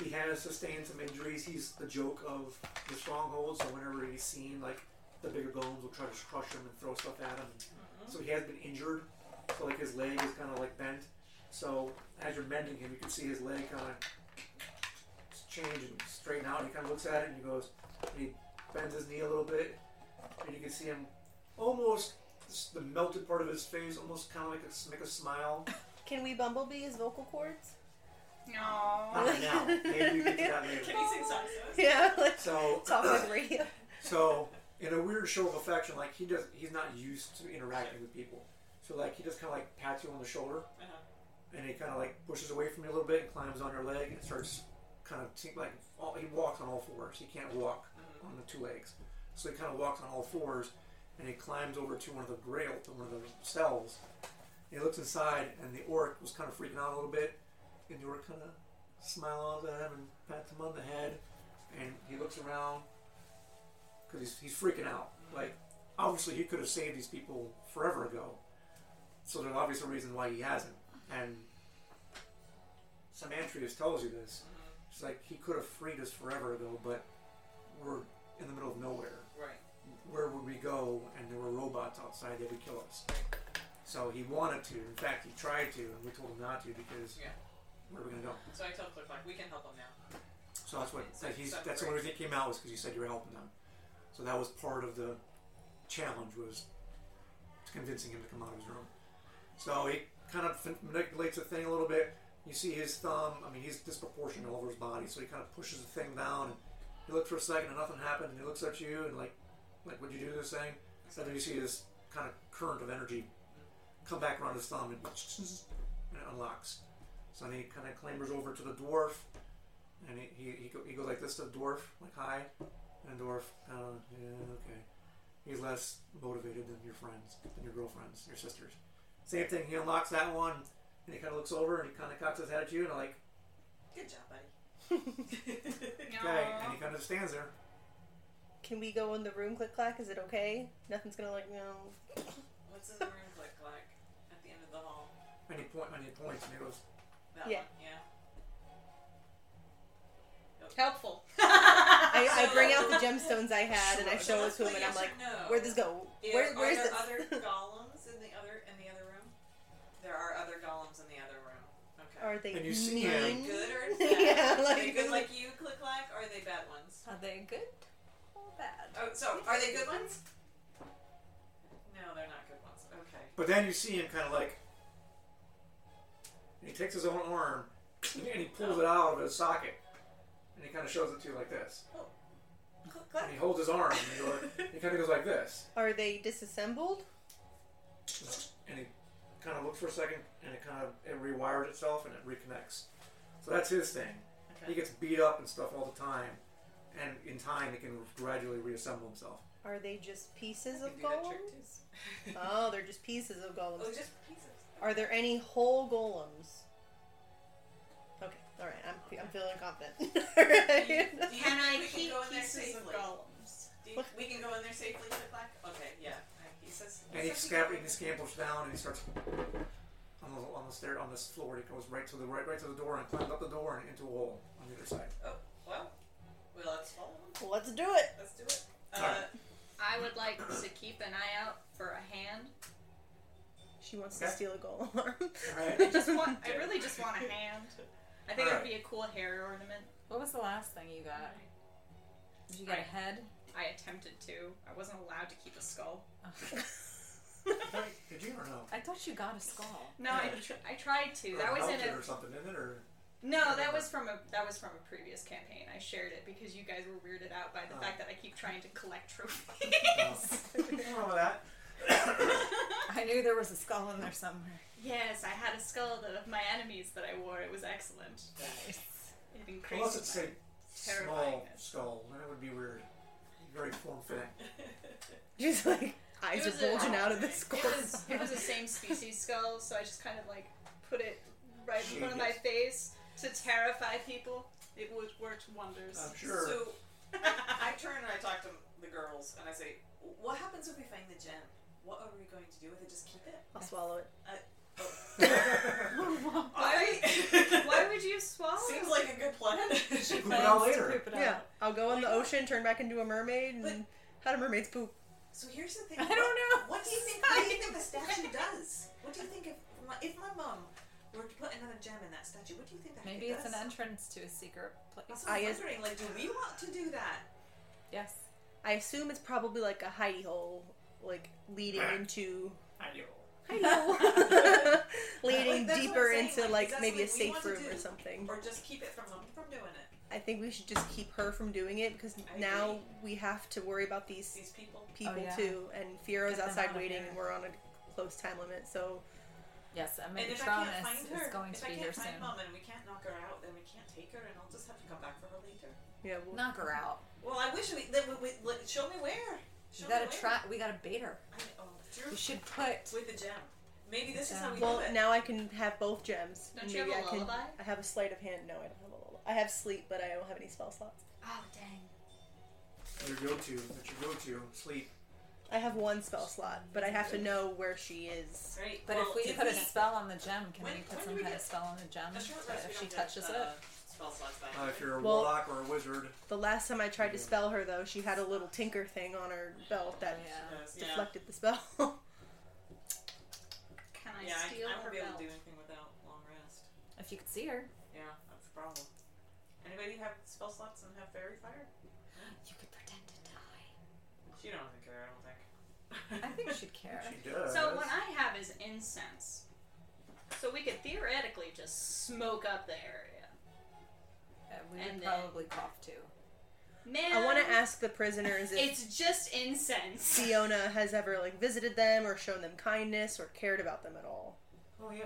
Speaker 2: he has sustained some injuries. He's the joke of the stronghold. So whenever he's seen, like the bigger golems will try to crush him and throw stuff at him. So he has been injured. So like his leg is kind of like bent. So as you're mending him, you can see his leg kind of change and straighten out. And he kind of looks at it and he goes, and he bends his knee a little bit, and you can see him almost s- the melted part of his face, almost kind of like a, make a smile.
Speaker 5: Can we bumblebee his vocal cords?
Speaker 7: No.
Speaker 2: Not right now. Maybe we get to that later.
Speaker 6: Can he sing songs?
Speaker 5: Yeah, let's
Speaker 2: So,
Speaker 5: talk on the radio.
Speaker 2: so in a weird show of affection, like he does, he's not used to interacting with people. So like he just kind of like pats you on the shoulder, and he kind of like pushes away from you a little bit and climbs on your leg and starts kind of t- like all, he walks on all fours. He can't walk on the two legs, so he kind of walks on all fours and he climbs over to one of the grail, to one of the cells. He looks inside, and the orc was kind of freaking out a little bit, and the orc kind of smiles at him and pats him on the head, and he looks around because he's, he's freaking out. Like obviously he could have saved these people forever ago, so there's obviously a reason why he hasn't. And Samantrius tells you this. It's like he could have freed us forever ago, but we're in the middle of nowhere.
Speaker 6: Right.
Speaker 2: Where would we go? And there were robots outside that would kill us. So he wanted to. In fact, he tried to, and we told him not to because
Speaker 6: Yeah.
Speaker 2: where are we gonna go?
Speaker 6: So I tell Click like we can help him now.
Speaker 2: So that's what
Speaker 6: It's
Speaker 2: that
Speaker 6: like
Speaker 2: he's,
Speaker 6: separate.
Speaker 2: that's the only reason he came out was because you said you were helping them. So that was part of the challenge was convincing him to come out of his room. So he kind of fin- manipulates the thing a little bit. You see his thumb. I mean, he's disproportionate all over his body, so he kind of pushes the thing down. And he looks for a second, and nothing happened. And he looks at you, and like, like, would you do to this thing? So then you see this kind of current of energy come back around his thumb, and, and it unlocks. So then he kind of clambers over to the dwarf, and he, he, he, go, he goes like this to the dwarf, like hi, and the dwarf, uh, yeah, okay. He's less motivated than your friends, than your girlfriends, your sisters. Same thing. He unlocks that one, and he kind of looks over and he kind of cocks his head at you, and like,
Speaker 6: Good job, buddy.
Speaker 2: okay, and he kind of stands there.
Speaker 5: Can we go in the room click clack? Is it okay? Nothing's gonna like no.
Speaker 6: What's in the room Click like at the end of the hall?
Speaker 2: And he point, and he points, and he goes,
Speaker 6: That
Speaker 5: Yeah.
Speaker 6: one. Yeah.
Speaker 5: Helpful. I, I bring out the gemstones I had and I show it to him and I'm like,
Speaker 6: no.
Speaker 5: where'd this go?
Speaker 6: Yeah,
Speaker 5: Where, where's
Speaker 6: are
Speaker 5: this?
Speaker 6: there other golems in the other in the other room? There are other golems in the other room. Okay.
Speaker 5: Are they
Speaker 2: And you see
Speaker 5: mean?
Speaker 2: him.
Speaker 6: they good or bad?
Speaker 5: Yeah,
Speaker 6: are they
Speaker 5: like-
Speaker 6: good like you, click like, or are they bad ones?
Speaker 3: Are they good or bad?
Speaker 6: Oh, so are they good ones? No, they're not good ones. Okay.
Speaker 2: but then you see him kind of like And he takes his own arm and he pulls it out of his socket. And he kind of shows it to you like this.
Speaker 6: Click,
Speaker 2: And he holds his arm and he, goes, he kind of goes like this.
Speaker 5: Are they disassembled?
Speaker 2: And he kind of looks for a second and it kind of it rewires itself and it reconnects. So that's his thing. He gets beat up and stuff all the time. And in time, he can gradually reassemble himself.
Speaker 5: Are they just pieces
Speaker 6: I
Speaker 5: of
Speaker 6: can do that
Speaker 5: golems?
Speaker 6: trick too.
Speaker 5: Oh, they're just pieces of
Speaker 6: oh,
Speaker 5: golems.
Speaker 6: just pieces.
Speaker 5: Are there any whole golems? Okay, all right. I'm, I'm feeling confident. All right.
Speaker 6: Can I
Speaker 7: keep
Speaker 6: go in there
Speaker 7: pieces of
Speaker 6: safely?
Speaker 7: golems?
Speaker 6: Do you- we can go in there safely, click clack? Okay, yeah. He says.
Speaker 2: And he,
Speaker 6: says
Speaker 2: scamp-
Speaker 6: can-
Speaker 2: he scampers down and he starts on the, on the stair on this floor. He goes right to the right, right to the door and climbs up the door and into a hole on the other side.
Speaker 6: Oh, well, well, let's follow him.
Speaker 5: Let's do it.
Speaker 6: Let's do it. Uh,
Speaker 2: Alright.
Speaker 7: I would like to keep an eye out for a hand.
Speaker 5: She wants
Speaker 2: Okay.
Speaker 5: to steal a golem arm.
Speaker 2: Alright.
Speaker 7: I just want. I really just want a hand. I think it would be a cool hair ornament.
Speaker 3: What was the last thing you got? Did you get a
Speaker 7: Right.
Speaker 3: head?
Speaker 7: I attempted to. I wasn't allowed to keep a skull.
Speaker 2: Wait, Did you or no?
Speaker 3: Oh. I thought you got a skull.
Speaker 7: No, I, tr- I tried to. That
Speaker 2: or
Speaker 7: was in
Speaker 2: melted
Speaker 7: a
Speaker 2: or something, isn't it? Or
Speaker 7: No, that was from a that was from a previous campaign. I shared it because you guys were weirded out by the
Speaker 2: Oh.
Speaker 7: fact that I keep trying to collect trophies.
Speaker 2: What's wrong with that?
Speaker 3: I knew there was a skull in there somewhere.
Speaker 7: yes, I had a skull that of my enemies that I wore. It was excellent. It increased.
Speaker 2: Unless it's
Speaker 7: my-
Speaker 2: a small
Speaker 7: terrifyingness.
Speaker 2: skull, then it would be weird. Very form fitting.
Speaker 5: She's like eyes
Speaker 7: It was
Speaker 5: are bulging
Speaker 7: a-
Speaker 5: out of this
Speaker 7: It
Speaker 5: golem.
Speaker 7: was it was the same species skull, so I just kind of like put it right in front of my
Speaker 2: Genius.
Speaker 7: face to terrify people. It would worked wonders.
Speaker 2: I'm sure.
Speaker 6: So I turn and I talk to the girls and I say, "What happens if we find the gem? What are we going to do with it? Just keep it?
Speaker 5: I'll swallow it.
Speaker 6: I
Speaker 7: Why would you swallow?
Speaker 6: seems like a good plan.
Speaker 2: Poop it out
Speaker 3: Plans to
Speaker 2: later.
Speaker 3: poop it
Speaker 5: Yeah,
Speaker 3: out.
Speaker 5: I'll go in the ocean, turn back into a mermaid, and how do mermaids poop?
Speaker 6: so here's the thing.
Speaker 3: I
Speaker 6: what-
Speaker 3: don't know.
Speaker 6: What do you think? What do you think the statue does? What do you think if my, if my mom were to put another gem in that statue? What do you think that
Speaker 3: Maybe
Speaker 6: it
Speaker 3: it's an
Speaker 6: does?
Speaker 3: entrance to a secret place.
Speaker 6: That's what I'm
Speaker 5: I guess-
Speaker 6: wondering. Like, do we want to do that?
Speaker 3: Yes.
Speaker 5: I assume it's probably like a hidey hole, like leading into
Speaker 2: I know.
Speaker 5: I know, leading
Speaker 6: Like, that's what
Speaker 5: deeper
Speaker 6: I'm saying,
Speaker 5: into
Speaker 6: like,
Speaker 5: like
Speaker 6: that's
Speaker 5: maybe
Speaker 6: what
Speaker 5: a
Speaker 6: we
Speaker 5: safe
Speaker 6: want to
Speaker 5: room or
Speaker 6: do.
Speaker 5: something.
Speaker 6: Or just keep it from them from doing it?
Speaker 5: I think we should just keep her from doing it because
Speaker 6: I
Speaker 5: now
Speaker 6: agree. Oh,
Speaker 5: we have to worry about these
Speaker 6: These people.
Speaker 5: people
Speaker 3: yeah.
Speaker 5: too, and
Speaker 3: Get
Speaker 5: Firo's
Speaker 3: them out
Speaker 5: outside
Speaker 3: of
Speaker 5: waiting,
Speaker 3: here.
Speaker 5: and we're on a close time limit. So
Speaker 3: Yes, a
Speaker 6: And if I can't
Speaker 3: Megatronus
Speaker 6: find her,
Speaker 3: is going
Speaker 6: if
Speaker 3: to
Speaker 6: I
Speaker 3: be
Speaker 6: can't
Speaker 3: here
Speaker 6: find
Speaker 3: soon.
Speaker 6: mom and we can't knock her out, then we can't take her, and I'll just have to come back for her later.
Speaker 5: yeah, we'll,
Speaker 3: Knock her out.
Speaker 6: Well, I wish we. Then we, we like, show me where. Show
Speaker 3: We gotta
Speaker 6: me
Speaker 3: try. We gotta bait her.
Speaker 6: Where. I, oh,
Speaker 3: We
Speaker 6: Drew,
Speaker 3: should put.
Speaker 6: with the gem. Maybe this is how we
Speaker 5: well
Speaker 6: do it.
Speaker 5: now I can have both gems.
Speaker 7: Don't
Speaker 5: and
Speaker 7: you have
Speaker 5: maybe
Speaker 7: a
Speaker 5: I can-
Speaker 7: lullaby?
Speaker 5: I have a sleight of hand. No, I don't have a lullaby. I have sleep, but I don't have any spell slots.
Speaker 7: Oh dang.
Speaker 2: Your go-to. That's your go-to. Sleep.
Speaker 5: I have one spell slot, but I have to know where she is.
Speaker 6: Right.
Speaker 3: But
Speaker 6: well,
Speaker 3: if we
Speaker 6: did
Speaker 3: put a spell on the gem, can
Speaker 6: When-
Speaker 3: we
Speaker 6: when
Speaker 3: put
Speaker 6: do
Speaker 3: some
Speaker 6: we
Speaker 3: kind
Speaker 6: get-
Speaker 3: of spell on the gem?
Speaker 6: a short
Speaker 3: that
Speaker 6: rest, we
Speaker 3: if she
Speaker 6: don't get,
Speaker 3: touches
Speaker 6: uh,
Speaker 3: it,
Speaker 6: spell slots back.
Speaker 2: Uh, if you're a
Speaker 5: Well-
Speaker 2: warlock or a wizard,
Speaker 5: The last time I tried to
Speaker 2: Yeah.
Speaker 5: spell her, though, she had a little tinker thing on her belt that
Speaker 3: yeah.
Speaker 6: Yes, yeah.
Speaker 5: deflected the spell.
Speaker 7: Can I
Speaker 6: Yeah, I,
Speaker 7: steal
Speaker 6: I won't
Speaker 7: her
Speaker 6: be able
Speaker 7: belt?
Speaker 6: to do anything without long rest.
Speaker 3: if you could see her,
Speaker 6: Yeah, that's the problem. Anybody have spell slots and have fairy fire?
Speaker 3: you could pretend to die.
Speaker 6: She don't even care. I don't think.
Speaker 3: I think she'd care. Uh,
Speaker 2: she does.
Speaker 7: So what I have is incense. So we could theoretically just smoke up the area.
Speaker 3: Uh, we would
Speaker 7: And then-
Speaker 3: probably cough too.
Speaker 7: Man,
Speaker 5: I want to ask the prisoners if
Speaker 7: It's just incense.
Speaker 5: Fiona has ever like visited them or shown them kindness or cared about them at all.
Speaker 2: Oh yeah.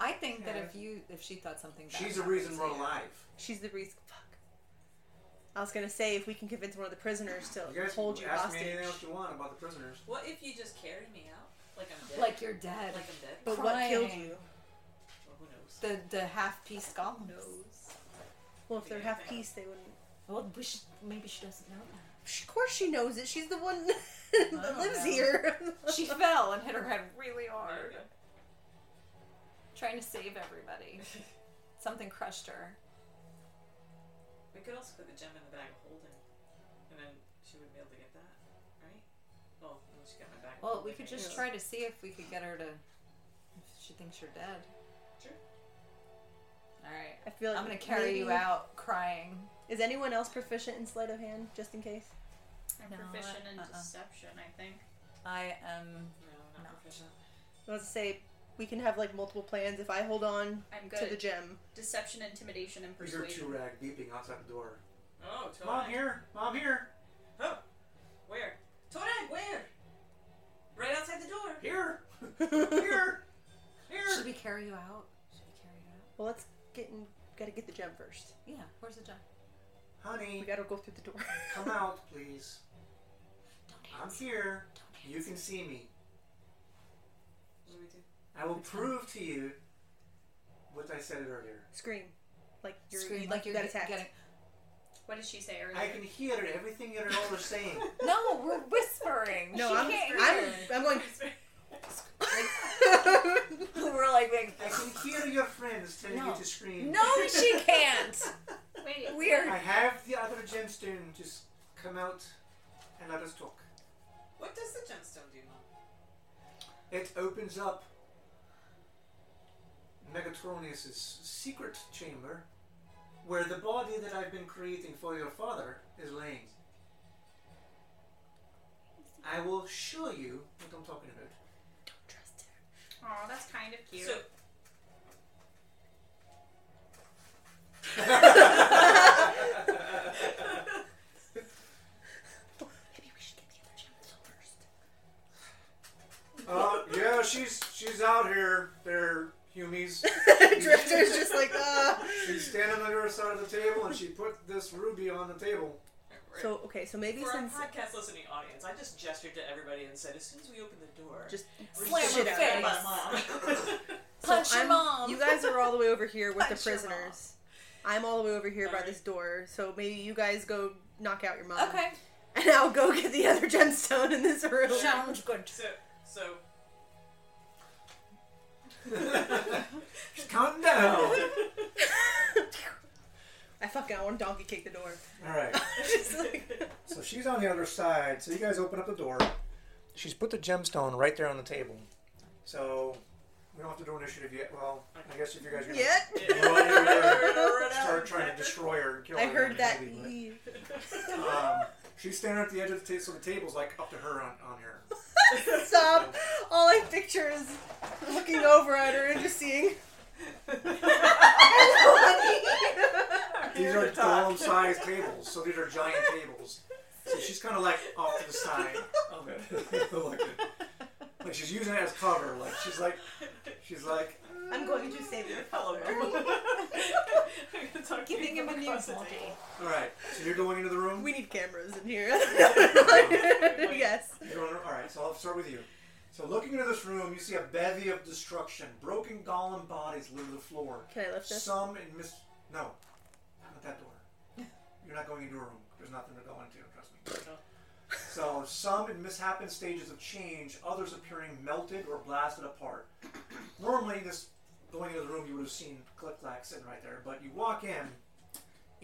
Speaker 3: I think that
Speaker 2: Yeah.
Speaker 3: if you, if she thought something, bad
Speaker 2: She's the
Speaker 3: happened
Speaker 2: reason
Speaker 3: to
Speaker 2: we're
Speaker 3: you-
Speaker 2: alive.
Speaker 5: She's the reason. Fuck. I was gonna say if we can convince one of the prisoners to
Speaker 2: You guys
Speaker 5: hold you
Speaker 2: ask
Speaker 5: hostage,
Speaker 2: me anything else you want about the prisoners.
Speaker 6: what if you just carry me out? Like I'm dead?
Speaker 3: like you're dead.
Speaker 6: Like I'm dead?
Speaker 5: but what killed
Speaker 3: crying.
Speaker 5: you?
Speaker 6: Well, who knows?
Speaker 3: the the half piece golem knows.
Speaker 5: Well, if they're half peace, they wouldn't.
Speaker 3: Well, we should, maybe she doesn't know that.
Speaker 5: Sh- Of course, she knows it. She's the one
Speaker 3: don't
Speaker 5: that lives
Speaker 3: know.
Speaker 5: here.
Speaker 3: She fell and hit her head really hard,
Speaker 6: There
Speaker 3: trying to save everybody.
Speaker 6: we go.
Speaker 3: Something crushed her.
Speaker 6: We could also put the gem in the bag of holding, and then she would be able to get that, right? Well, unless she got my bag. of
Speaker 3: Well, we
Speaker 6: holding,
Speaker 3: could
Speaker 6: I
Speaker 3: just
Speaker 6: guess.
Speaker 3: try to see if we could get her to. If she thinks you're dead. Uh,
Speaker 6: Sure.
Speaker 3: All right.
Speaker 5: I feel like
Speaker 3: I'm gonna carry you
Speaker 5: maybe-
Speaker 3: out crying.
Speaker 5: Is anyone else proficient in sleight of hand, just in case?
Speaker 7: I'm
Speaker 3: No,
Speaker 7: proficient in
Speaker 3: uh-uh.
Speaker 7: deception, I think.
Speaker 3: I am.
Speaker 6: No, not
Speaker 3: No.
Speaker 6: proficient.
Speaker 5: I was to say we can have like multiple plans. If I hold on
Speaker 7: I'm
Speaker 5: to
Speaker 7: good.
Speaker 5: the gem,
Speaker 7: Deception, intimidation, and
Speaker 2: Here's your two
Speaker 7: persuasion.
Speaker 2: rag beeping outside the door.
Speaker 6: Oh, Torag.
Speaker 2: Mom here, mom here,
Speaker 6: Oh, where? Torag, where? Right outside the door.
Speaker 2: here, here,
Speaker 3: Should
Speaker 2: here.
Speaker 3: we carry you out? Should we carry you out?
Speaker 5: well, let's get in. Gotta get the gem first.
Speaker 3: Yeah. Where's the gem?
Speaker 5: We
Speaker 2: Honey,
Speaker 5: gotta go through the door.
Speaker 3: Uh-huh.
Speaker 2: come out, please.
Speaker 3: Don't
Speaker 2: I'm
Speaker 3: answer.
Speaker 2: here.
Speaker 3: Don't
Speaker 2: You can see me.
Speaker 6: What do we do?
Speaker 2: I will prove to you what I said earlier.
Speaker 5: Scream, like you're
Speaker 3: Scream
Speaker 5: you,
Speaker 3: like
Speaker 5: you
Speaker 3: you're
Speaker 5: got attacked.
Speaker 3: getting-
Speaker 7: What did she say earlier?
Speaker 2: I can hear everything you're all are saying.
Speaker 3: No, we're whispering.
Speaker 5: No,
Speaker 3: she
Speaker 5: I'm,
Speaker 3: can't
Speaker 5: I'm
Speaker 3: hear.
Speaker 5: I'm going.
Speaker 3: we're like, being,
Speaker 2: I can hear your friends telling
Speaker 3: No.
Speaker 2: you to scream.
Speaker 3: no, she can't.
Speaker 7: Wait,
Speaker 3: We're
Speaker 2: I have the other gemstone. Just come out and let us talk.
Speaker 6: What does the gemstone do, Mom?
Speaker 2: It opens up Megatronius' secret chamber where the body that I've been creating for your father is laying. I will show you what I'm talking about.
Speaker 7: oh, that's kind of cute.
Speaker 6: So,
Speaker 5: Maybe we should get the other gem first.
Speaker 2: Uh, yeah, she's she's out here. They're humies.
Speaker 5: Drifter's just like uh.
Speaker 2: She's standing on her side of the table, and she put this ruby on the table.
Speaker 5: So okay, so maybe
Speaker 6: for our
Speaker 5: since
Speaker 6: podcast listening audience, I just gestured to everybody and said, as soon as we open the door,
Speaker 5: just
Speaker 6: we're
Speaker 3: Slam
Speaker 6: just
Speaker 3: her
Speaker 6: gonna
Speaker 3: face.
Speaker 6: grab my mom.
Speaker 3: punch
Speaker 5: so
Speaker 3: your
Speaker 5: I'm-
Speaker 3: mom.
Speaker 5: You guys are all the way over here with the
Speaker 3: Punch your mom.
Speaker 5: prisoners. I'm all the way over here by
Speaker 6: Alright.
Speaker 5: this door, so maybe you guys go knock out your mom.
Speaker 3: okay.
Speaker 5: And I'll go get the other gemstone in this room.
Speaker 3: Sounds good.
Speaker 6: so, so
Speaker 2: Just calm down.
Speaker 5: I fucking I want to donkey kick the door.
Speaker 2: All right.
Speaker 5: Just like-
Speaker 2: So she's on the other side. So you guys open up the door. She's put the gemstone right there on the table. So we don't have to do initiative yet. Well, I guess if you guys are gonna
Speaker 5: Yet?
Speaker 2: Well, you're
Speaker 6: We're
Speaker 2: gonna
Speaker 6: gonna run out.
Speaker 2: start trying to destroy her and kill her,
Speaker 5: I heard that. E.
Speaker 2: maybe, but-
Speaker 5: ee.
Speaker 2: Um, she's standing at the edge of the table, so the table's like up to her on, on her.
Speaker 5: Stop. All I picture is looking over at her and just seeing.
Speaker 2: These are dome sized tables, so these are giant tables. So she's kind of like off to the side. of it. like, like she's using it as cover. Like she's like, she's like,
Speaker 5: I'm going to save your
Speaker 6: Hello,
Speaker 5: father.
Speaker 6: Mom.
Speaker 3: Giving him a new body.
Speaker 2: all right. So you're going into the room.
Speaker 5: We need cameras in here. yes.
Speaker 2: You're on- all right. So I'll start with you. So looking into this room, you see a bevy of destruction. Broken golem bodies litter the floor.
Speaker 5: Can I lift this?
Speaker 2: Some in mis. No, not at that door. You're not going into a room. There's nothing to go into. Trust me. So some in mishappen stages of change, others appearing melted or blasted apart. Normally, this going into the room, you would have seen Click Clack sitting right there. But you walk in,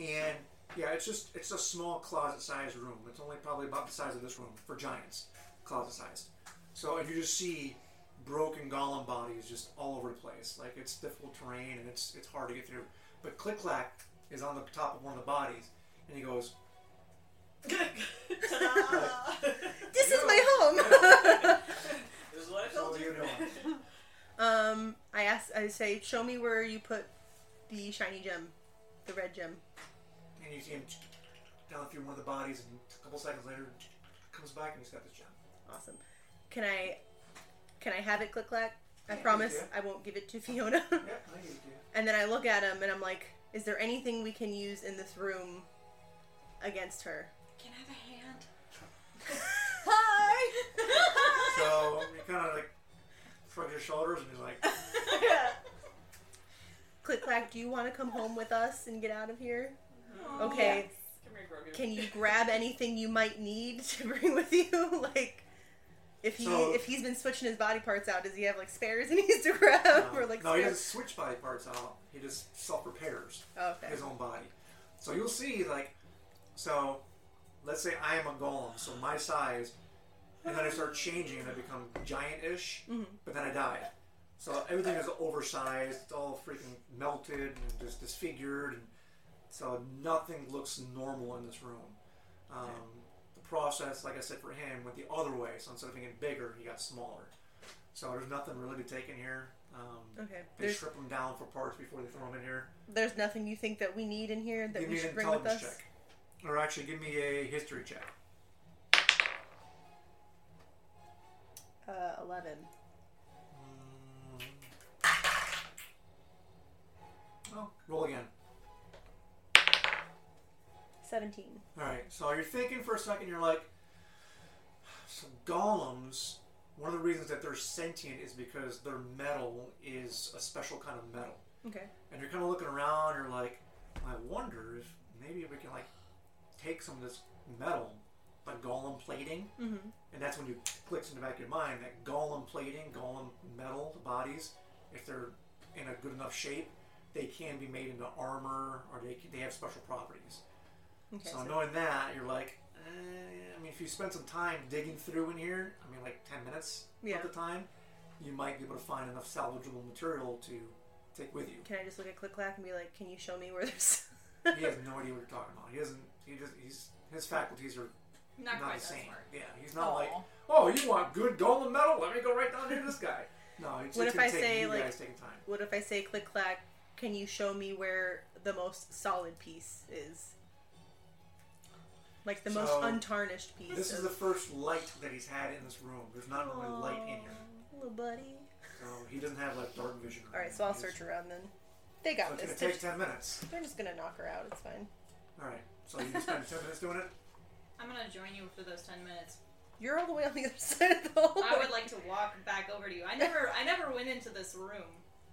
Speaker 2: and yeah, it's just it's a small closet-sized room. It's only probably about the size of this room for giants, closet-sized. So and you just see broken golem bodies just all over the place. Like it's difficult terrain and it's it's hard to get through. But Click Clack is on the top of one of the bodies, and he goes,
Speaker 5: This is my home.
Speaker 6: There's a lot of
Speaker 2: "So what are you
Speaker 6: children.
Speaker 2: doing?"
Speaker 5: um, I ask. I say, show me where you put the shiny gem, the red gem.
Speaker 2: And you see him down through one of the bodies, and a couple seconds later, comes back and he's got this gem.
Speaker 5: Awesome. Can I, can I have it, Click Clack? I promise
Speaker 2: yeah.
Speaker 5: I won't give it to Fiona.
Speaker 2: Yeah, I think you do.
Speaker 5: and then I look at him and I'm like, is there anything we can use in this room against her?
Speaker 3: Can I have a hand?
Speaker 5: Hi.
Speaker 2: So he kind of like shrugs his shoulders and he's like,
Speaker 5: Click Clack, do you want to come home with us and get out of here?
Speaker 6: Oh,
Speaker 5: Okay.
Speaker 6: Come here, Grogu.
Speaker 5: Can you grab anything you might need to bring with you? like, if he
Speaker 2: So-
Speaker 5: if he's been switching his body parts out, does he have like spares he needs to grab or like
Speaker 2: no, he
Speaker 5: spare-
Speaker 2: doesn't switch body parts out. He just self repairs.
Speaker 5: Oh, okay.
Speaker 2: his own body. So you'll see, like, so let's say I am a golem, so my size, and then I start changing and I become giant ish,
Speaker 5: Mm-hmm.
Speaker 2: but then I die. So everything is oversized, it's all freaking melted and just disfigured, and so nothing looks normal in this room. Um, the process, like I said, for him went the other way, so instead of being bigger, he got smaller. So there's nothing really to take in here. Um,
Speaker 5: Okay.
Speaker 2: they
Speaker 5: There's
Speaker 2: strip them down for parts before they throw them in here.
Speaker 5: there's nothing you think that we need in here that
Speaker 2: give
Speaker 5: we
Speaker 2: me an
Speaker 5: should bring with us.
Speaker 2: intelligence check, or actually, give me a history check.
Speaker 5: Uh, eleven.
Speaker 2: Mm. Oh, roll again.
Speaker 5: 17.
Speaker 2: All right, so you're thinking for a second, you're like, so golems, one of the reasons that they're sentient is because their metal is a special kind of metal.
Speaker 5: Okay.
Speaker 2: And you're kind of looking around, you're like, I wonder if maybe we can, like, take some of this metal, the golem plating,
Speaker 5: Mm-hmm.
Speaker 2: and that's when you clicks in the back of your mind that golem plating, golem metal bodies, if they're in a good enough shape, they can be made into armor or they, they have special properties.
Speaker 5: Okay.
Speaker 2: So
Speaker 5: so-
Speaker 2: knowing that, you're like, eh, I mean, if you spend some time digging through in here, I mean, like ten minutes
Speaker 5: Yeah.
Speaker 2: at the time, you might be able to find enough salvageable material to take with you.
Speaker 5: Can I just look at Click Clack and be like, can you show me where there's.
Speaker 2: He has no idea what you're talking about. He doesn't. He just. He's his faculties are
Speaker 7: Not,
Speaker 2: not
Speaker 7: quite
Speaker 2: the
Speaker 7: that
Speaker 2: same.
Speaker 7: smart.
Speaker 2: Yeah, he's not like,
Speaker 3: Aw.
Speaker 2: oh, you want good golden metal? Let me go right down there to this guy. No, it's,
Speaker 5: What
Speaker 2: it's
Speaker 5: if
Speaker 2: gonna
Speaker 5: I
Speaker 2: take
Speaker 5: say,
Speaker 2: you
Speaker 5: like-
Speaker 2: guys taking time.
Speaker 5: what if I say, Click Clack, can you show me where the most solid piece is? Like the most
Speaker 2: So,
Speaker 5: untarnished piece.
Speaker 2: This is
Speaker 5: of-
Speaker 2: the first light that he's had in this room. There's not really light in here,
Speaker 5: Aw, Little buddy.
Speaker 2: so he doesn't have like dark vision. or
Speaker 5: Alright, so I'll
Speaker 2: anything. He's-
Speaker 5: search around then. They
Speaker 2: So
Speaker 5: got
Speaker 2: it's
Speaker 5: this.
Speaker 2: gonna
Speaker 5: They're
Speaker 2: take
Speaker 5: just,
Speaker 2: ten minutes.
Speaker 5: they're just gonna knock her out. It's fine.
Speaker 2: All right, so you can spend ten minutes doing it.
Speaker 7: I'm gonna join you for those ten minutes.
Speaker 5: You're all the way on the other side of the hallway.
Speaker 7: I would like to walk back over to you. I never, I never went into this room.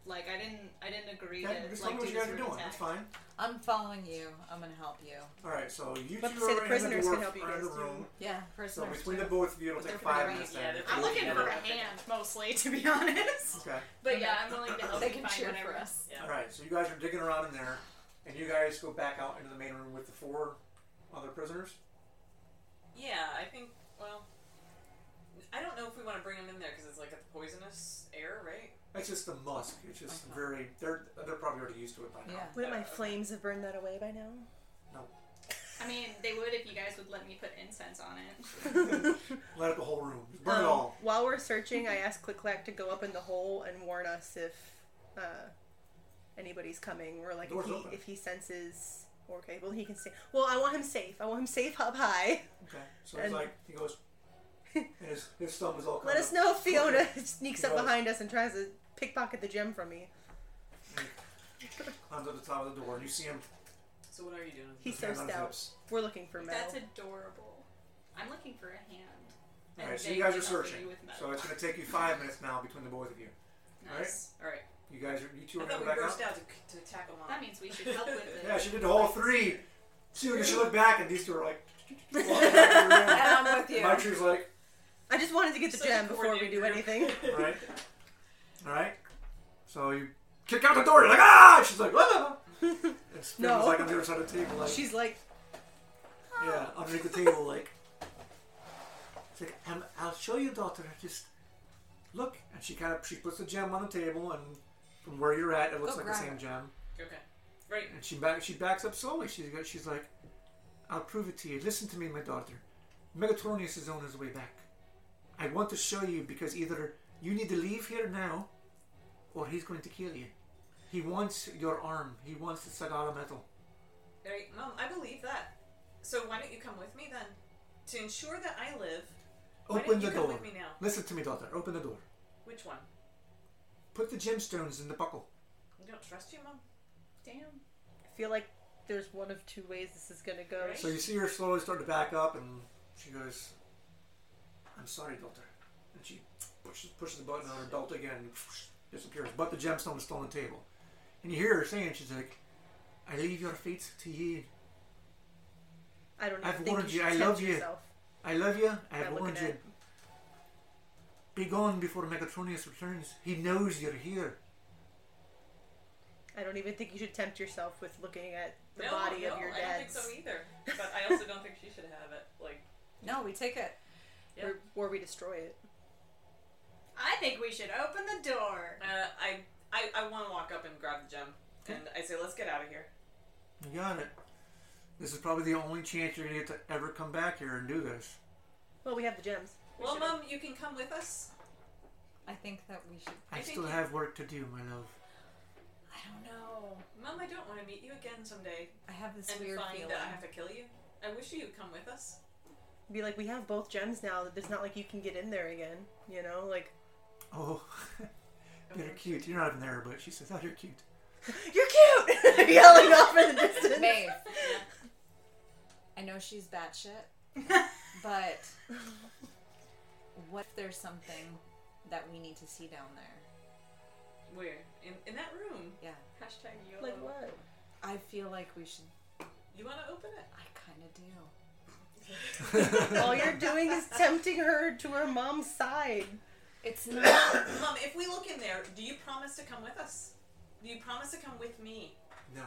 Speaker 7: Like I didn't, I didn't agree
Speaker 2: Okay,
Speaker 7: to
Speaker 2: just tell me
Speaker 7: like do
Speaker 2: what you guys
Speaker 7: this
Speaker 2: are
Speaker 7: room
Speaker 2: doing.
Speaker 7: attack.
Speaker 2: That's fine.
Speaker 3: I'm following you. I'm gonna help you.
Speaker 2: All right, so you two
Speaker 5: But
Speaker 2: are
Speaker 5: say the
Speaker 2: in
Speaker 5: prisoners
Speaker 2: the
Speaker 5: can
Speaker 2: dwarf-
Speaker 5: help you
Speaker 2: are in the
Speaker 5: guys, too.
Speaker 2: room.
Speaker 3: Yeah,
Speaker 2: So
Speaker 3: prisoners.
Speaker 2: between the
Speaker 3: too.
Speaker 2: both of you, it'll
Speaker 3: But
Speaker 2: take
Speaker 3: they're
Speaker 2: five
Speaker 3: pretty
Speaker 2: minutes.
Speaker 6: right, yeah,
Speaker 2: then.
Speaker 6: they're
Speaker 7: I'm looking for a hand mostly, to be honest.
Speaker 2: Okay.
Speaker 7: But yeah, I'm willing to help
Speaker 3: They
Speaker 7: you
Speaker 3: can
Speaker 7: find
Speaker 3: cheer
Speaker 7: whatever.
Speaker 3: for us.
Speaker 6: Yeah.
Speaker 2: All right, so you guys are digging around in there, and you guys go back out into the main room with the four other prisoners.
Speaker 6: Yeah, I think. Well, I don't know if we want to bring them in there because it's like a poisonous air, right?
Speaker 2: That's just the musk. It's just
Speaker 3: Okay.
Speaker 2: very. They're they're probably already used to it by now.
Speaker 3: Yeah.
Speaker 5: Wouldn't my flames have burned that away by now?
Speaker 7: I mean, they would if you guys would let me put incense on it.
Speaker 2: Light up the whole room. Burn it
Speaker 5: Um,
Speaker 2: all.
Speaker 5: While we're searching, I asked Click Clack to go up in the hole and warn us if uh, anybody's coming, or like if
Speaker 2: Door's
Speaker 5: he,
Speaker 2: open.
Speaker 5: if he senses. Okay, well he can stay. Well, I want him safe. I want him safe up high.
Speaker 2: Okay. So he's
Speaker 5: and-
Speaker 2: like, he goes, and his, his thumb is all.
Speaker 5: Let
Speaker 2: kind
Speaker 5: us
Speaker 2: of-
Speaker 5: know if Fiona sneaks up
Speaker 2: Right.
Speaker 5: behind us and tries to pickpocket the gem from me.
Speaker 2: Climbs up the top of the door, and you see him.
Speaker 6: So what are you doing?
Speaker 5: He's so
Speaker 2: hang on his
Speaker 5: stout.
Speaker 2: hips.
Speaker 5: We're looking for
Speaker 7: That's
Speaker 5: metal.
Speaker 7: adorable. I'm looking for a hand.
Speaker 2: All
Speaker 7: And
Speaker 2: right, so
Speaker 7: they
Speaker 2: you guys are
Speaker 7: would help me
Speaker 2: searching.
Speaker 7: with metal.
Speaker 2: So it's going to take you five minutes now between the both of you. Alright.
Speaker 7: nice.
Speaker 6: All right.
Speaker 2: You guys are you two
Speaker 6: I
Speaker 2: are
Speaker 6: thought
Speaker 2: gonna
Speaker 6: we
Speaker 2: go back
Speaker 6: burst
Speaker 2: out.
Speaker 6: out to, to tackle mom.
Speaker 7: That means we should help with this.
Speaker 2: Yeah, she did the whole three. She looked, she looked back, and these two are like. walking back
Speaker 3: And I'm with
Speaker 2: in the
Speaker 3: you.
Speaker 2: room. Maitri's like,
Speaker 5: I just wanted to get the
Speaker 6: Such a
Speaker 5: gem before we
Speaker 6: coordinated
Speaker 5: do
Speaker 6: group.
Speaker 5: anything.
Speaker 2: all right, all right. So you kick out the door. You're like, ah! She's like, ah! And Spin was
Speaker 5: No.
Speaker 2: like on the other side of the table, like
Speaker 5: She's like,
Speaker 2: yeah, underneath the table, like. It's like, um, I'll show you, daughter. Just look, and she kind of she puts the gem on the table, and from where you're at, it looks
Speaker 5: Oh,
Speaker 3: Go
Speaker 2: like the
Speaker 3: grab
Speaker 2: same
Speaker 3: it.
Speaker 2: gem.
Speaker 6: Okay. Right.
Speaker 2: And she back, she backs up slowly. She's got, she's like, "I'll prove it to you. Listen to me, my daughter. Megatronius is on his way back. I want to show you because either you need to leave here now, or he's going to kill you. He wants your arm. He wants the Sagala metal.
Speaker 6: All right, mom. I believe that. So why don't you come with me then? To ensure that I live. Why
Speaker 2: Open
Speaker 6: don't you
Speaker 2: the
Speaker 6: come
Speaker 2: door.
Speaker 6: with me now?
Speaker 2: Listen to me, daughter. Open the door.
Speaker 6: Which one?
Speaker 2: Put the gemstones in the buckle.
Speaker 6: I don't trust you, mom.
Speaker 7: Damn.
Speaker 5: I feel like there's one of two ways this is gonna go.
Speaker 6: Right?
Speaker 2: So you see her slowly start to back up, and she goes, "I'm sorry, daughter." And she pushes, pushes the button on her belt again, and disappears. But the gemstone is still on the table, and you hear her saying, "She's like, I leave your fates to you.
Speaker 5: I don't even
Speaker 2: I've
Speaker 5: think
Speaker 2: warned
Speaker 5: you
Speaker 2: you.
Speaker 5: should
Speaker 2: I
Speaker 5: tempt
Speaker 2: love you.
Speaker 5: yourself.
Speaker 2: I love you. I
Speaker 5: By
Speaker 2: have
Speaker 5: looking
Speaker 2: warned
Speaker 5: at
Speaker 2: you.
Speaker 5: it.
Speaker 2: Be gone before Megatronius returns. He knows you're here."
Speaker 5: I don't even think you should tempt yourself with looking at the
Speaker 6: no,
Speaker 5: body
Speaker 6: no,
Speaker 5: of your
Speaker 6: I don't
Speaker 5: dad.
Speaker 6: think so either. But I also don't think she should have it. Like,
Speaker 3: No, we take it.
Speaker 6: Yeah.
Speaker 5: or, or we destroy it.
Speaker 7: I think we should open the door.
Speaker 6: uh, I, I, I want to walk up and grab the gem, and I say, let's get out of here.
Speaker 2: You got it. This is probably the only chance you're gonna get to ever come back here and do this.
Speaker 5: Well, we have the gems.
Speaker 6: well,
Speaker 7: should've-
Speaker 6: mom, you can come with us.
Speaker 3: I think that we should.
Speaker 2: I,
Speaker 6: I think
Speaker 2: still
Speaker 6: you-
Speaker 2: have work to do, my love.
Speaker 3: I don't know.
Speaker 6: Mom, Oh, I don't want to meet you again someday
Speaker 3: I have this
Speaker 6: and
Speaker 3: weird
Speaker 6: find
Speaker 3: feeling.
Speaker 6: that I have to kill you. I wish you would come with us.
Speaker 5: Be like, we have both gems now. That it's not like you can get in there again. You know, like
Speaker 2: Oh, you're cute. You're not even there, but she says, "Oh, you're cute."
Speaker 5: you're cute, yelling off in the distance.
Speaker 3: Maeve. I know she's batshit, but what if there's something that we need to see down there?
Speaker 6: Where? In, in that room.
Speaker 3: Yeah.
Speaker 6: Hashtag YOLO.
Speaker 5: Like what?
Speaker 3: I feel like we should.
Speaker 6: You want to open it?
Speaker 3: I kind of do.
Speaker 5: All you're doing is tempting her to her mom's side.
Speaker 3: It's not.
Speaker 6: Mom, if we look in there, do you promise to come with us? Do you promise to come with me?
Speaker 2: No,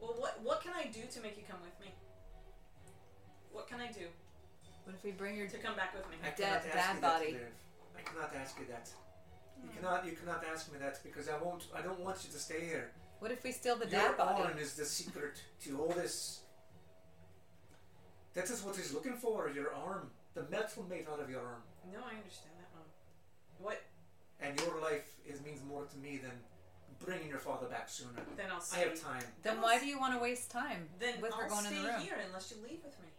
Speaker 6: Well, what what can I do to make you come with me? What can I do
Speaker 3: what if we bring your.
Speaker 6: to come back with me?
Speaker 2: I
Speaker 3: Dead-
Speaker 2: cannot ask
Speaker 3: bad
Speaker 2: you
Speaker 3: body.
Speaker 2: that. Liv. I cannot ask you that. You cannot. You cannot ask me that because I won't. I don't want you to stay here.
Speaker 3: What if we steal the
Speaker 2: Your
Speaker 3: dad body?
Speaker 2: Orin is the secret to all this. That is what he's looking for. Your arm, the metal made out of your arm,
Speaker 6: No, I understand that, Mom. What?
Speaker 2: and your life is means more to me than bringing your father back sooner.
Speaker 6: Then I'll
Speaker 2: I
Speaker 6: stay.
Speaker 2: have time.
Speaker 3: Then why do you want to waste time
Speaker 6: Then
Speaker 3: with her
Speaker 6: I'll
Speaker 3: going
Speaker 6: stay
Speaker 3: in the room?
Speaker 6: here unless you leave with me.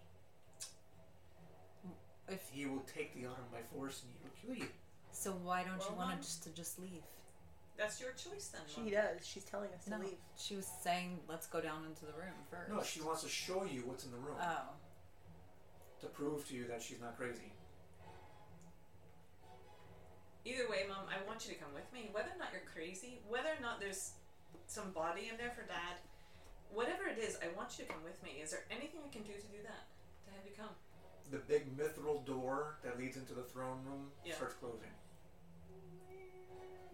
Speaker 3: If
Speaker 2: He will take the arm by force, and he will kill you.
Speaker 3: so, why don't
Speaker 6: Well,
Speaker 3: you want
Speaker 2: um,
Speaker 3: to
Speaker 6: Mom-
Speaker 3: just to just leave?
Speaker 6: That's your choice then. Mom.
Speaker 5: She does. She's telling us to
Speaker 3: No,
Speaker 5: leave.
Speaker 3: she was saying let's go down into the room first.
Speaker 2: No, she wants to show you what's in the room
Speaker 3: Oh,
Speaker 2: to prove to you that she's not crazy.
Speaker 6: Either way, Mom, I want you to come with me. Whether or not you're crazy, whether or not there's some body in there for Dad, whatever it is, I want you to come with me. Is there anything I can do to do that? To have you come?
Speaker 2: The big mithril door that leads into the throne room
Speaker 6: Yeah.
Speaker 2: starts closing.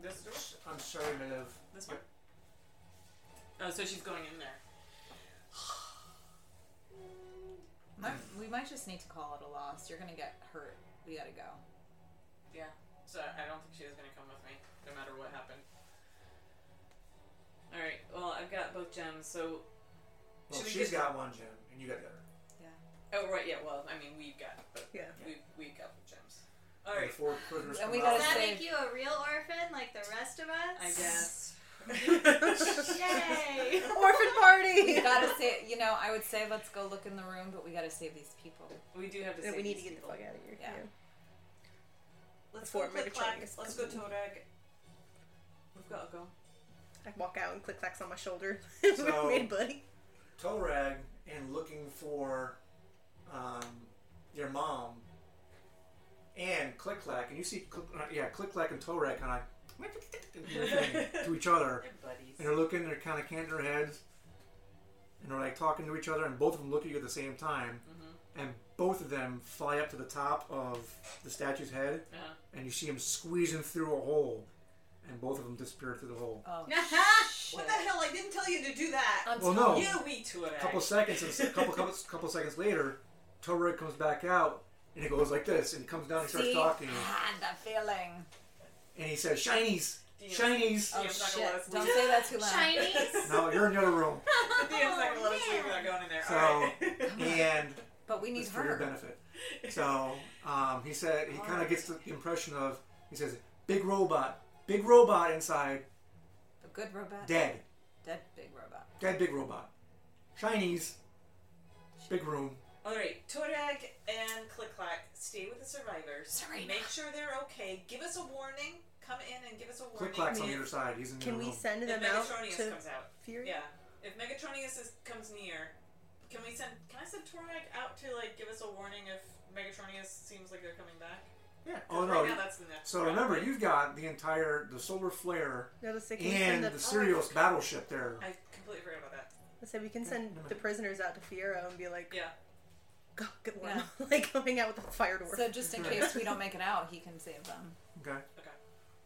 Speaker 6: This door?
Speaker 2: I'm sorry, my love.
Speaker 6: This one? Oh, so she's going in there.
Speaker 3: might, we might just need to call it a loss. You're gonna get hurt. We gotta go.
Speaker 6: Yeah. So I don't think she was gonna come with me, no matter what happened. All right. Well, I've got both gems. So,
Speaker 2: Well,
Speaker 6: Should we
Speaker 2: she's
Speaker 6: get-
Speaker 2: got one gem, and you got the other.
Speaker 6: oh right, yeah. Well, I mean, we've got, but
Speaker 5: Yeah.
Speaker 6: we've we've got the gems. All
Speaker 2: All
Speaker 6: right.
Speaker 2: right. Four prisoners
Speaker 3: And we
Speaker 2: come out.
Speaker 3: gotta
Speaker 7: Does that
Speaker 3: save-
Speaker 7: make you a real orphan like the rest of us?
Speaker 6: I guess.
Speaker 7: Yay!
Speaker 5: Orphan party.
Speaker 3: We gotta say, you know, I would say let's go look in the room, but we gotta save these people.
Speaker 6: we do have to.
Speaker 5: Yeah,
Speaker 6: save
Speaker 5: we need
Speaker 6: these
Speaker 5: to get the
Speaker 6: people.
Speaker 5: fuck out of here.
Speaker 3: Yeah.
Speaker 6: Let's
Speaker 5: before
Speaker 6: go click clack.
Speaker 5: Megatron is
Speaker 6: Let's go
Speaker 5: complete.
Speaker 6: Torag. We've got to go.
Speaker 5: I walk out and click clacks on my shoulder.
Speaker 2: So-
Speaker 5: Made buddy.
Speaker 2: Torag and looking for um, your mom and Click Clack, and you see, Click, uh, yeah, Click Clack and Torag kind of to each other,
Speaker 6: They're buddies.
Speaker 2: and they're looking, they're kind of canting their heads, and they're like talking to each other, and both of them look at you at the same time,
Speaker 3: Mm-hmm.
Speaker 2: and both of them fly up to the top of the statue's head,
Speaker 6: Uh-huh.
Speaker 2: and you see him squeezing through a hole, and both of them disappear through the hole.
Speaker 3: Oh, shit.
Speaker 6: What the hell? I didn't tell you to do that.
Speaker 3: I'm
Speaker 2: Well,
Speaker 3: telling
Speaker 2: no.
Speaker 3: you.
Speaker 6: You we Torag.
Speaker 2: couple seconds, and a couple, couple couple seconds later, Torag comes back out and it goes like this, and he comes down and starts
Speaker 3: See?
Speaker 2: talking,
Speaker 3: Ah, that feeling.
Speaker 2: and he says, "Shinies,
Speaker 6: Damn.
Speaker 2: shinies."
Speaker 3: Oh
Speaker 6: I'm not gonna
Speaker 3: shit!
Speaker 6: let us
Speaker 3: Don't
Speaker 6: leave.
Speaker 3: say that too loud.
Speaker 7: Chinese?
Speaker 2: No, you're in the other room,
Speaker 6: DM's not gonna let us leave without going in there.
Speaker 2: So-
Speaker 6: All right.
Speaker 2: and
Speaker 3: But we need
Speaker 2: it's for your
Speaker 3: her.
Speaker 2: benefit. So um, he said he kind of gets the impression of he says, "Big robot, big robot inside,
Speaker 3: A good robot.
Speaker 2: dead,
Speaker 3: Dead big robot.
Speaker 2: dead big robot, shinies, big room."
Speaker 6: All right, Torag and Click Clack, stay with the survivors.
Speaker 3: Serena.
Speaker 6: Make sure they're okay. Give us a warning. Come in and give us a warning.
Speaker 2: Click clacks on the
Speaker 6: if-
Speaker 2: other side. He's in the
Speaker 5: Can
Speaker 2: other
Speaker 5: we
Speaker 2: room.
Speaker 5: send
Speaker 6: If
Speaker 5: them out
Speaker 6: Megatronius
Speaker 5: to
Speaker 6: comes out,
Speaker 5: Fury?
Speaker 6: yeah. If Megatronius is, comes near, can we send? Can I send Torag out to like give us a warning if Megatronius seems like they're coming back?
Speaker 2: yeah. Oh
Speaker 6: right
Speaker 2: no.
Speaker 6: now that's the next.
Speaker 2: So
Speaker 6: round.
Speaker 2: remember, you've got the entire the solar flare
Speaker 5: No, let's say, can we send
Speaker 2: and
Speaker 5: the, Oh,
Speaker 2: the Sirius battleship there.
Speaker 6: I completely forgot about that.
Speaker 5: let's say we can send the prisoners out to Fiero and be like,
Speaker 6: Yeah.
Speaker 5: go get one.
Speaker 3: Yeah.
Speaker 5: like, going out with the fire dwarf.
Speaker 3: So just in case we don't make it out, he can save them.
Speaker 2: Okay.
Speaker 6: Okay.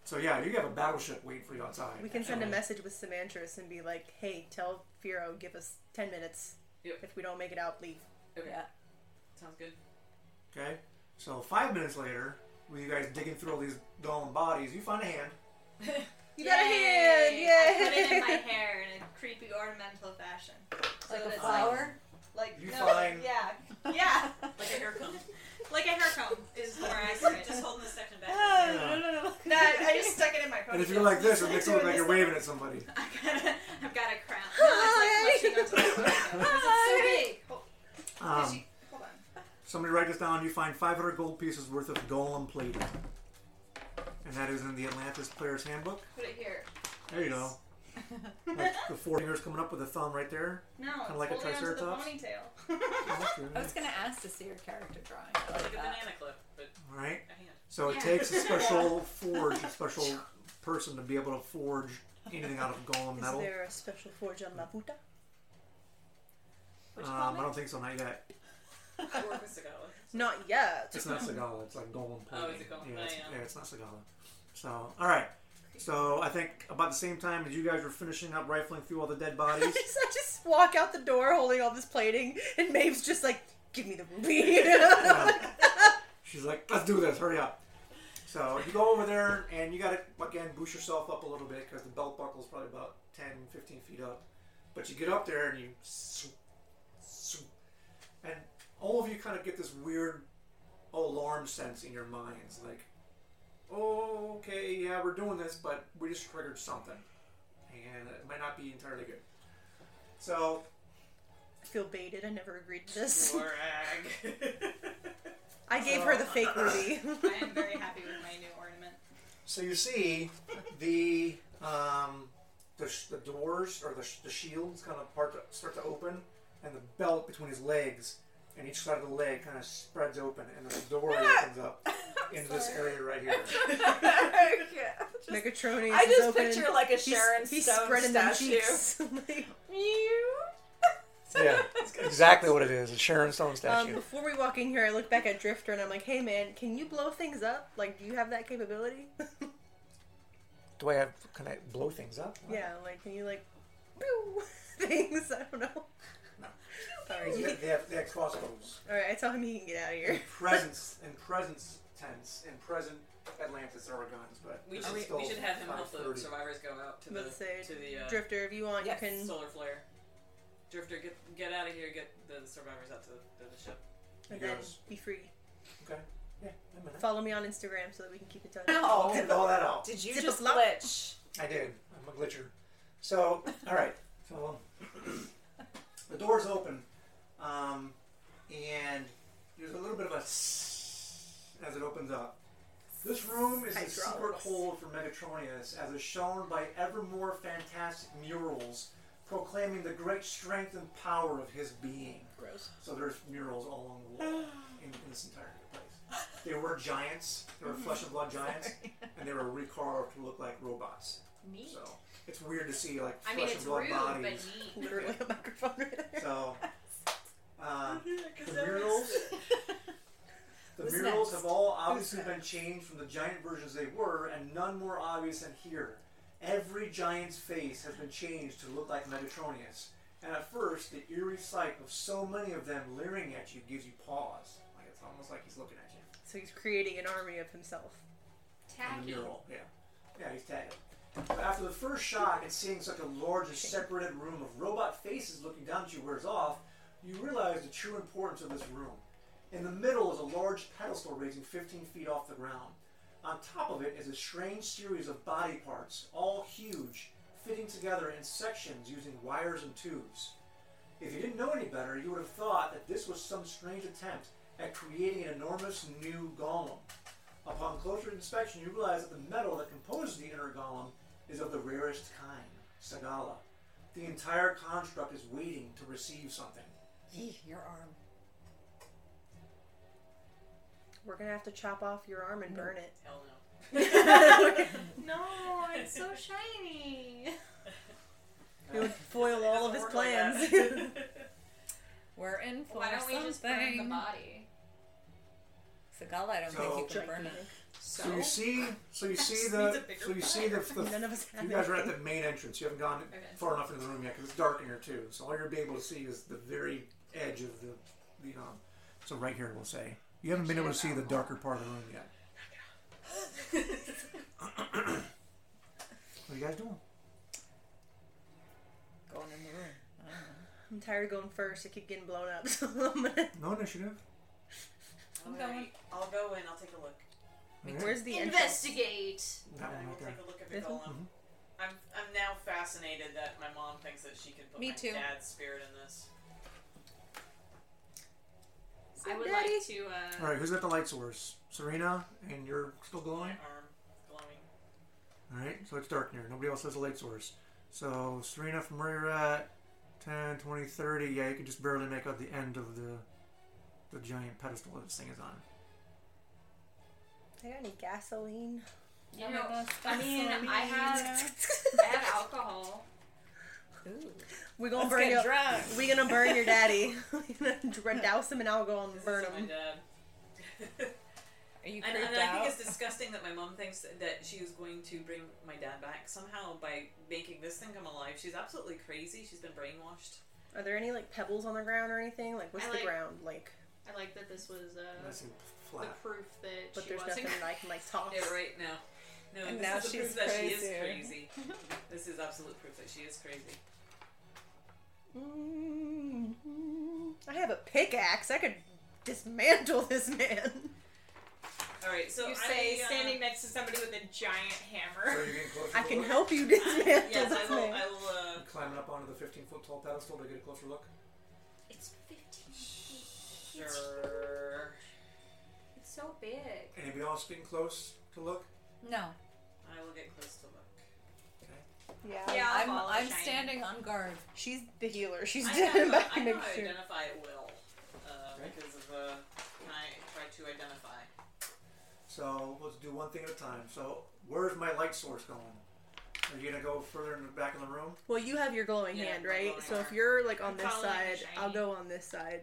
Speaker 2: So yeah, you have a battleship waiting for you outside.
Speaker 5: we can send a message with Samantris and be like, hey, tell Fiero, give us 10 minutes.
Speaker 6: Yep.
Speaker 5: If we don't make it out, leave.
Speaker 6: Okay.
Speaker 3: Yeah.
Speaker 6: Sounds good.
Speaker 2: Okay. So five minutes later, with you guys digging through all these golem bodies, you find a hand.
Speaker 5: You got a hand!
Speaker 7: Yay. I put it in my
Speaker 5: Yay!
Speaker 7: hair in a creepy ornamental fashion.
Speaker 3: Like
Speaker 7: that
Speaker 3: a
Speaker 7: it's
Speaker 3: flower.
Speaker 7: Like,
Speaker 2: You
Speaker 7: no,
Speaker 2: find-
Speaker 7: yeah. Yeah.
Speaker 6: Like a hair comb.
Speaker 7: Like a hair comb is where I put it.
Speaker 6: Just holding the section back.
Speaker 2: Yeah. And if you're like this, it makes it look like you're
Speaker 7: way.
Speaker 2: waving at somebody.
Speaker 7: I've got a, I've got a crown. No, it's like pushing onto my torso. 'cause It's so big.
Speaker 2: Um,
Speaker 4: Hold on.
Speaker 2: somebody write this down. You find 500 gold pieces worth of golem plating, and that is in the Atlantis Player's Handbook.
Speaker 7: Put it here.
Speaker 2: There you go. Like the four fingers coming up with the thumb right there.
Speaker 7: No, it's
Speaker 2: like a
Speaker 7: holding onto the
Speaker 2: triceratops?
Speaker 7: ponytail.
Speaker 3: I was gonna ask to see your character drawing. I like that.
Speaker 6: Like a
Speaker 5: Uh,
Speaker 6: banana clip, but
Speaker 2: All right.
Speaker 6: a hand.
Speaker 2: So it
Speaker 7: Yeah.
Speaker 2: takes a special forge, a special person to be able to forge anything out of golem
Speaker 5: Is
Speaker 2: metal.
Speaker 5: there a special forge on Maputa?
Speaker 3: Which
Speaker 2: Um, I
Speaker 3: comment?
Speaker 2: don't think so. Not yet.
Speaker 6: I work with Sagala.
Speaker 5: Not yet.
Speaker 2: It's not Sagala. It's like golem plating.
Speaker 6: Oh, is it golem?
Speaker 2: Yeah,
Speaker 6: Oh,
Speaker 2: it's,
Speaker 6: yeah.
Speaker 2: yeah, it's not Sagala. So, all right. So I think about the same time as you guys were finishing up rifling through all the dead
Speaker 5: I
Speaker 2: bodies.
Speaker 5: just, I just walk out the door holding all this plating, and Maeve's just like, give me the ruby.
Speaker 2: Yeah. She's like, let's do this, hurry up. So you go over there and you gotta, again, boost yourself up a little bit because the belt buckle's probably about 10, 15 feet up. But you get up there and you swoop, swoop. And all of you kind of get this weird alarm sense in your minds like, oh, okay, yeah, we're doing this, but we just triggered something. And it might not be entirely good. So
Speaker 5: I feel baited. I never agreed to this.
Speaker 6: Warag.
Speaker 5: I gave her the fake ruby.
Speaker 7: I am very happy with my new ornament.
Speaker 2: So you see the um, the, sh- the doors or the, sh- the shields kind of part to, start to open, and the belt between his legs and each side of the leg kind of spreads open, and the door opens up into this area right here.
Speaker 5: Megatronius
Speaker 3: I
Speaker 5: is
Speaker 3: just
Speaker 5: open.
Speaker 3: picture like a
Speaker 5: He's-
Speaker 3: Sharon
Speaker 5: he's
Speaker 3: Stone
Speaker 5: spreading them
Speaker 3: statue.
Speaker 5: cheeks. Like,
Speaker 2: Yeah, exactly what it is. A Sharon Stone
Speaker 5: um, before we walk in here, I look back at Drifter and I'm like, "Hey, man, can you blow things up? Like, do you have that capability?
Speaker 2: Do I have? Can I blow things up?
Speaker 5: yeah, like, can you like, pew, things? I don't know. All right,
Speaker 2: They
Speaker 5: you-
Speaker 2: have, they have crossbows.
Speaker 5: all right. I tell him he can get out of here.
Speaker 2: Presence and presence tense and present Atlantis are guns, but
Speaker 6: we,
Speaker 2: this
Speaker 6: should,
Speaker 2: is
Speaker 6: we,
Speaker 2: still
Speaker 6: should have him help the
Speaker 2: 5:30.
Speaker 6: survivors go out to the
Speaker 5: Let's say,
Speaker 6: to the uh,
Speaker 5: Drifter, if you want,
Speaker 3: yes,
Speaker 5: you can.
Speaker 6: solar flare. Drifter, get get out of here. Get the survivors out to the, to the ship.
Speaker 5: and then
Speaker 2: Yes.
Speaker 5: be free.
Speaker 2: Okay. Yeah, in a minute.
Speaker 5: Follow me on Instagram so that we can keep in touch.
Speaker 2: I'll get all that out.
Speaker 3: Did you
Speaker 5: Zip
Speaker 3: just
Speaker 5: a slop.
Speaker 3: glitch?
Speaker 2: I did. I'm a glitcher. So, all right. So the door's open, um, and there's a little bit of a as it opens up. This room is a secret
Speaker 5: Hydraulics.
Speaker 2: hold for Megatronius, as is shown by ever more fantastic murals proclaiming the great strength and power of his being.
Speaker 5: Gross.
Speaker 2: So there's murals all along the wall in, in this entire place. They were giants. They were flesh and blood giants, and they were recarved to look like robots.
Speaker 7: Neat.
Speaker 2: So it's weird to see like
Speaker 7: I
Speaker 2: flesh
Speaker 7: mean,
Speaker 2: and
Speaker 7: it's
Speaker 2: blood
Speaker 7: rude,
Speaker 2: bodies.
Speaker 7: but neat.
Speaker 5: Literally a microphone right there.
Speaker 2: So um, the
Speaker 6: that
Speaker 2: murals, the
Speaker 3: Who's
Speaker 2: murals
Speaker 3: next?
Speaker 2: have all obviously been changed from the giant versions they were, and none more obvious than here. Every giant's face has been changed to look like Megatronius, and at first the eerie sight of so many of them leering at you gives you pause. Like it's almost like he's looking at you.
Speaker 5: So he's creating an army of himself.
Speaker 2: in
Speaker 7: Tacky.
Speaker 2: the mural. Yeah, yeah, he's tagged. But after the first shock at seeing such a large and separated room of robot faces looking down at you wears off, you realize the true importance of this room. In the middle is a large pedestal raising 15 feet off the ground. On top of it is a strange series of body parts, all huge, fitting together in sections using wires and tubes. If you didn't know any better, you would have thought that this was some strange attempt at creating an enormous new golem. Upon closer inspection, you realize that the metal that composes the inner golem is of the rarest kind, Sagala. The entire construct is waiting to receive something.
Speaker 3: Yee, your arm.
Speaker 5: We're gonna have to chop off your arm
Speaker 6: Mm.
Speaker 5: and burn it.
Speaker 6: Hell no.
Speaker 7: No, it's so shiny.
Speaker 5: It would foil all of his
Speaker 6: Work like
Speaker 5: plans.
Speaker 6: that.
Speaker 3: We're in for
Speaker 7: Why don't we
Speaker 3: something.
Speaker 7: just burn the body?
Speaker 3: Sagala, I don't think you
Speaker 2: So-
Speaker 3: can burn it.
Speaker 2: So you see, so you see
Speaker 6: needs a
Speaker 2: the,
Speaker 6: bigger
Speaker 2: so you see the, the
Speaker 5: None of us have
Speaker 2: you guys are at
Speaker 5: anything.
Speaker 2: the main entrance. You haven't gone far enough into the room yet because it's dark in here too. So all you're gonna be able to see is the very edge of the, the um. So right here, we'll say you haven't been able to see the darker part of the room yet. what are you guys doing?
Speaker 3: Going in the room. I don't know.
Speaker 5: I'm tired of going first. I keep getting blown up, so I'm gonna.
Speaker 2: No initiative.
Speaker 6: All
Speaker 3: going.
Speaker 6: right, I'll go in. I'll take a look.
Speaker 2: Yeah.
Speaker 5: Where's the entrance?
Speaker 7: Investigate.
Speaker 2: That
Speaker 6: I
Speaker 2: one
Speaker 6: will
Speaker 2: right there.
Speaker 6: take a look at the
Speaker 5: This one?
Speaker 6: golem. I'm, I'm now fascinated that my mom thinks that she can put
Speaker 3: Me
Speaker 6: my
Speaker 3: too.
Speaker 6: dad's spirit in this.
Speaker 7: I would
Speaker 5: Daddy.
Speaker 7: like to. Uh,
Speaker 2: All right, who's got the light source? Serena, and you're still
Speaker 6: My
Speaker 2: glowing.
Speaker 6: arm glowing.
Speaker 2: All right, so it's dark in here. Nobody else has a light source. So Serena, from where you're at, 10, 20, 30, yeah, you can just barely make out the end of the the giant pedestal that this thing is on.
Speaker 5: I got any gasoline?
Speaker 7: you know, I mean, I have, I have alcohol.
Speaker 5: We're gonna
Speaker 3: Let's
Speaker 5: burn
Speaker 3: get
Speaker 5: your.
Speaker 3: drunk.
Speaker 5: We're gonna burn your daddy. We're gonna douse him in alcohol and
Speaker 6: This
Speaker 5: burn
Speaker 6: is my
Speaker 5: him.
Speaker 6: dad.
Speaker 3: Are you
Speaker 6: and
Speaker 3: creeped
Speaker 6: and I
Speaker 3: out?
Speaker 6: think it's disgusting that my mom thinks that she is going to bring my dad back somehow by making this thing come alive. She's absolutely crazy. She's been brainwashed.
Speaker 5: Are there any like pebbles on the ground or anything? Like what's
Speaker 7: I
Speaker 5: the
Speaker 7: like-
Speaker 5: ground like?
Speaker 7: I like that this was uh,
Speaker 2: Nice and
Speaker 7: the
Speaker 2: flat.
Speaker 7: proof that
Speaker 5: But
Speaker 7: she
Speaker 5: there's
Speaker 7: wasn't.
Speaker 5: nothing that I can like talk.
Speaker 6: Yeah, right now. No,
Speaker 3: And
Speaker 6: this
Speaker 3: now
Speaker 6: is the
Speaker 3: she's
Speaker 6: proof that she
Speaker 3: crazy.
Speaker 6: is crazy. this is absolute proof that she is crazy.
Speaker 5: Mm, I have a pickaxe. I could dismantle this man.
Speaker 6: All right, so
Speaker 3: you
Speaker 6: I,
Speaker 3: say
Speaker 6: uh,
Speaker 3: standing next to somebody with a giant
Speaker 2: So
Speaker 3: hammer.
Speaker 2: you're getting closer.
Speaker 5: I
Speaker 2: to
Speaker 5: can
Speaker 2: look.
Speaker 5: help you dismantle
Speaker 6: Yes, I
Speaker 5: this
Speaker 6: will.
Speaker 5: man.
Speaker 6: I will. Uh,
Speaker 2: Climbing up onto the 15 foot tall pedestal to get a closer look.
Speaker 7: It's 15.
Speaker 6: sure.
Speaker 7: It's so big.
Speaker 2: Anybody else getting close to look?
Speaker 3: No.
Speaker 6: I will get close to look.
Speaker 7: Yeah,
Speaker 3: I'm,
Speaker 7: all
Speaker 3: I'm
Speaker 7: shiny.
Speaker 3: standing on guard.
Speaker 5: She's the healer. She's
Speaker 6: I
Speaker 5: doing
Speaker 6: have
Speaker 5: back
Speaker 6: a,
Speaker 5: to
Speaker 6: I
Speaker 5: make
Speaker 6: know I
Speaker 5: sure.
Speaker 6: identify at will uh,
Speaker 2: Okay.
Speaker 6: because of uh, when I try to identify.
Speaker 2: So let's do one thing at a time. So where's my light source going? Are you gonna go further in the back of the room?
Speaker 5: Well, you have your glowing
Speaker 6: Yeah,
Speaker 5: hand,
Speaker 6: my
Speaker 5: right?
Speaker 6: glowing
Speaker 5: So if
Speaker 6: arm.
Speaker 5: you're like on this
Speaker 6: Probably
Speaker 5: side, I'll
Speaker 6: shiny.
Speaker 5: go on this side.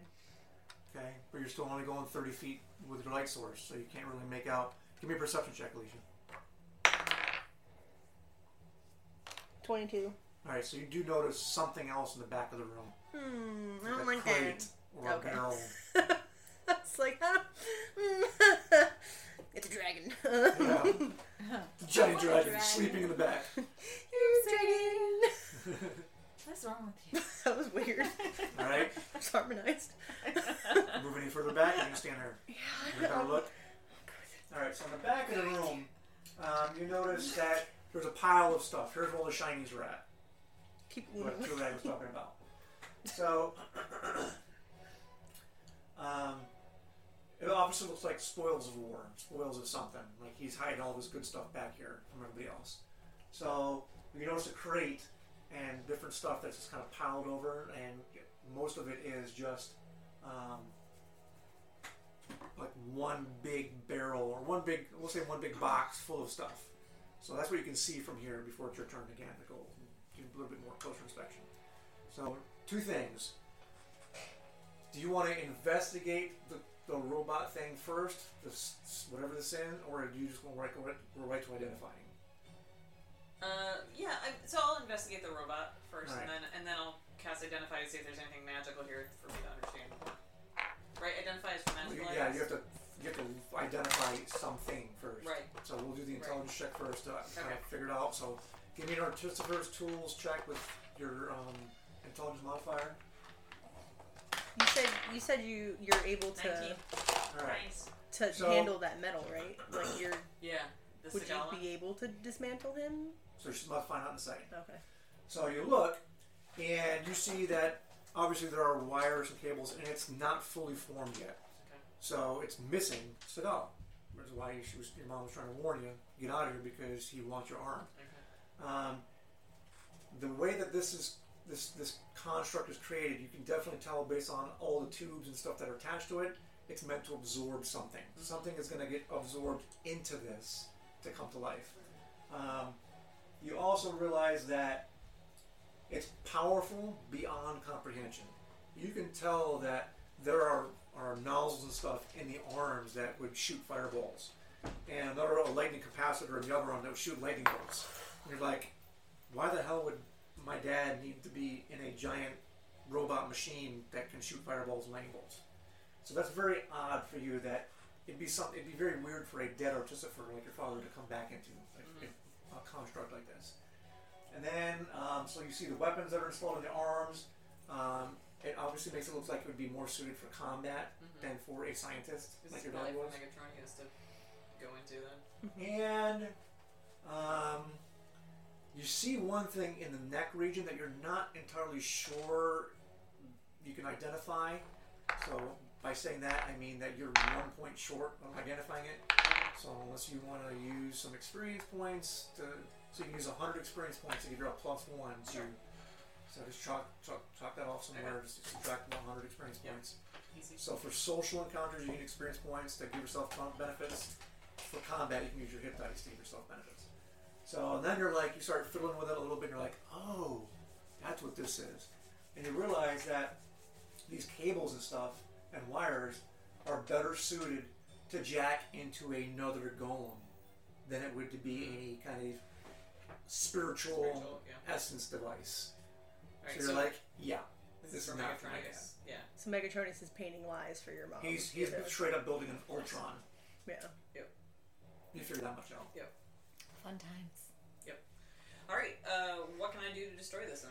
Speaker 2: Okay, but you're still only going 30 feet with your light source, so you can't really make out. Give me a perception check, Alicia.
Speaker 5: Twenty-two.
Speaker 2: All right, so you do notice something else in the back of the room.
Speaker 5: Hmm. I
Speaker 2: Like a
Speaker 5: don't like
Speaker 2: crate Or a
Speaker 5: Okay.
Speaker 2: barrel.
Speaker 5: that. it's like, ah, mm, it's a dragon.
Speaker 2: Yeah. The giant dragon,
Speaker 7: dragon.
Speaker 2: sleeping in the back.
Speaker 5: Here's dragon.
Speaker 3: What's wrong with
Speaker 5: That was weird.
Speaker 2: All right,
Speaker 5: It's harmonized.
Speaker 2: move any further back, you can stand there. Make our look. All right, so in the back of the room, um, you notice that there's a pile of stuff. Here's where all the shinies are at.
Speaker 5: Keep
Speaker 2: What
Speaker 5: moving.
Speaker 2: Julie I was talking about. So, um, it obviously looks like spoils of war, spoils of something. Like he's hiding all of his good stuff back here from everybody else. So you notice a crate and different stuff that's just kind of piled over, and most of it is just um, like one big barrel or one big, we'll say one big box full of stuff. So that's what you can see from here before it's your turn again to go do a little bit more closer inspection. So two things. Do you want to investigate the, the robot thing first, this, whatever this in, or do you just want to right, go right to identifying?
Speaker 6: Uh, yeah, I, so I'll investigate the robot first,
Speaker 2: All right.
Speaker 6: and then and then I'll cast identify to see if there's anything magical here for me to understand. Right, identify as
Speaker 2: Well,
Speaker 6: magical.
Speaker 2: you- yeah,
Speaker 6: items?
Speaker 2: you have to you have to identify something first.
Speaker 6: Right.
Speaker 2: So we'll do the intelligence check first uh, to kind
Speaker 6: Okay.
Speaker 2: of figure it out. So give me an Artificer's Tools check with your um, intelligence modifier.
Speaker 5: You said you said you you're able to
Speaker 6: Nineteen.
Speaker 2: All right.
Speaker 6: Nice.
Speaker 5: to
Speaker 2: So-
Speaker 5: handle that metal, right? Like you're
Speaker 6: Yeah. The
Speaker 5: would
Speaker 6: Sigala.
Speaker 5: you be able to dismantle him?
Speaker 2: So she's about to find out in a second.
Speaker 5: Okay.
Speaker 2: So you look, and you see that obviously there are wires and cables, and it's not fully formed yet.
Speaker 6: Okay.
Speaker 2: So it's missing Sigal. That's why she was, your mom was trying to warn you get out of here because he wants your arm. Um, the way that this is this this construct is created, you can definitely tell based on all the tubes and stuff that are attached to it. It's meant to absorb something. Something is going to get absorbed into this to come to life. Um, you also realize that it's powerful beyond comprehension. You can tell that there are, are nozzles and stuff in the arms that would shoot fireballs, and another a lightning capacitor in the other arm that would shoot lightning bolts. And you're like, why the hell would my dad need to be in a giant robot machine that can shoot fireballs and lightning bolts? So that's very odd for you. That it'd be something. It'd be very weird for a dead artificer like your father to come back into like,
Speaker 6: Mm-hmm.
Speaker 2: a construct like this. And then, um, so you see the weapons that are installed in the arms. Um, it obviously makes it look like it would be more suited for combat than for a scientist,
Speaker 6: Mm-hmm. This
Speaker 2: like
Speaker 6: is
Speaker 2: your
Speaker 6: probably
Speaker 2: dad
Speaker 6: for
Speaker 2: was.
Speaker 6: Megatron. He has to go into then.
Speaker 2: Mm-hmm. and um, you see one thing in the neck region that you're not entirely sure you can identify. So by saying that, I mean that you're one point short of identifying it. So unless you want to use some experience points to, so you can use hundred experience points to give you a plus one. So, you- so just chalk, chalk, chalk that off somewhere.
Speaker 6: Okay.
Speaker 2: Just subtract 100 experience
Speaker 6: Yeah.
Speaker 2: points.
Speaker 6: Easy.
Speaker 2: So for social encounters, you need experience points to give yourself com- benefits. For combat, you can use your hit dice to give yourself benefits. So and then you're like, you start fiddling with it a little bit, and you're like, oh, that's what this is. And you realize that these cables and stuff and wires are better suited to jack into another golem than it would to be any kind of spiritual,
Speaker 6: Spiritual, yeah.
Speaker 2: essence device.
Speaker 6: Alright,
Speaker 2: so you're like, yeah,
Speaker 6: this,
Speaker 2: this
Speaker 6: is
Speaker 2: is
Speaker 6: from
Speaker 2: not for my
Speaker 6: Megatronics. Yeah.
Speaker 5: So Megatronus is painting lies for your mom.
Speaker 2: he's he's
Speaker 5: Yeah.
Speaker 2: straight up building an Ultron.
Speaker 5: yeah.
Speaker 2: You figure that much out.
Speaker 3: Fun times.
Speaker 6: All right. Uh, what can I do to destroy this thing?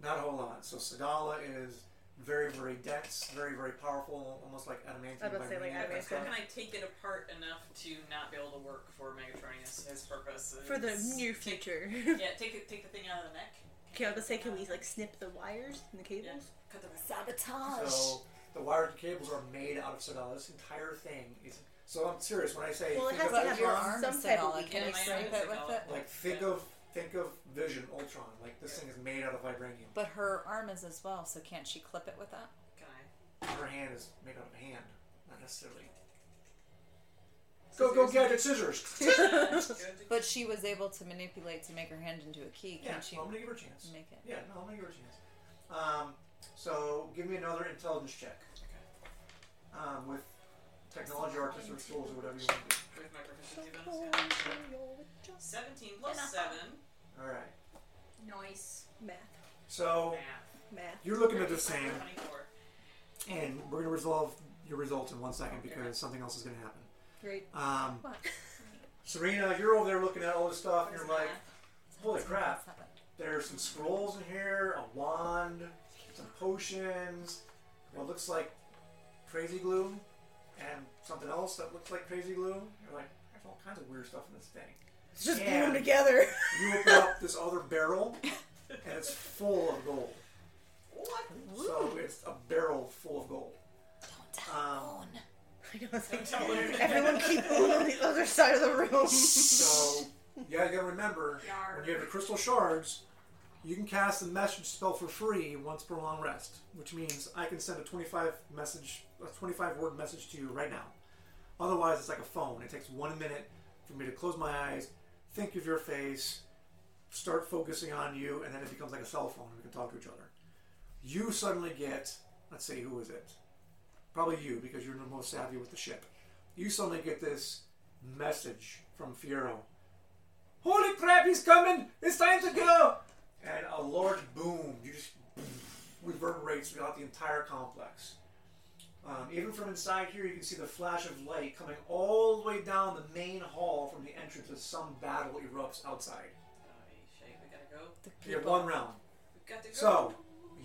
Speaker 2: Not a whole lot. So Sadala is very, very dense, very, very powerful, almost like adamantium.
Speaker 5: I was about
Speaker 2: by
Speaker 5: to say,
Speaker 2: reading
Speaker 5: like,
Speaker 2: it.
Speaker 5: adamantium.
Speaker 6: How can I take it apart enough to not be able to work for Megatronus? His purpose is
Speaker 5: For the near future.
Speaker 6: Yeah, take the, take the thing out of the neck.
Speaker 5: Okay, I was about to say, can we like snip the wires and the cables?
Speaker 6: Cut the wire.
Speaker 3: Sabotage.
Speaker 2: So the wires and cables are made out of Sadala. This entire thing is. So I'm serious when I say
Speaker 5: Well, it
Speaker 2: think
Speaker 5: has
Speaker 2: of,
Speaker 5: to
Speaker 3: but
Speaker 5: have
Speaker 3: your
Speaker 5: like
Speaker 3: arm
Speaker 5: some
Speaker 3: is
Speaker 5: type of
Speaker 3: symbolic. Can I
Speaker 5: weakness,
Speaker 3: scrape
Speaker 6: right?
Speaker 3: it with it?
Speaker 2: like think
Speaker 6: Yeah.
Speaker 2: of think of Vision Ultron. Like this thing is made out of vibranium.
Speaker 3: But her arm is as well, so can't she clip it with that?
Speaker 6: Can I?
Speaker 2: Her hand is made out of hand, not necessarily. Go go get it, scissors.
Speaker 3: But she was able to manipulate to make her hand into a key. Can
Speaker 2: yeah,
Speaker 3: she
Speaker 2: I'm gonna give her a chance.
Speaker 3: make it?
Speaker 2: Yeah, no, I'm gonna give her a chance. Um, so give me another intelligence check. Um, with technology or artists or tools or whatever you want to do.
Speaker 6: With my proficiency bonus. Yeah. Seventeen plus seven.
Speaker 2: Alright.
Speaker 7: Nice.
Speaker 5: Math.
Speaker 2: So
Speaker 5: Math.
Speaker 2: you're Oh, looking at this thing
Speaker 6: Twenty-four.
Speaker 2: and we're gonna resolve your results in one second because something else is gonna happen.
Speaker 5: Great.
Speaker 2: Um,
Speaker 3: What?
Speaker 2: Serena, you're over there looking at all this stuff and
Speaker 6: Where's
Speaker 2: you're like,
Speaker 6: math?
Speaker 2: holy crap,
Speaker 3: Stop it.
Speaker 2: There's some scrolls in here, a wand, some potions, what looks like crazy glue, and something else that looks like crazy glue. You're like, there's all kinds of weird stuff in this thing.
Speaker 5: It's just glue
Speaker 2: Yeah.
Speaker 5: them together.
Speaker 2: You open up this other barrel, and it's full of gold.
Speaker 6: What?
Speaker 2: So it's a barrel full of gold.
Speaker 3: Don't tell
Speaker 2: Um,
Speaker 3: Owen.
Speaker 5: I know, it's like, everyone keep going on the other side of the room.
Speaker 2: So yeah, you gotta remember when you have your crystal shards, you can cast the message spell for free once per long rest, which means I can send a twenty-five message, a twenty-five word message to you right now. Otherwise, it's like a phone. It takes one minute for me to close my eyes, think of your face, start focusing on you, and then it becomes like a cell phone. We can talk to each other. You suddenly get, let's see, who is it? Probably you, because you're the most savvy with the ship. You suddenly get this message from Fiero. Holy crap, he's coming! It's time to go! And a large boom you just reverberates throughout the entire complex. Um, even from inside here, you can see the flash of light coming all the way down the main hall from the entrance as some battle erupts outside.
Speaker 6: Holy shit, we gotta go.
Speaker 3: The
Speaker 2: You have
Speaker 3: people.
Speaker 2: one round.
Speaker 6: We got to go.
Speaker 2: So,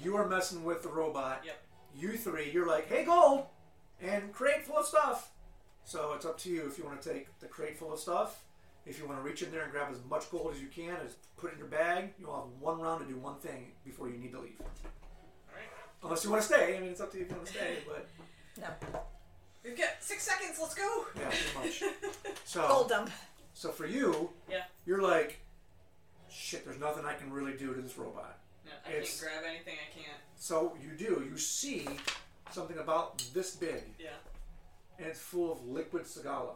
Speaker 2: you are messing with the robot.
Speaker 6: Yep.
Speaker 2: You three, you're like, hey, gold! And crate full of stuff! So, it's up to you if you want to take the crate full of stuff, if you want to reach in there and grab as much gold as you can, as put it in your bag. You'll have one round to do one thing before you need to leave.
Speaker 6: Alright.
Speaker 2: Unless you want to stay. I mean, it's up to you if you want to stay, but
Speaker 6: We've got six seconds. Let's go.
Speaker 2: yeah, pretty much. So,
Speaker 3: Gold dump.
Speaker 2: so for you,
Speaker 6: Yeah.
Speaker 2: you're like, shit, there's nothing I can really do to this robot.
Speaker 6: No, I
Speaker 2: It's-
Speaker 6: can't grab anything. I can't.
Speaker 2: So, you do. You see something about this big.
Speaker 6: Yeah.
Speaker 2: and it's full of liquid Sagala.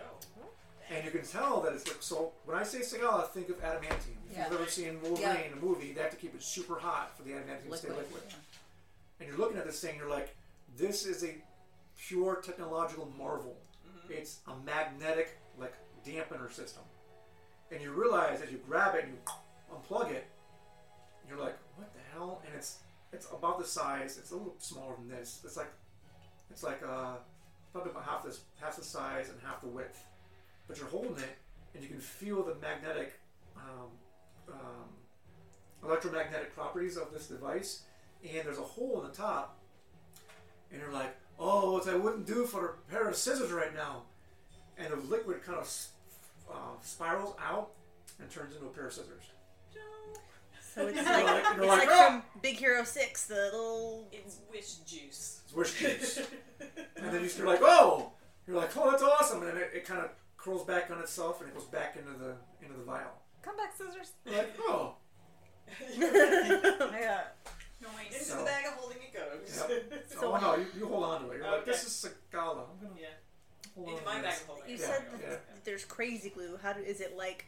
Speaker 6: Oh.
Speaker 2: And you can tell that it's so. When I say Sagala, think of adamantium. If
Speaker 3: Yeah.
Speaker 2: you've ever seen Wolverine
Speaker 3: Yeah.
Speaker 2: in a movie, they have to keep it super hot for the adamantium to stay
Speaker 3: Liquid.
Speaker 2: liquid. And you're looking at this thing, you're like, this is a pure technological marvel. It's a magnetic like dampener system. And you realize as you grab it and you unplug it, you're like, what the hell? And it's it's about the size. It's a little smaller than this. It's like it's like uh probably about half this half the size and half the width. But you're holding it and you can feel the magnetic um, um, electromagnetic properties of this device. And there's a hole in the top. And you're like, oh, what I wouldn't do for a pair of scissors right now. and the liquid kind of s- uh, spirals out and turns into a pair of scissors.
Speaker 5: So it's
Speaker 2: They're
Speaker 5: like
Speaker 2: they're
Speaker 5: it's like
Speaker 6: "Oh."
Speaker 2: "Ah!"
Speaker 5: from Big Hero Six, the little
Speaker 6: It's wish juice.
Speaker 2: It's wish juice. and then you- you're like, oh, you're like, oh, that's awesome, and then it, it kind of curls back on itself and it goes back into the into the vial.
Speaker 3: Come back, scissors.
Speaker 2: You're like, oh,
Speaker 5: yeah.
Speaker 6: Into
Speaker 2: So-
Speaker 6: the bag of holding it goes.
Speaker 2: oh no, you, you hold on to it. You're like, this is Sakala. I'm gonna
Speaker 6: yeah.
Speaker 2: hold on
Speaker 6: Into
Speaker 2: to
Speaker 6: my
Speaker 2: this.
Speaker 6: bag of holding
Speaker 5: You
Speaker 6: it
Speaker 5: said
Speaker 6: goes.
Speaker 5: that there's crazy glue. How do, is it like?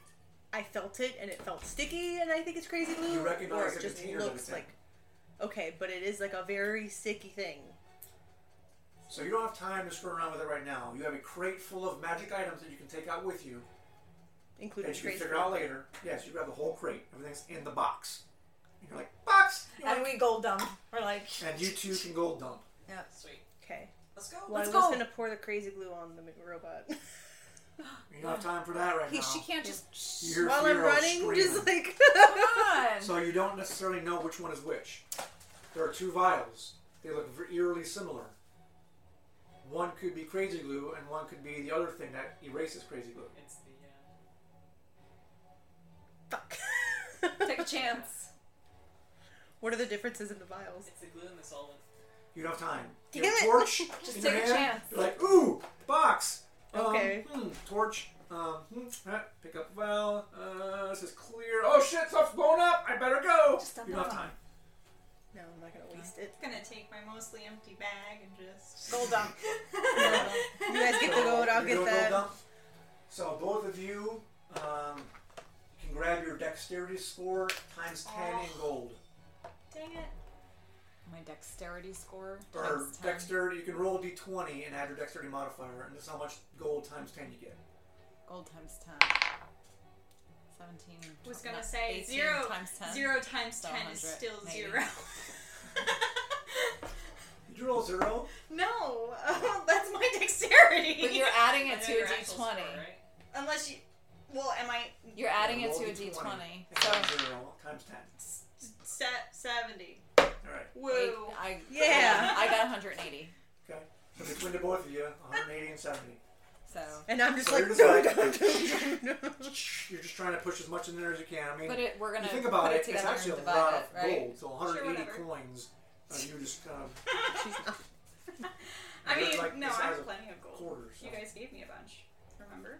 Speaker 5: I felt it and it felt sticky, and I think it's crazy glue.
Speaker 2: You recognize
Speaker 5: or
Speaker 2: the
Speaker 5: it just
Speaker 2: container that it's
Speaker 5: looks
Speaker 2: in.
Speaker 5: like. Okay, but it is like a very sticky thing.
Speaker 2: So you don't have time to screw around with it right now. You have a crate full of magic items that you can take out with you
Speaker 5: including
Speaker 2: that you can
Speaker 5: crazy.
Speaker 2: figure out later. Yes, you grab the whole crate. Everything's in the box. And you're like, box! You're
Speaker 3: And
Speaker 2: like-
Speaker 3: we gold dump. We're like,
Speaker 2: and you two can gold dump.
Speaker 6: Sweet.
Speaker 5: Okay.
Speaker 6: Let's go.
Speaker 5: Well,
Speaker 3: Let's
Speaker 5: I was
Speaker 3: go.
Speaker 5: gonna pour the crazy glue on the m- robot.
Speaker 2: You don't have time for that right
Speaker 3: he,
Speaker 2: now.
Speaker 3: she can't just.
Speaker 2: You
Speaker 3: Shh,
Speaker 2: hear
Speaker 5: While I'm
Speaker 2: Fiero
Speaker 5: running,
Speaker 2: screaming.
Speaker 5: just like.
Speaker 3: come on.
Speaker 2: So you don't necessarily know which one is which. There are two vials. They look ver- eerily similar. One could be crazy glue, and one could be the other thing that erases crazy glue.
Speaker 6: It's the uh,
Speaker 5: Fuck.
Speaker 3: Take a chance.
Speaker 5: what are the differences in the vials?
Speaker 6: it's the glue and the solvent.
Speaker 2: You don't have time. You
Speaker 5: Damn
Speaker 2: have
Speaker 5: it.
Speaker 2: torch. in your
Speaker 3: take a
Speaker 2: hand.
Speaker 3: chance.
Speaker 2: You're like, ooh, box. Um,
Speaker 5: Okay.
Speaker 2: hmm, torch. Um, hmm, uh, pick up well. Uh, this is clear. Oh shit, stuff's blown up. I better go.
Speaker 3: Just dump
Speaker 2: you don't
Speaker 3: it
Speaker 2: have
Speaker 3: all.
Speaker 2: time.
Speaker 5: No, I'm not gonna waste it.
Speaker 7: gonna take my mostly empty bag and just.
Speaker 3: Gold dump.
Speaker 5: You guys get the gold. I'll
Speaker 2: You
Speaker 5: get
Speaker 2: don't go
Speaker 5: that.
Speaker 2: dump. So both of you um, can grab your dexterity score times ten
Speaker 3: Oh.
Speaker 2: in gold.
Speaker 7: Dang it.
Speaker 3: My dexterity score.
Speaker 2: Or
Speaker 3: times 10.
Speaker 2: dexterity, you can roll d d20 and add your dexterity modifier, and that's how much gold times 10 you get.
Speaker 3: Gold times 10. 17.
Speaker 7: was
Speaker 3: 12,
Speaker 7: gonna
Speaker 3: not-
Speaker 7: say
Speaker 3: 18
Speaker 7: zero
Speaker 3: times 10.
Speaker 7: Zero times
Speaker 3: So
Speaker 7: ten
Speaker 3: 100,
Speaker 7: is still
Speaker 3: maybe.
Speaker 7: zero.
Speaker 2: Did you roll zero?
Speaker 7: no, that's my dexterity.
Speaker 3: But you're adding it
Speaker 6: I know
Speaker 3: to
Speaker 6: your
Speaker 3: a
Speaker 6: actual score,
Speaker 3: d20.
Speaker 6: right?
Speaker 7: Unless you, well, am I
Speaker 3: You're adding
Speaker 2: Yeah,
Speaker 3: it
Speaker 2: roll
Speaker 3: to a
Speaker 2: D20
Speaker 3: d20.
Speaker 2: and
Speaker 3: So
Speaker 2: add zero times 10.
Speaker 7: set seventy?
Speaker 2: Alright,
Speaker 7: Woo!
Speaker 3: Eight- I,
Speaker 5: Yeah.
Speaker 3: I got 180.
Speaker 2: okay. So between the both of you, 180 and 70.
Speaker 3: So,
Speaker 5: And I'm just
Speaker 2: So
Speaker 5: like,
Speaker 2: you're just
Speaker 5: no,
Speaker 2: like-
Speaker 5: don't, don't, don't, don't."
Speaker 2: You're just trying to push as much in there as you can. I mean,
Speaker 3: but it, we're gonna
Speaker 2: you think about
Speaker 3: put it,
Speaker 2: it, it's
Speaker 3: together
Speaker 2: actually
Speaker 3: and
Speaker 2: a
Speaker 3: divide
Speaker 2: lot
Speaker 3: it,
Speaker 2: of
Speaker 3: right?
Speaker 2: gold. So 180
Speaker 7: whatever.
Speaker 2: coins of you just kind of
Speaker 7: I
Speaker 2: You're
Speaker 7: mean,
Speaker 2: like
Speaker 7: no,
Speaker 2: the
Speaker 7: I
Speaker 2: size
Speaker 7: have
Speaker 2: of
Speaker 7: plenty of gold.
Speaker 2: quarters.
Speaker 7: You guys gave me a bunch. Remember?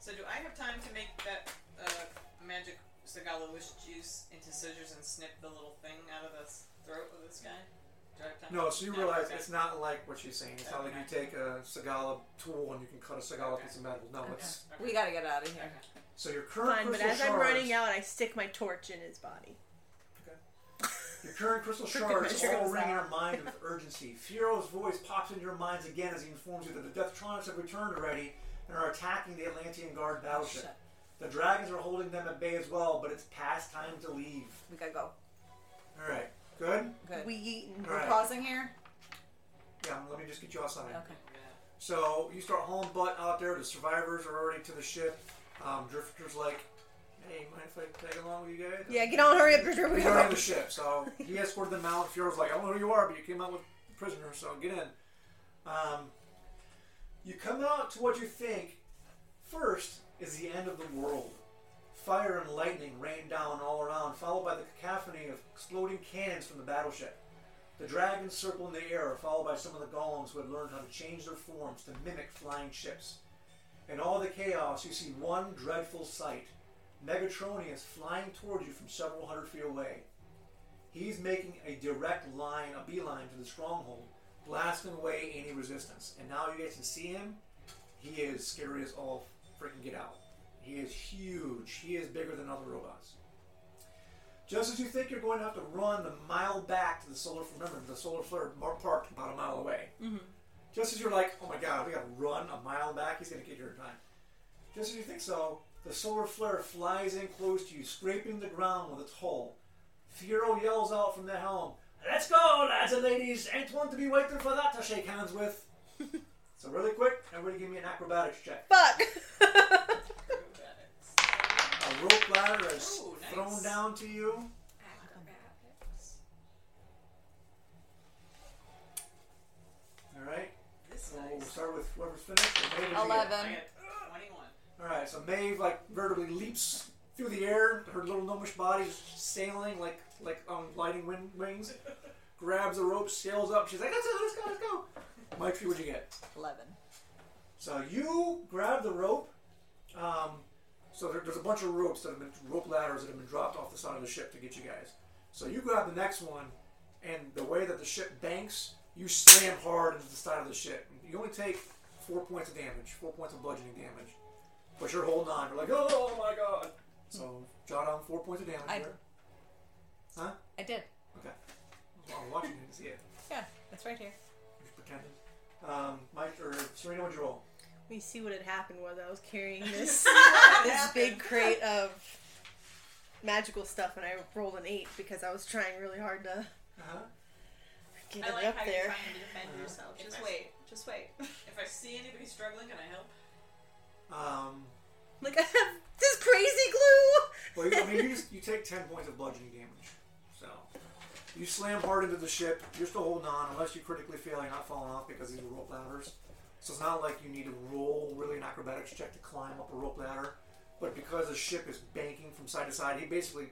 Speaker 6: So do I have time to make that uh, magic Sagala wish juice into scissors and snip the little thing out of the s- throat of this guy? Do I have time?
Speaker 2: No, so you
Speaker 6: No,
Speaker 2: realize
Speaker 6: okay.
Speaker 2: it's not like what she's saying. It's not like you take a Sagala tool and you can cut a Sagala
Speaker 6: Okay.
Speaker 2: piece of metal. No, it's
Speaker 3: We gotta get out of here.
Speaker 6: Okay.
Speaker 2: so your current
Speaker 5: Fine, but
Speaker 2: crystal
Speaker 5: as I'm
Speaker 2: shards-
Speaker 5: running out, I stick my torch in his body.
Speaker 2: Your current crystal
Speaker 5: Freaking
Speaker 2: shards
Speaker 5: measure
Speaker 2: all
Speaker 5: goes
Speaker 2: ring in your
Speaker 5: out.
Speaker 2: mind with urgency. Fiero's voice pops into your minds again as he informs you that the Deathtronics have returned already and are attacking the Atlantean Guard battleship.
Speaker 3: Shit.
Speaker 2: The dragons are holding them at bay as well, but it's past time to leave.
Speaker 3: We gotta go.
Speaker 2: All right, good.
Speaker 3: Good.
Speaker 5: We eating.
Speaker 2: All
Speaker 3: We're
Speaker 2: right.
Speaker 3: pausing here?
Speaker 2: Yeah, let me just get you outside.
Speaker 3: Okay.
Speaker 6: Yeah.
Speaker 2: So you start hauling butt out there. The survivors are already to the ship. Um, Drifter's like, "Hey, mind if I tag along with you guys?"
Speaker 5: Yeah, get on, hurry up, Richard.
Speaker 2: We
Speaker 5: We
Speaker 2: don't have
Speaker 5: gotta
Speaker 2: the ship, so he escorted them out. Fiora's like, I don't know who you are, but you came out with prisoners, so get in. Um, you come out to what you think first is the end of the world. Fire and lightning rain down all around, followed by the cacophony of exploding cannons from the battleship. The dragons circle in the air, followed by some of the golems who had learned how to change their forms to mimic flying ships. In all the chaos, you see one dreadful sight. Megatronius flying towards you from several hundred feet away. He's making a direct line, a beeline to the stronghold, blasting away any resistance. And now you guys can see him. He is scary as all freaking get out. He is huge. He is bigger than other robots. Just as you think you're going to have to run the mile back to the solar, remember the solar flare mar- parked about a mile away. Just as you're like, oh my god, we got to run a mile back. He's going to get here in time. Just as you think so, the solar flare flies in close to you, scraping the ground with its hull. Fiero yells out from the helm, Let's go, lads and ladies! Ain't one to be waiting for that to shake hands with! so, really quick, everybody give me an acrobatics check.
Speaker 5: fuck.
Speaker 6: Acrobatics.
Speaker 2: A rope ladder is
Speaker 6: Ooh, nice.
Speaker 2: thrown down to you. Alright,
Speaker 6: This
Speaker 2: so
Speaker 6: is
Speaker 2: we'll
Speaker 6: nice.
Speaker 2: start with whoever's finished. and David's again.
Speaker 3: 11.
Speaker 6: I got
Speaker 2: All right, so Maeve like vertically leaps through the air, her little gnomish body sailing like like on lightning win- wings. Grabs a rope, sails up. She's like, "Let's go, let's go, let's go." Mike, what'd you get?
Speaker 3: Eleven.
Speaker 2: So you grab the rope. Um, so there, there's a bunch of ropes that have been rope ladders that have been dropped off the side of the ship to get you guys. So you grab the next one, and the way that the ship banks, you slam hard into the side of the ship. You only take four points of damage, four points of bludgeoning damage, but you're holding on. You're like, oh my god! So jot down four points of damage.
Speaker 3: I-
Speaker 2: there. Huh?
Speaker 3: I did.
Speaker 2: Okay. Well, I'm watching you didn't see it.
Speaker 3: Yeah, it's right here.
Speaker 2: I'm just pretending. Um, Mike or Serena, what'd you roll?
Speaker 5: You see what had happened was I was carrying this this big crate of magical stuff, and I rolled an eight because I was trying really hard to
Speaker 2: Uh-huh.
Speaker 5: get
Speaker 6: I
Speaker 5: it
Speaker 6: like
Speaker 5: up
Speaker 6: how you're
Speaker 5: there.
Speaker 6: trying to defend yourself.
Speaker 7: Just
Speaker 6: If I-
Speaker 7: wait. Just wait.
Speaker 6: If I see anybody struggling, can I help?
Speaker 2: Um,
Speaker 5: Like I have this crazy glue.
Speaker 2: Well, you- I mean, you, just, you take 10 points of bludgeoning damage. So, you slam hard into the ship. You're still holding on, unless you critically fail, you're not falling off because these are rope ladders. So, it's not like you need to roll really an acrobatics check to climb up a rope ladder. But because the ship is banking from side to side, he basically,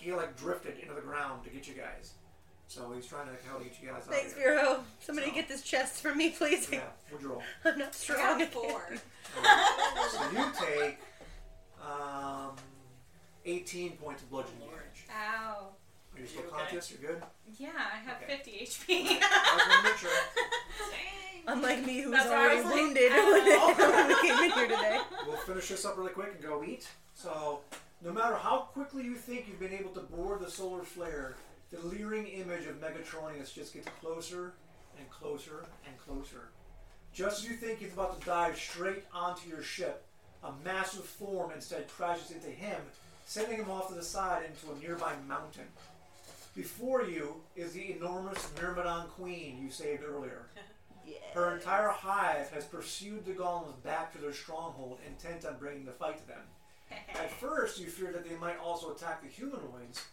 Speaker 2: he like drifted into the ground to get you guys. So, he's trying to help get you guys out.
Speaker 5: Thanks,
Speaker 2: of here.
Speaker 5: Vero. Somebody
Speaker 2: So-
Speaker 5: get this chest for me, please.
Speaker 2: Yeah, would you roll?
Speaker 5: I'm not
Speaker 3: I
Speaker 5: strong.
Speaker 3: got
Speaker 5: I
Speaker 3: a
Speaker 5: can't-
Speaker 3: four.
Speaker 2: So, you take um, 18 points of bludgeoning damage.
Speaker 7: Ow.
Speaker 2: Are you still
Speaker 6: You okay?
Speaker 2: conscious? You're good?
Speaker 7: Yeah, I have
Speaker 2: Okay.
Speaker 7: 50 HP.
Speaker 2: I was gonna make sure.
Speaker 6: Dang!
Speaker 5: Unlike me, who's
Speaker 7: That's why I
Speaker 5: already
Speaker 7: was like,
Speaker 5: wounded when I came in here today.
Speaker 2: We'll finish this up really quick and go eat. So, no matter how quickly you think you've been able to board the solar flare, the leering image of Megatronius just gets closer and closer and closer. Just as you think he's about to dive straight onto your ship, a massive form instead crashes into him, sending him off to the side into a nearby mountain. Before you is the enormous Myrmidon Queen you saved earlier. Her entire hive has pursued the golems back to their stronghold, intent on bringing the fight to them. At first, you fear that they might also attack the humanoids,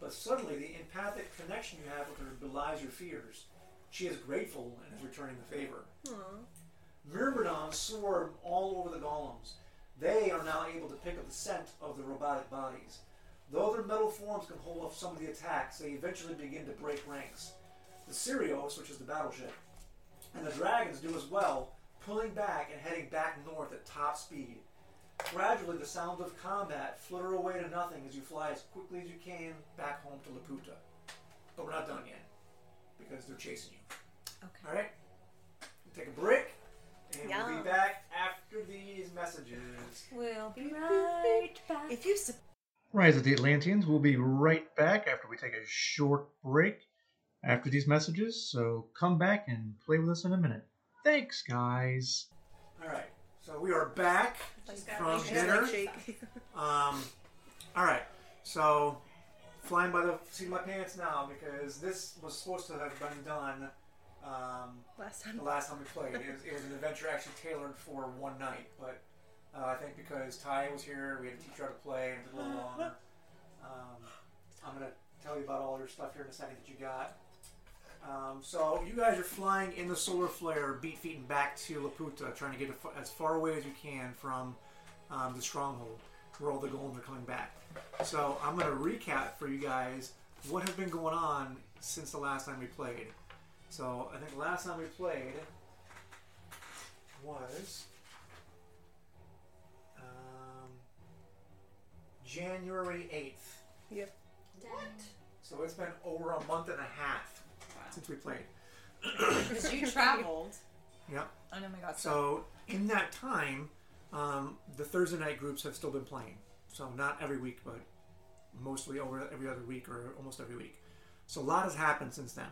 Speaker 2: but suddenly the empathic connection you have with her belies your fears. She is grateful and is returning the favor. Myrmidons swarm all over the golems. They are now able to pick up the scent of the robotic bodies. Though their metal forms can hold off some of the attacks, they eventually begin to break ranks. The Sirius, which is the battleship, and the dragons do as well, pulling back and heading back north at top speed. Gradually, the sounds of combat flutter away to nothing as you fly as quickly as you can back home to Laputa. But we're not done yet because they're chasing you.
Speaker 3: Okay.
Speaker 2: All right, take a break, and we'll
Speaker 5: Yeah.
Speaker 2: be back after these messages.
Speaker 3: We'll be right back.
Speaker 5: If you support
Speaker 2: Rise of the Atlanteans. We'll be right back after we take a short break after these messages. So come back and play with us in a minute. Thanks, guys. All right. So we are back from Oh, dinner.
Speaker 5: shake.
Speaker 2: Um, all right. So flying by the seat of my pants now because this was supposed to have been done um,
Speaker 5: Last time.
Speaker 2: the last time we played. It was, it was an adventure actually tailored for one night, but uh, I think because Ty was here, we had to teach her how to play and it took a little longer. Um, I'm gonna tell you about all your stuff here in a second that you got. Um, so you guys are flying in the solar flare, beat feet and back to Laputa, trying to get a- as far away as you can from um, the stronghold where all the golems are coming back. So I'm gonna recap for you guys what has been going on since the last time we played. So I think the last time we played was um, January 8th.
Speaker 5: Yep.
Speaker 2: So it's been over a month and a half since we played.
Speaker 3: Because you traveled.
Speaker 2: Yep.
Speaker 3: Oh no, my God.
Speaker 2: So in that time, um, the Thursday night groups have still been playing. So not every week, but mostly over every other week or almost every week. So a lot has happened since then.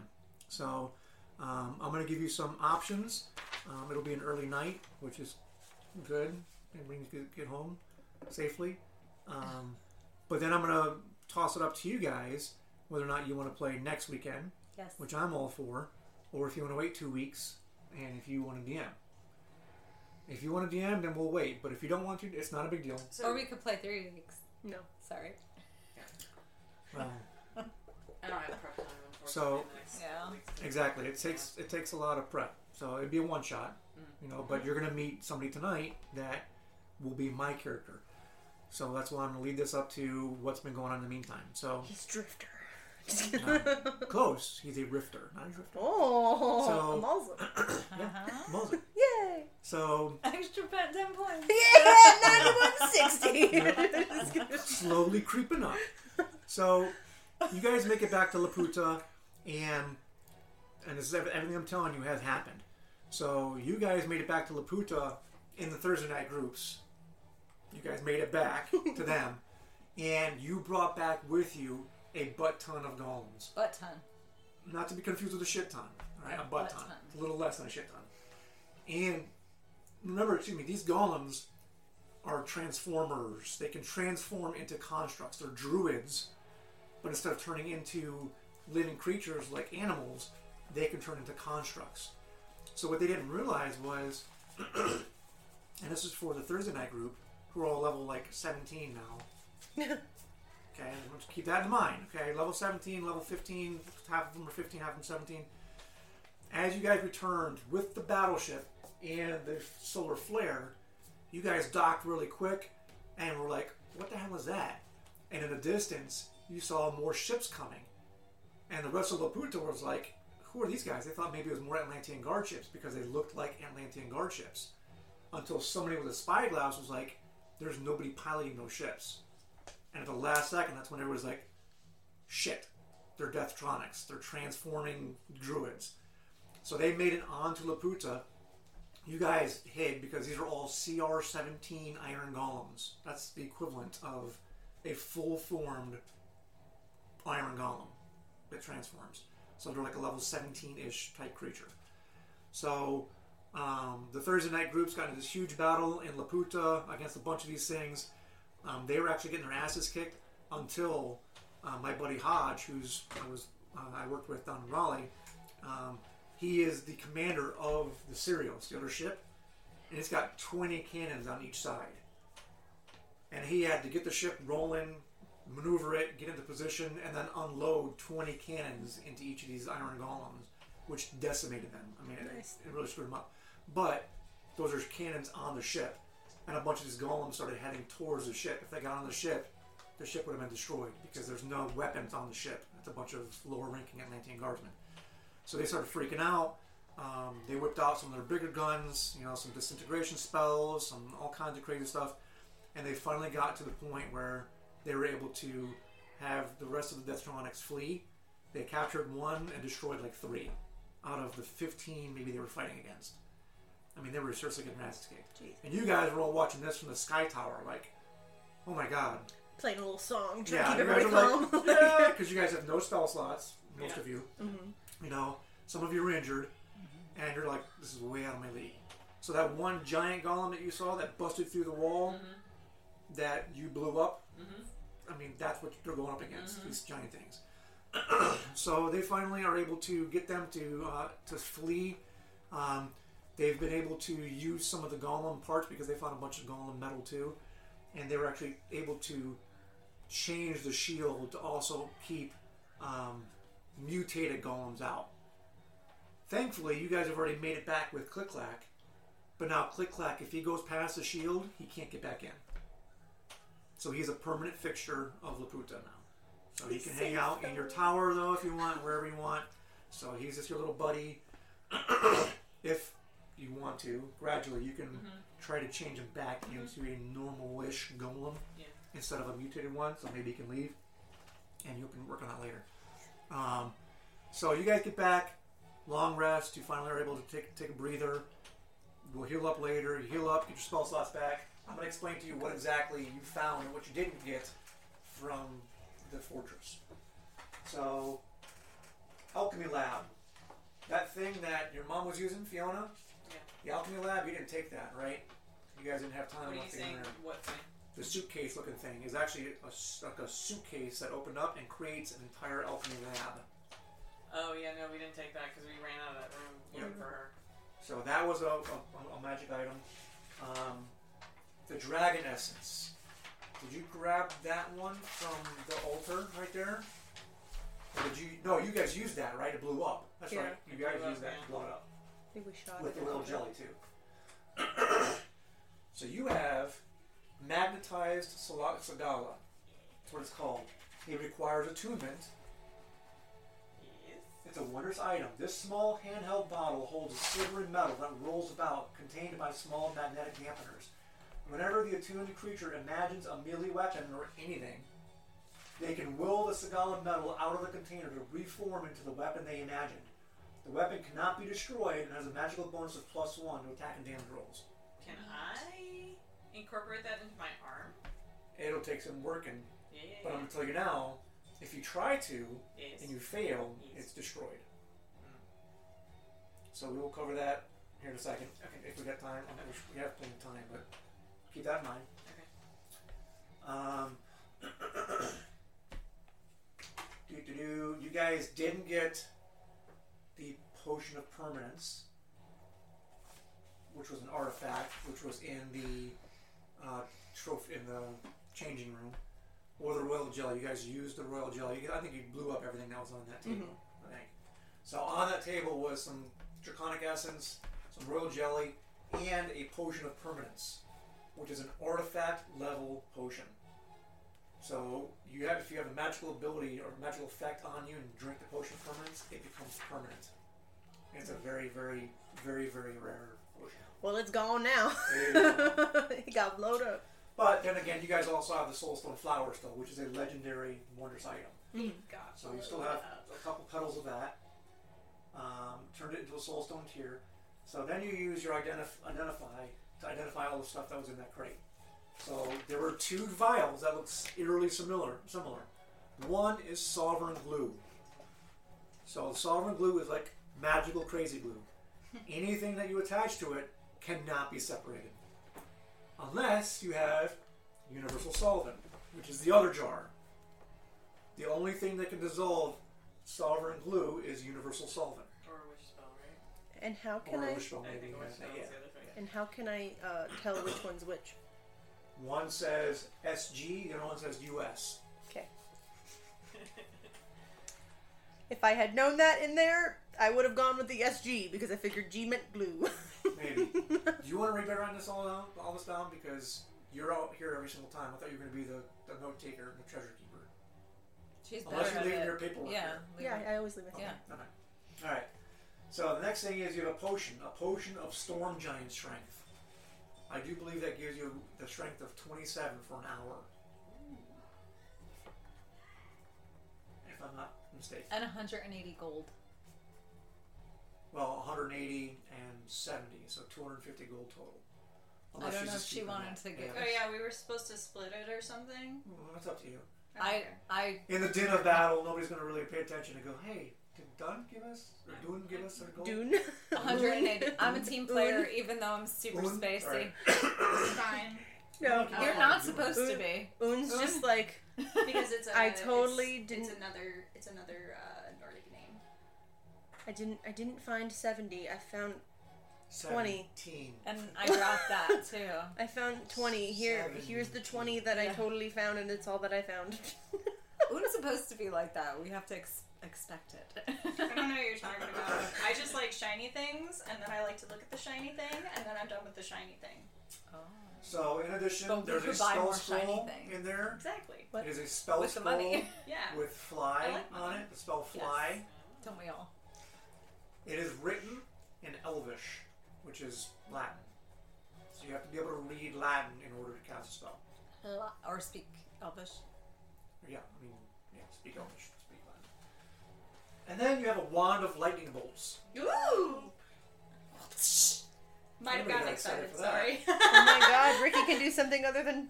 Speaker 2: So um, I'm going to give you some options. Um, it'll be an early night, which is good, and we can get- get home safely. Um, but then I'm going to toss it up to you guys whether or not you want to play next weekend,
Speaker 3: yes.
Speaker 2: which I'm all for, or if you want to wait two weeks, and if you want to DM. If you want to DM, then we'll wait. But if you don't want to, it's not a big deal.
Speaker 6: So,
Speaker 3: Or we could play three weeks.
Speaker 5: No.
Speaker 3: Sorry.
Speaker 2: Well,
Speaker 6: I don't have prep time, unfortunately.
Speaker 2: So-
Speaker 6: in the next
Speaker 3: Yeah.
Speaker 6: couple weeks.
Speaker 2: exactly. It takes it takes a lot of prep, so it'd be a one shot, you know. But you're gonna meet somebody tonight that will be my character. So that's why I'm going to lead this up to what's been going on in the meantime. So,
Speaker 5: He's Drifter.
Speaker 2: not close. He's a rifter, not a drifter.
Speaker 5: Oh,
Speaker 2: So-
Speaker 5: a Muslim.
Speaker 2: Moses.
Speaker 5: Yay!
Speaker 2: So,
Speaker 3: Extra pet 10 points.
Speaker 5: Yeah, 9160.
Speaker 2: slowly creeping up. So, you guys make it back to Laputa, and and this is ev- everything I'm telling you has happened. So, you guys made it back to Laputa in the Thursday night groups. You guys made it back to them, and you brought back with you a butt ton of golems.
Speaker 3: Butt ton.
Speaker 2: Not to be confused with a shit ton. All right, a butt
Speaker 3: Butt
Speaker 2: ton.
Speaker 3: ton.
Speaker 2: It's a little less than a shit ton. And remember, excuse me, these golems are transformers. They can transform into constructs. They're druids, but instead of turning into living creatures like animals, they can turn into constructs. So what they didn't realize was, and this is for the Thursday night group, who are all level like 17 now. Okay, and let's keep that in mind. Okay, level 17, level 15, half of them are 15, half of them 17. As you guys returned with the battleship and the solar flare, you guys docked really quick and were like, what the hell was that? And in the distance, you saw more ships coming. And the rest of Laputa was like, who are these guys? They thought maybe it was more Atlantean guard ships because they looked like Atlantean guard ships. Until somebody with a spyglass was like, there's nobody piloting those ships. And at the last second, that's when everybody's like, shit, they're Deathtronics. They're transforming druids. So they made it onto Laputa. You guys hid because these are all CR 17 iron golems. That's the equivalent of a full formed iron golem that transforms. So they're like a level 17 ish type creature. So um, the Thursday night groups got into this huge battle in Laputa against a bunch of these things. Um, they were actually getting their asses kicked until uh, my buddy Hodge, who's I was uh, I worked with down in Raleigh, um, he is the commander of the Sirius, the other ship, and it's got 20 cannons on each side. And he had to get the ship rolling, maneuver it, get into position, and then unload 20 cannons into each of these iron golems, which decimated them. I mean, it- it really screwed them up. But those are cannons on the ship and a bunch of these golems started heading towards the ship. If they got on the ship, the ship would have been destroyed because there's no weapons on the ship. It's a bunch of lower ranking Atlantean guardsmen. So they started freaking out. Um, they whipped out some of their bigger guns, you know, some disintegration spells, some all kinds of crazy stuff. And they finally got to the point where they were able to have the rest of the Deathtronics flee. They captured one and destroyed like three out of the 15 maybe they were fighting against. I mean, they were seriously getting their asses kicked. And you guys were all watching this from the Sky Tower, like, oh my god.
Speaker 5: Playing a little song, trying
Speaker 2: Yeah,
Speaker 5: to keep
Speaker 2: you guys
Speaker 5: everybody
Speaker 2: are like,
Speaker 5: calm.
Speaker 2: yeah, because you guys have no spell slots, most
Speaker 6: Yeah.
Speaker 2: of you. You know, some of you are injured, and you're like, this is way out of my league. So that one giant golem that you saw that busted through the wall, that you blew up. I mean, that's what they're going up against these giant things. so they finally are able to get them to uh, to flee. Um, they've been able to use some of the golem parts because they found a bunch of golem metal too, and they were actually able to change the shield to also keep um, mutated golems out. Thankfully, you guys have already made it back with Click Clack, but now Click Clack, if he goes past the shield, he can't get back in. So he's a permanent fixture of Laputa now. So he
Speaker 5: He's
Speaker 2: can hang
Speaker 5: safe,
Speaker 2: out in your
Speaker 5: though.
Speaker 2: tower though if you want, wherever you want. So he's just your little buddy. if you want to, gradually you can try to change him back into a normal-ish golem
Speaker 6: Yeah.
Speaker 2: instead of a mutated one. So maybe you can leave, and you can work on that later. Um, so you guys get back, long rest. You finally are able to take take a breather. We'll heal up later. You heal up, get your spell slots back. I'm gonna explain to you what exactly you found and what you didn't get from the fortress. So, alchemy lab. That thing that your mom was using, Fiona.
Speaker 6: Yeah.
Speaker 2: The alchemy lab. You didn't take that, right? You guys didn't have time
Speaker 6: What are you
Speaker 2: left to
Speaker 6: saying?
Speaker 2: enter
Speaker 6: What thing?
Speaker 2: the suitcase looking thing is actually a, s- like a suitcase that opened up and creates an entire alchemy lab.
Speaker 6: Oh yeah, no, we didn't take that because we ran out of that room looking
Speaker 2: Yeah.
Speaker 6: for her.
Speaker 2: So that was a, a, a magic item. Um, the dragon essence. Did you grab that one from the altar right there? Or did you? No, you guys used that, right? It blew up. That's
Speaker 5: Yeah.
Speaker 2: right. You
Speaker 6: It
Speaker 2: guys
Speaker 6: blew up,
Speaker 2: used that
Speaker 6: yeah.
Speaker 2: to blow it up
Speaker 5: I think we shot
Speaker 2: with
Speaker 5: it.
Speaker 2: the little jelly too. so So you have magnetized Salak Sagala. That's what it's called. It requires attunement.
Speaker 6: Yes.
Speaker 2: It's a wondrous item. This small handheld bottle holds a silvery metal that rolls about, contained by small magnetic dampeners. Whenever the attuned creature imagines a melee weapon or anything, they can will the Sagala metal out of the container to reform into the weapon they imagined. The weapon cannot be destroyed and has a magical bonus of plus one to attack and damage rolls.
Speaker 6: Can I incorporate that into my arm?
Speaker 2: It'll take some working,
Speaker 6: Yeah.
Speaker 2: but I'm gonna tell you now, if you try to
Speaker 6: Yes.
Speaker 2: and you fail,
Speaker 6: Yes.
Speaker 2: it's destroyed. So we will cover that here in a second.
Speaker 6: Okay.
Speaker 2: If we got time, I'm sure we have plenty of time, but keep that in mind. Um, do, do, do. You guys didn't get the potion of permanence, which was an artifact, which was in the uh, trophy in the changing room, or the royal jelly. You guys used the royal jelly. I think you blew up everything that was on that table. I think. So on that table was some draconic essence, some royal jelly, and a potion of permanence which is an artifact level potion. So you have if you have a magical ability or magical effect on you and drink the potion of permanence, it becomes permanent. It's a very, very, very, very rare potion.
Speaker 5: Well, it's gone now.
Speaker 2: Yeah.
Speaker 5: it got blown up.
Speaker 2: But then again, you guys also have the soulstone flower still, which is a legendary wondrous item.
Speaker 4: Gosh.
Speaker 2: So you still have a couple petals of that. Um, turned it into a soulstone tier. So then you use your identif- identify to identify all the stuff that was in that crate. So there were two vials that looked eerily similar. Similar. One is sovereign glue. So sovereign glue is like magical crazy glue. Anything that you attach to it cannot be separated, unless you have universal solvent, which is the other jar. The only thing that can dissolve sovereign glue is universal solvent.
Speaker 6: Or a wish spell, right?
Speaker 5: And how can
Speaker 2: or
Speaker 5: I?
Speaker 2: wishbone,
Speaker 6: I
Speaker 2: maybe.
Speaker 6: think a wish
Speaker 2: yeah.
Speaker 6: spell is the other thing.
Speaker 5: And how can I uh, tell which one's which?
Speaker 2: One says SG, the other one says US.
Speaker 5: Okay. If I had known that in there, I would have gone with the SG because I figured G meant blue.
Speaker 2: Maybe. Do you want to read better on this all down, all this down because you're out here every single time. I thought you were going to be the, the note taker and the treasure keeper.
Speaker 3: She's better
Speaker 2: Unless
Speaker 3: at
Speaker 2: you're leaving
Speaker 3: it.
Speaker 2: your paperwork.
Speaker 3: Yeah.
Speaker 2: here.
Speaker 3: leave
Speaker 5: yeah,
Speaker 3: it.
Speaker 5: I always leave my
Speaker 2: Okay.
Speaker 3: Yeah.
Speaker 2: All right. So the next thing is you have a potion, a potion of storm giant strength. I do believe that gives you the strength of 27 for an hour. If I'm not mistaken.
Speaker 3: And 180 gold.
Speaker 2: Well, 180 and 70, so 250 gold total.
Speaker 3: I don't
Speaker 2: you
Speaker 3: know if
Speaker 2: just
Speaker 3: she
Speaker 2: keep on
Speaker 3: wanted
Speaker 2: that.
Speaker 3: to give
Speaker 7: Oh yeah, we were supposed to split it or something.
Speaker 2: Well, That's up to you.
Speaker 3: I I
Speaker 2: In the din of battle, nobody's going to really pay attention and go, hey, did Dunn give us, or Dune give us their gold?
Speaker 5: Dune.
Speaker 3: 180. I'm a team player, even though I'm super
Speaker 2: Oon?
Speaker 3: spacey.
Speaker 2: Alright.
Speaker 7: It's fine
Speaker 5: No,
Speaker 2: Oh.
Speaker 3: You're not supposed to be.
Speaker 5: Oon's just like
Speaker 7: because it's. A,
Speaker 5: I totally
Speaker 7: it's,
Speaker 5: didn't-
Speaker 7: It's another. It's another uh, Nordic name.
Speaker 5: I didn't. I didn't find seventy. I found. 20.
Speaker 2: 17.
Speaker 3: And I dropped that too.
Speaker 5: I found twenty. Here, here's the twenty that I
Speaker 3: Yeah.
Speaker 5: totally found, and it's all that I found.
Speaker 3: Oon's supposed to be like that. We have to ex- expect it.
Speaker 7: I don't know what you're talking about. I just like shiny things, and then I like to look at the shiny thing, and then I'm done with the shiny thing.
Speaker 3: Oh.
Speaker 2: So, in addition,
Speaker 3: But we
Speaker 2: there's a
Speaker 3: could buy
Speaker 2: spell
Speaker 3: more shiny
Speaker 2: scroll
Speaker 3: things.
Speaker 2: in there.
Speaker 7: Exactly.
Speaker 5: What?
Speaker 2: It is a spell
Speaker 3: With the
Speaker 2: scroll
Speaker 3: money.
Speaker 7: Yeah.
Speaker 2: with fly
Speaker 7: I like
Speaker 2: on
Speaker 7: money.
Speaker 2: it, the spell fly.
Speaker 3: Don't we all?
Speaker 2: It is written in Elvish, which is Latin. So you have to be able to read Latin in order to cast a spell.
Speaker 3: Or speak Elvish.
Speaker 2: Yeah, I mean, yeah, speak Elvish, speak Latin. And then you have a wand of lightning bolts.
Speaker 7: Ooh. Might have
Speaker 2: Everybody
Speaker 7: gotten
Speaker 2: got
Speaker 7: excited.
Speaker 2: excited for
Speaker 7: Sorry.
Speaker 2: that.
Speaker 5: oh my god, Ricky can do something other than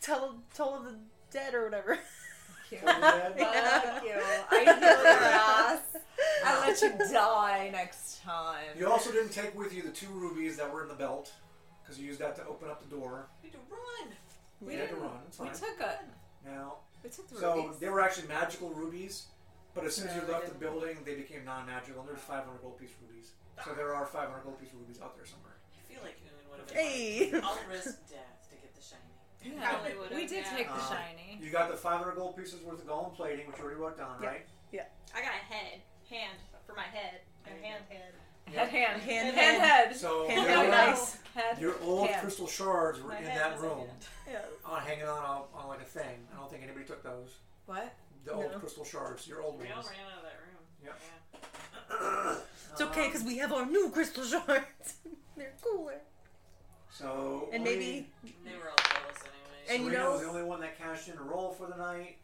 Speaker 5: tell tell of the dead or whatever.
Speaker 3: Cute.
Speaker 2: Totally dead.
Speaker 3: Fuck you. I know your ass. I let you die next time.
Speaker 2: you also didn't take with you the two rubies that were in the belt, because you used that to open up the door.
Speaker 6: We need to run.
Speaker 2: We had to run. It's
Speaker 3: We
Speaker 2: fine.
Speaker 3: took a.
Speaker 2: now,
Speaker 3: We took the
Speaker 2: so
Speaker 3: rubies.
Speaker 2: they were actually magical rubies, but as soon as
Speaker 3: No,
Speaker 2: you
Speaker 3: they
Speaker 2: left the
Speaker 3: didn't.
Speaker 2: building, they became non-magical. And there's 500 gold piece rubies. So there are 500 gold piece rubies out there somewhere.
Speaker 6: I feel like Oon would have been
Speaker 5: Hey.
Speaker 6: like, I'll risk death to get the shiny.
Speaker 3: Yeah,
Speaker 7: Probably would've,
Speaker 3: we did
Speaker 7: yeah.
Speaker 3: take the
Speaker 2: Um,
Speaker 3: shiny.
Speaker 2: You got the 500 gold pieces worth of gold plating, which you already wrote down,
Speaker 5: Yeah.
Speaker 2: right?
Speaker 7: I got a head. Hand for my head. A hand head.
Speaker 3: Head, hand,
Speaker 5: Hand,
Speaker 3: hand,
Speaker 5: hand.
Speaker 3: head.
Speaker 2: So
Speaker 5: Hand
Speaker 2: there
Speaker 5: out
Speaker 2: were-
Speaker 5: nice.
Speaker 3: Head,
Speaker 2: your old
Speaker 3: hand.
Speaker 2: crystal crystal shards were
Speaker 6: My
Speaker 2: in
Speaker 6: head
Speaker 2: that
Speaker 6: was
Speaker 2: room,
Speaker 6: like that.
Speaker 5: Yeah.
Speaker 2: on hanging on, on on like a thing. I don't think anybody took those.
Speaker 3: What?
Speaker 2: The
Speaker 5: No.
Speaker 2: old crystal shards, your old
Speaker 6: We all
Speaker 2: ones.
Speaker 6: ran out of that room.
Speaker 2: Yeah.
Speaker 6: Yeah.
Speaker 5: It's okay because we have our new crystal shards. They're cooler.
Speaker 2: So
Speaker 5: And
Speaker 2: Lee-
Speaker 5: maybe
Speaker 6: They were all jealous anyway.
Speaker 5: And you
Speaker 2: Serena
Speaker 5: know-
Speaker 2: was the only one that cashed in a roll for the night.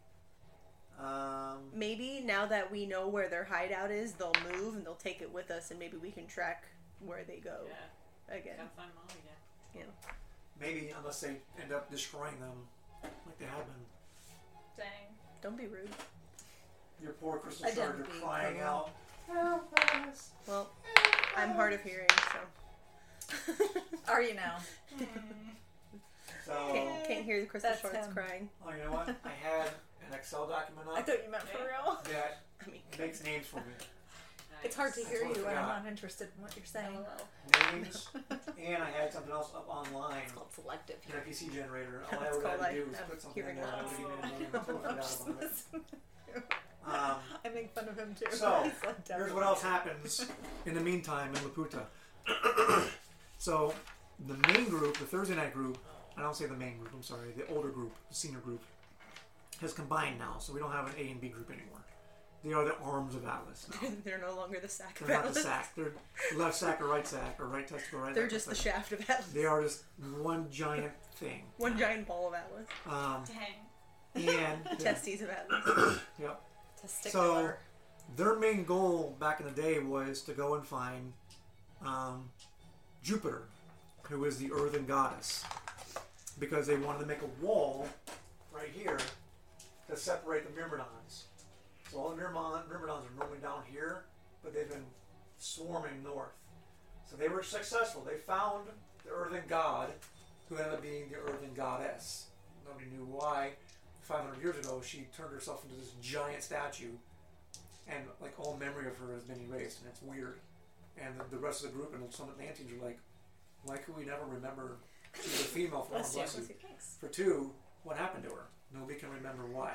Speaker 2: Um,
Speaker 5: maybe now that we know where their hideout is, they'll move and they'll take it with us, and maybe we can track where they go
Speaker 6: yeah,
Speaker 5: again.
Speaker 6: gotta find Molly again.
Speaker 2: maybe unless they end up destroying them, like they have been.
Speaker 7: Dang.
Speaker 5: Don't be rude.
Speaker 2: Your poor crystal
Speaker 3: I didn't
Speaker 2: shard,
Speaker 3: beat
Speaker 2: you're crying
Speaker 5: Uh-huh.
Speaker 3: them.
Speaker 2: out.
Speaker 5: Well, I'm hard of hearing, so
Speaker 3: Are you now?
Speaker 2: So,
Speaker 5: can't, can't hear the crystal
Speaker 3: That's
Speaker 5: shards
Speaker 3: him.
Speaker 5: crying.
Speaker 2: oh, you know what? I had an Excel document
Speaker 3: I
Speaker 2: up
Speaker 3: thought you meant for real.
Speaker 2: that
Speaker 5: I mean,
Speaker 2: makes names for me.
Speaker 3: It's hard to
Speaker 2: That's
Speaker 3: hear
Speaker 2: what I
Speaker 3: you when
Speaker 2: forgot.
Speaker 3: I'm not interested in what you're saying.
Speaker 2: Names, and I had something else up online.
Speaker 3: It's called selective
Speaker 2: in a
Speaker 3: hearing.
Speaker 2: PC generator. All I
Speaker 5: That's
Speaker 2: would have
Speaker 5: called,
Speaker 2: to do
Speaker 5: like,
Speaker 2: is
Speaker 5: um,
Speaker 2: put something in
Speaker 5: hearing
Speaker 2: there and
Speaker 5: loss.
Speaker 2: give me a
Speaker 3: I'm
Speaker 2: moment and
Speaker 3: just
Speaker 2: forget about it.
Speaker 3: listening.
Speaker 2: Um,
Speaker 3: I make fun of him too.
Speaker 2: So,
Speaker 3: He's like,
Speaker 2: Here's what else happens in the meantime in Laputa. so, the main group, the Thursday night group, I don't say the main group, I'm sorry, the older group, the senior group, has combined now, so we don't have an A and B group anymore. They are the arms of Atlas. Now.
Speaker 5: they're no longer the sack of
Speaker 2: They're not the
Speaker 5: Atlas.
Speaker 2: sack. They're left sack or right sack or right testicle, right
Speaker 5: They're
Speaker 2: testicle.
Speaker 5: just the shaft of Atlas.
Speaker 2: They are just one giant thing.
Speaker 5: One giant ball of Atlas.
Speaker 2: Um,
Speaker 7: Dang.
Speaker 2: and
Speaker 5: Testes of Atlas.
Speaker 2: Yep.
Speaker 3: Testicular.
Speaker 2: So, their main goal back in the day was to go and find um, Jupiter, who is the earthen goddess, because they wanted to make a wall right here to separate the Myrmidons. So all the Myrmidon, Myrmidons are normally down here, but they've been swarming north. So they were successful. They found the earthen god, who ended up being the earthen goddess. Nobody knew why. 500 years ago, she turned herself into this giant statue and like all memory of her has been erased, and it's weird. And the, the rest of the group and some Atlanteans are like, why could we never remember she was a female form?
Speaker 3: Bless you.
Speaker 2: bless you. For two, what happened to her? Nobody can remember why.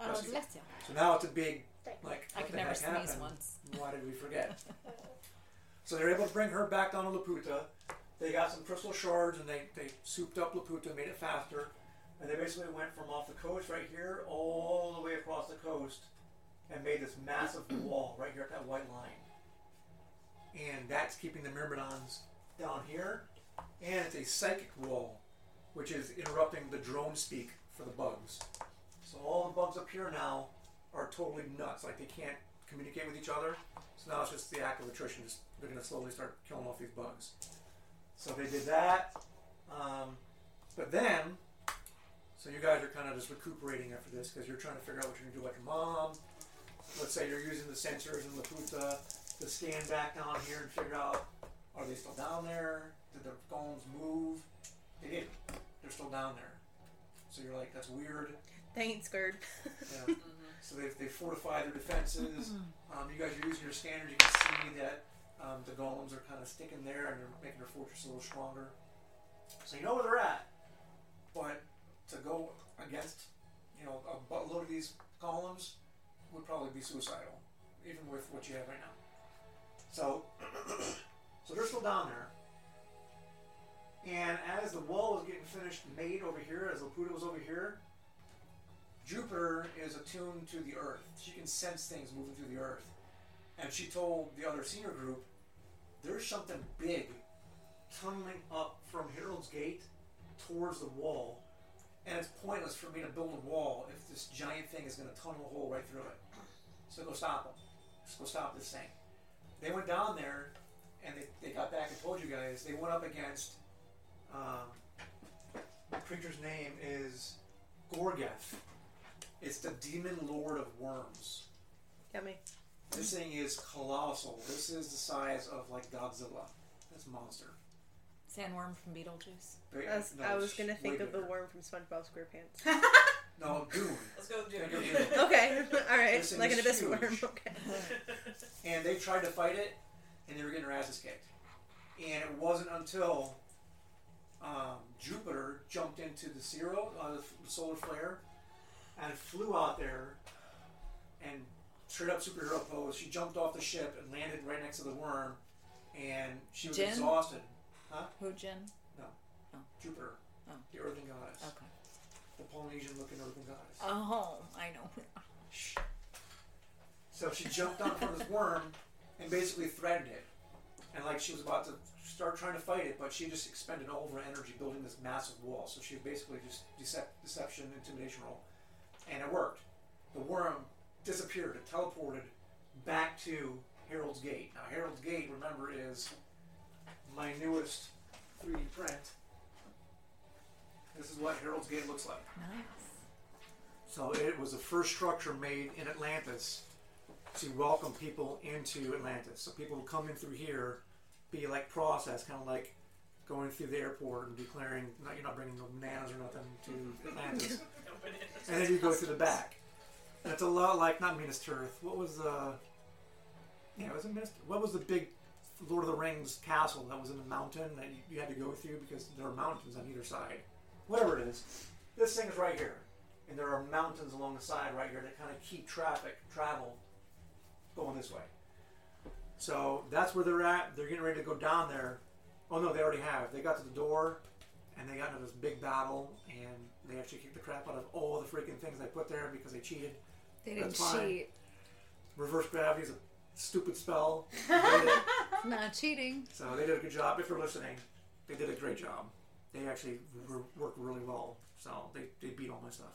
Speaker 3: oh,
Speaker 2: Bless you.
Speaker 3: bless you.
Speaker 2: So now it's a big like.
Speaker 3: I
Speaker 2: what
Speaker 3: could
Speaker 2: the
Speaker 3: never
Speaker 2: heck
Speaker 3: sneeze
Speaker 2: happened?
Speaker 3: once.
Speaker 2: Why did we forget? so they're able to bring her back down to Laputa. They got some crystal shards and they, they souped up Laputa, made it faster. And they basically went from off the coast right here all the way across the coast and made this massive wall right here at that white line. And that's keeping the Myrmidons down here. And it's a psychic wall, which is interrupting the drone speak for the bugs. So all the bugs up here now are totally nuts. Like they can't communicate with each other. So now it's just the act of attrition. Just they're going to slowly start killing off these bugs. So they did that. Um, but then, so you guys are kind of just recuperating after this because you're trying to figure out what you're going to do. Like your mom, let's say you're using the sensors in Laputa to scan back down here and figure out are they still down there? Did the golems move? They did. They're still down there. So you're like, that's weird.
Speaker 5: They ain't scared.
Speaker 2: Yeah. So they, they fortify their defenses. Um, you guys are using your scanners. You can see that um, the golems are kind of sticking there and they're making their fortress a little stronger. So you know where they're at. But to go against, you know, a buttload of these golems would probably be suicidal, even with what you have right now. So, so they're still down there. And as the wall was getting finished, made over here, as Laputa was over here, Jupiter is attuned to the Earth. She can sense things moving through the Earth. And she told the other senior group, there's something big tunneling up from Harold's Gate towards the wall. And it's pointless for me to build a wall if this giant thing is going to tunnel a hole right through it. So go stop them. Just go stop this thing. They went down there and they, they got back and told you guys. They went up against. Um, the creature's name is Gorgeth. It's the demon lord of worms.
Speaker 5: Got me.
Speaker 2: This thing is colossal. This is the size of like Godzilla. That's a monster.
Speaker 3: Sandworm from Beetlejuice.
Speaker 2: Very-
Speaker 5: I was,
Speaker 2: no,
Speaker 5: I was
Speaker 2: it's
Speaker 5: gonna think
Speaker 2: way
Speaker 5: of the
Speaker 2: bigger.
Speaker 5: worm from SpongeBob SquarePants.
Speaker 2: No, Dune.
Speaker 6: Let's go do
Speaker 2: Think
Speaker 6: it.
Speaker 2: of Dune.
Speaker 5: Okay, all
Speaker 2: This
Speaker 5: right,
Speaker 2: thing
Speaker 5: like an
Speaker 2: is
Speaker 5: abyss
Speaker 2: huge.
Speaker 5: worm. Okay,
Speaker 2: and they tried to fight it, and they were getting their asses kicked. And it wasn't until um, Jupiter jumped into the zero, uh, the f- solar flare, and flew out there, and straight up superhero pose. She jumped off the ship and landed right next to the worm, and she was
Speaker 3: Jin?
Speaker 2: exhausted.
Speaker 3: Who, Jen?
Speaker 2: No.
Speaker 3: No.
Speaker 2: Jupiter,
Speaker 3: Oh.
Speaker 2: the earthen goddess,
Speaker 3: Okay.
Speaker 2: the Polynesian looking earthen goddess.
Speaker 3: Oh, I know. Shh.
Speaker 2: So she jumped on from this worm and basically threatened it. And like she was about to start trying to fight it, but she just expended all of her energy building this massive wall. So she basically just decep- deception, intimidation roll. And it worked. The worm disappeared, it teleported back to Harold's Gate. Now, Harold's Gate, remember, is my newest 3D print. This is what Harold's Gate looks like. So it was the first structure made in Atlantis to welcome people into Atlantis. So people would come in through here, be like processed, kind of like going through the airport and declaring no, you're not bringing no bananas or nothing to Atlantis. and then you go through the back. And it's a lot like not Minas Tirith. What was the yeah? Was it Minas? What was the big Lord of the Rings castle that was in the mountain that you, you had to go through because there are mountains on either side? Whatever it is, this thing is right here, and there are mountains along the side right here that kind of keep traffic travel going this way. So that's where they're at. They're getting ready to go down there. Oh no, they already have. They got to the door and they got into this big battle and they actually kicked the crap out of all the freaking things they put there because they cheated.
Speaker 3: They didn't
Speaker 2: That's fine.
Speaker 3: cheat.
Speaker 2: Reverse gravity is a stupid spell. They did it.
Speaker 3: Not cheating.
Speaker 2: so they did a good job. If you're listening, they did a great job. They actually were, worked really well. So they, they beat all my stuff.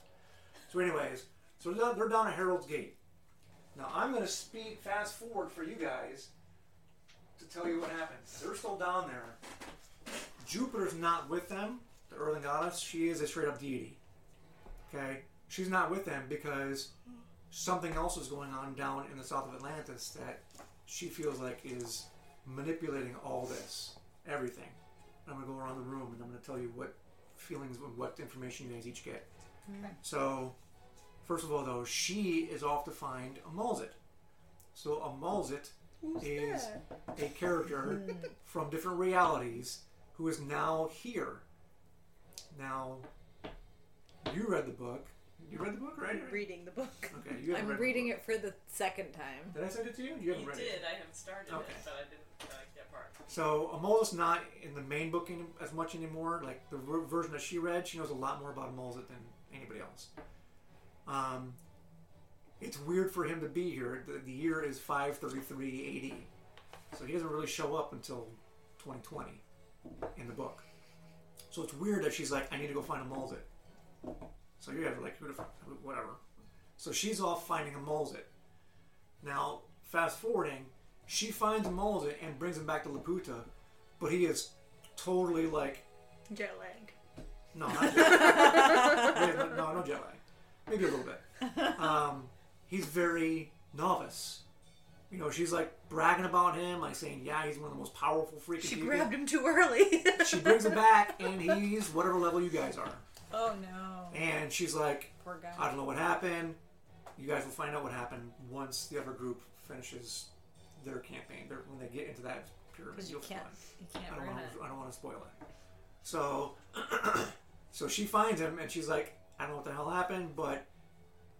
Speaker 2: So, anyways, so they're, they're down at Harold's Gate. Now I'm going to speed fast forward for you guys to tell you what happens. They're still down there. Jupiter's not with them, the earthen goddess. She is a straight up deity. Okay? She's not with them because something else is going on down in the south of Atlantis that she feels like is manipulating all this, everything. And I'm going to go around the room and I'm going to tell you what feelings and what information you guys each get. So, first of all, though, she is off to find a Mulzit. So, a Mulzit is a character from different realities who is now here. Now, you read the book. You read the book, right?
Speaker 5: Reading the book.
Speaker 2: Okay, you haven't
Speaker 3: I'm
Speaker 2: read
Speaker 3: reading
Speaker 2: the
Speaker 3: it for the second time.
Speaker 2: book. Did I send it to you? You haven't
Speaker 6: You
Speaker 2: read it.
Speaker 6: did. I haven't started
Speaker 2: Okay.
Speaker 6: it, so I didn't uh, get part.
Speaker 2: So Amola's not in the main book any, as much anymore. Like the ver- version that she read, she knows a lot more about Amolza than anybody else. Um, it's weird for him to be here. The, the year is 533 AD, so he doesn't really show up until 2020 in the book. So it's weird that she's like, I need to go find Amolza. So you have like who the fuck- whatever. So she's off finding Amolza. Now, fast forwarding, she finds Mulza and brings him back to Laputa, but he is totally like,
Speaker 5: Jet lag.
Speaker 2: no, not jet lag. Yeah, no, no jet lag. Maybe a little bit. Um, he's very novice. You know, she's like bragging about him, like saying, yeah, he's one of the most powerful freaking
Speaker 5: She
Speaker 2: people.
Speaker 5: grabbed him too early.
Speaker 2: She brings him back, and he's whatever level you guys are.
Speaker 3: Oh no.
Speaker 2: And she's like,
Speaker 3: Poor guy.
Speaker 2: I don't know what happened. You guys will find out what happened once the other group finishes their campaign. Their, when they get into that pyramid,
Speaker 3: Because you
Speaker 2: you'll
Speaker 3: can't,
Speaker 2: find.
Speaker 3: you
Speaker 2: I
Speaker 3: can't
Speaker 2: don't
Speaker 3: ruin
Speaker 2: want
Speaker 3: it.
Speaker 2: to. I don't want to spoil it. So, so she finds him and she's like, I don't know what the hell happened, but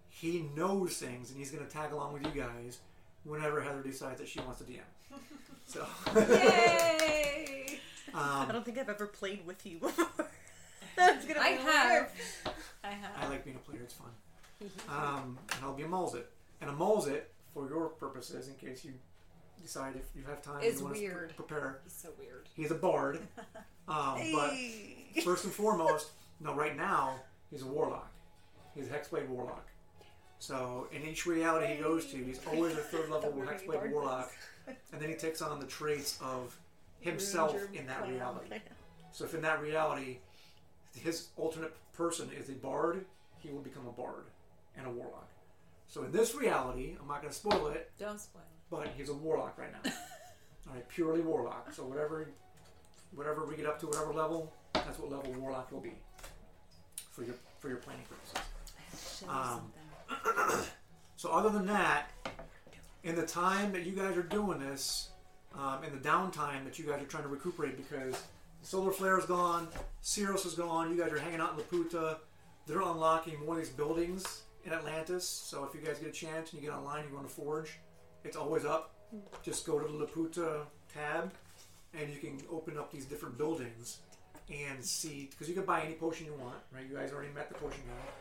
Speaker 2: he knows things and he's gonna tag along with you guys whenever Heather decides that she wants to DM. So,
Speaker 5: Yay! I
Speaker 2: um,
Speaker 5: don't think I've ever played with you before. That's gonna be
Speaker 3: I have.
Speaker 5: weird.
Speaker 3: I have.
Speaker 2: I like being a player; it's fun. Um, and I'll be a Molzit. And a Molzit, for your purposes, in case you decide if you have time,
Speaker 3: Is
Speaker 2: you want
Speaker 3: weird.
Speaker 2: to pre- prepare.
Speaker 3: He's so weird.
Speaker 2: He's a bard, um, but
Speaker 5: Hey.
Speaker 2: first and foremost, no, right now, he's a warlock. He's a Hexblade warlock. So in each reality he goes to, he's always a third level
Speaker 5: Don't worry,
Speaker 2: Hexblade
Speaker 5: Bard.
Speaker 2: warlock, and then he takes on the traits of himself in that reality. So if in that reality, his alternate person is a bard, he will become a bard and a warlock. So in this reality, I'm not going to spoil it,
Speaker 3: Don't spoil
Speaker 2: but he's a warlock right now. All right, purely warlock. So whatever, whatever we get up to, whatever level, that's what level warlock will be for your for your planning purposes.
Speaker 3: it.
Speaker 2: Um, So other than that, in the time that you guys are doing this, um, in the downtime that you guys are trying to recuperate because the solar flare is gone, Cirrus is gone, you guys are hanging out in Laputa, they're unlocking one of these buildings in Atlantis. So if you guys get a chance and you get online, you go to Forge, it's always up. Just go to the Laputa tab, and you can open up these different buildings. and see because you can buy any potion you want, right? You guys already met the potion guy.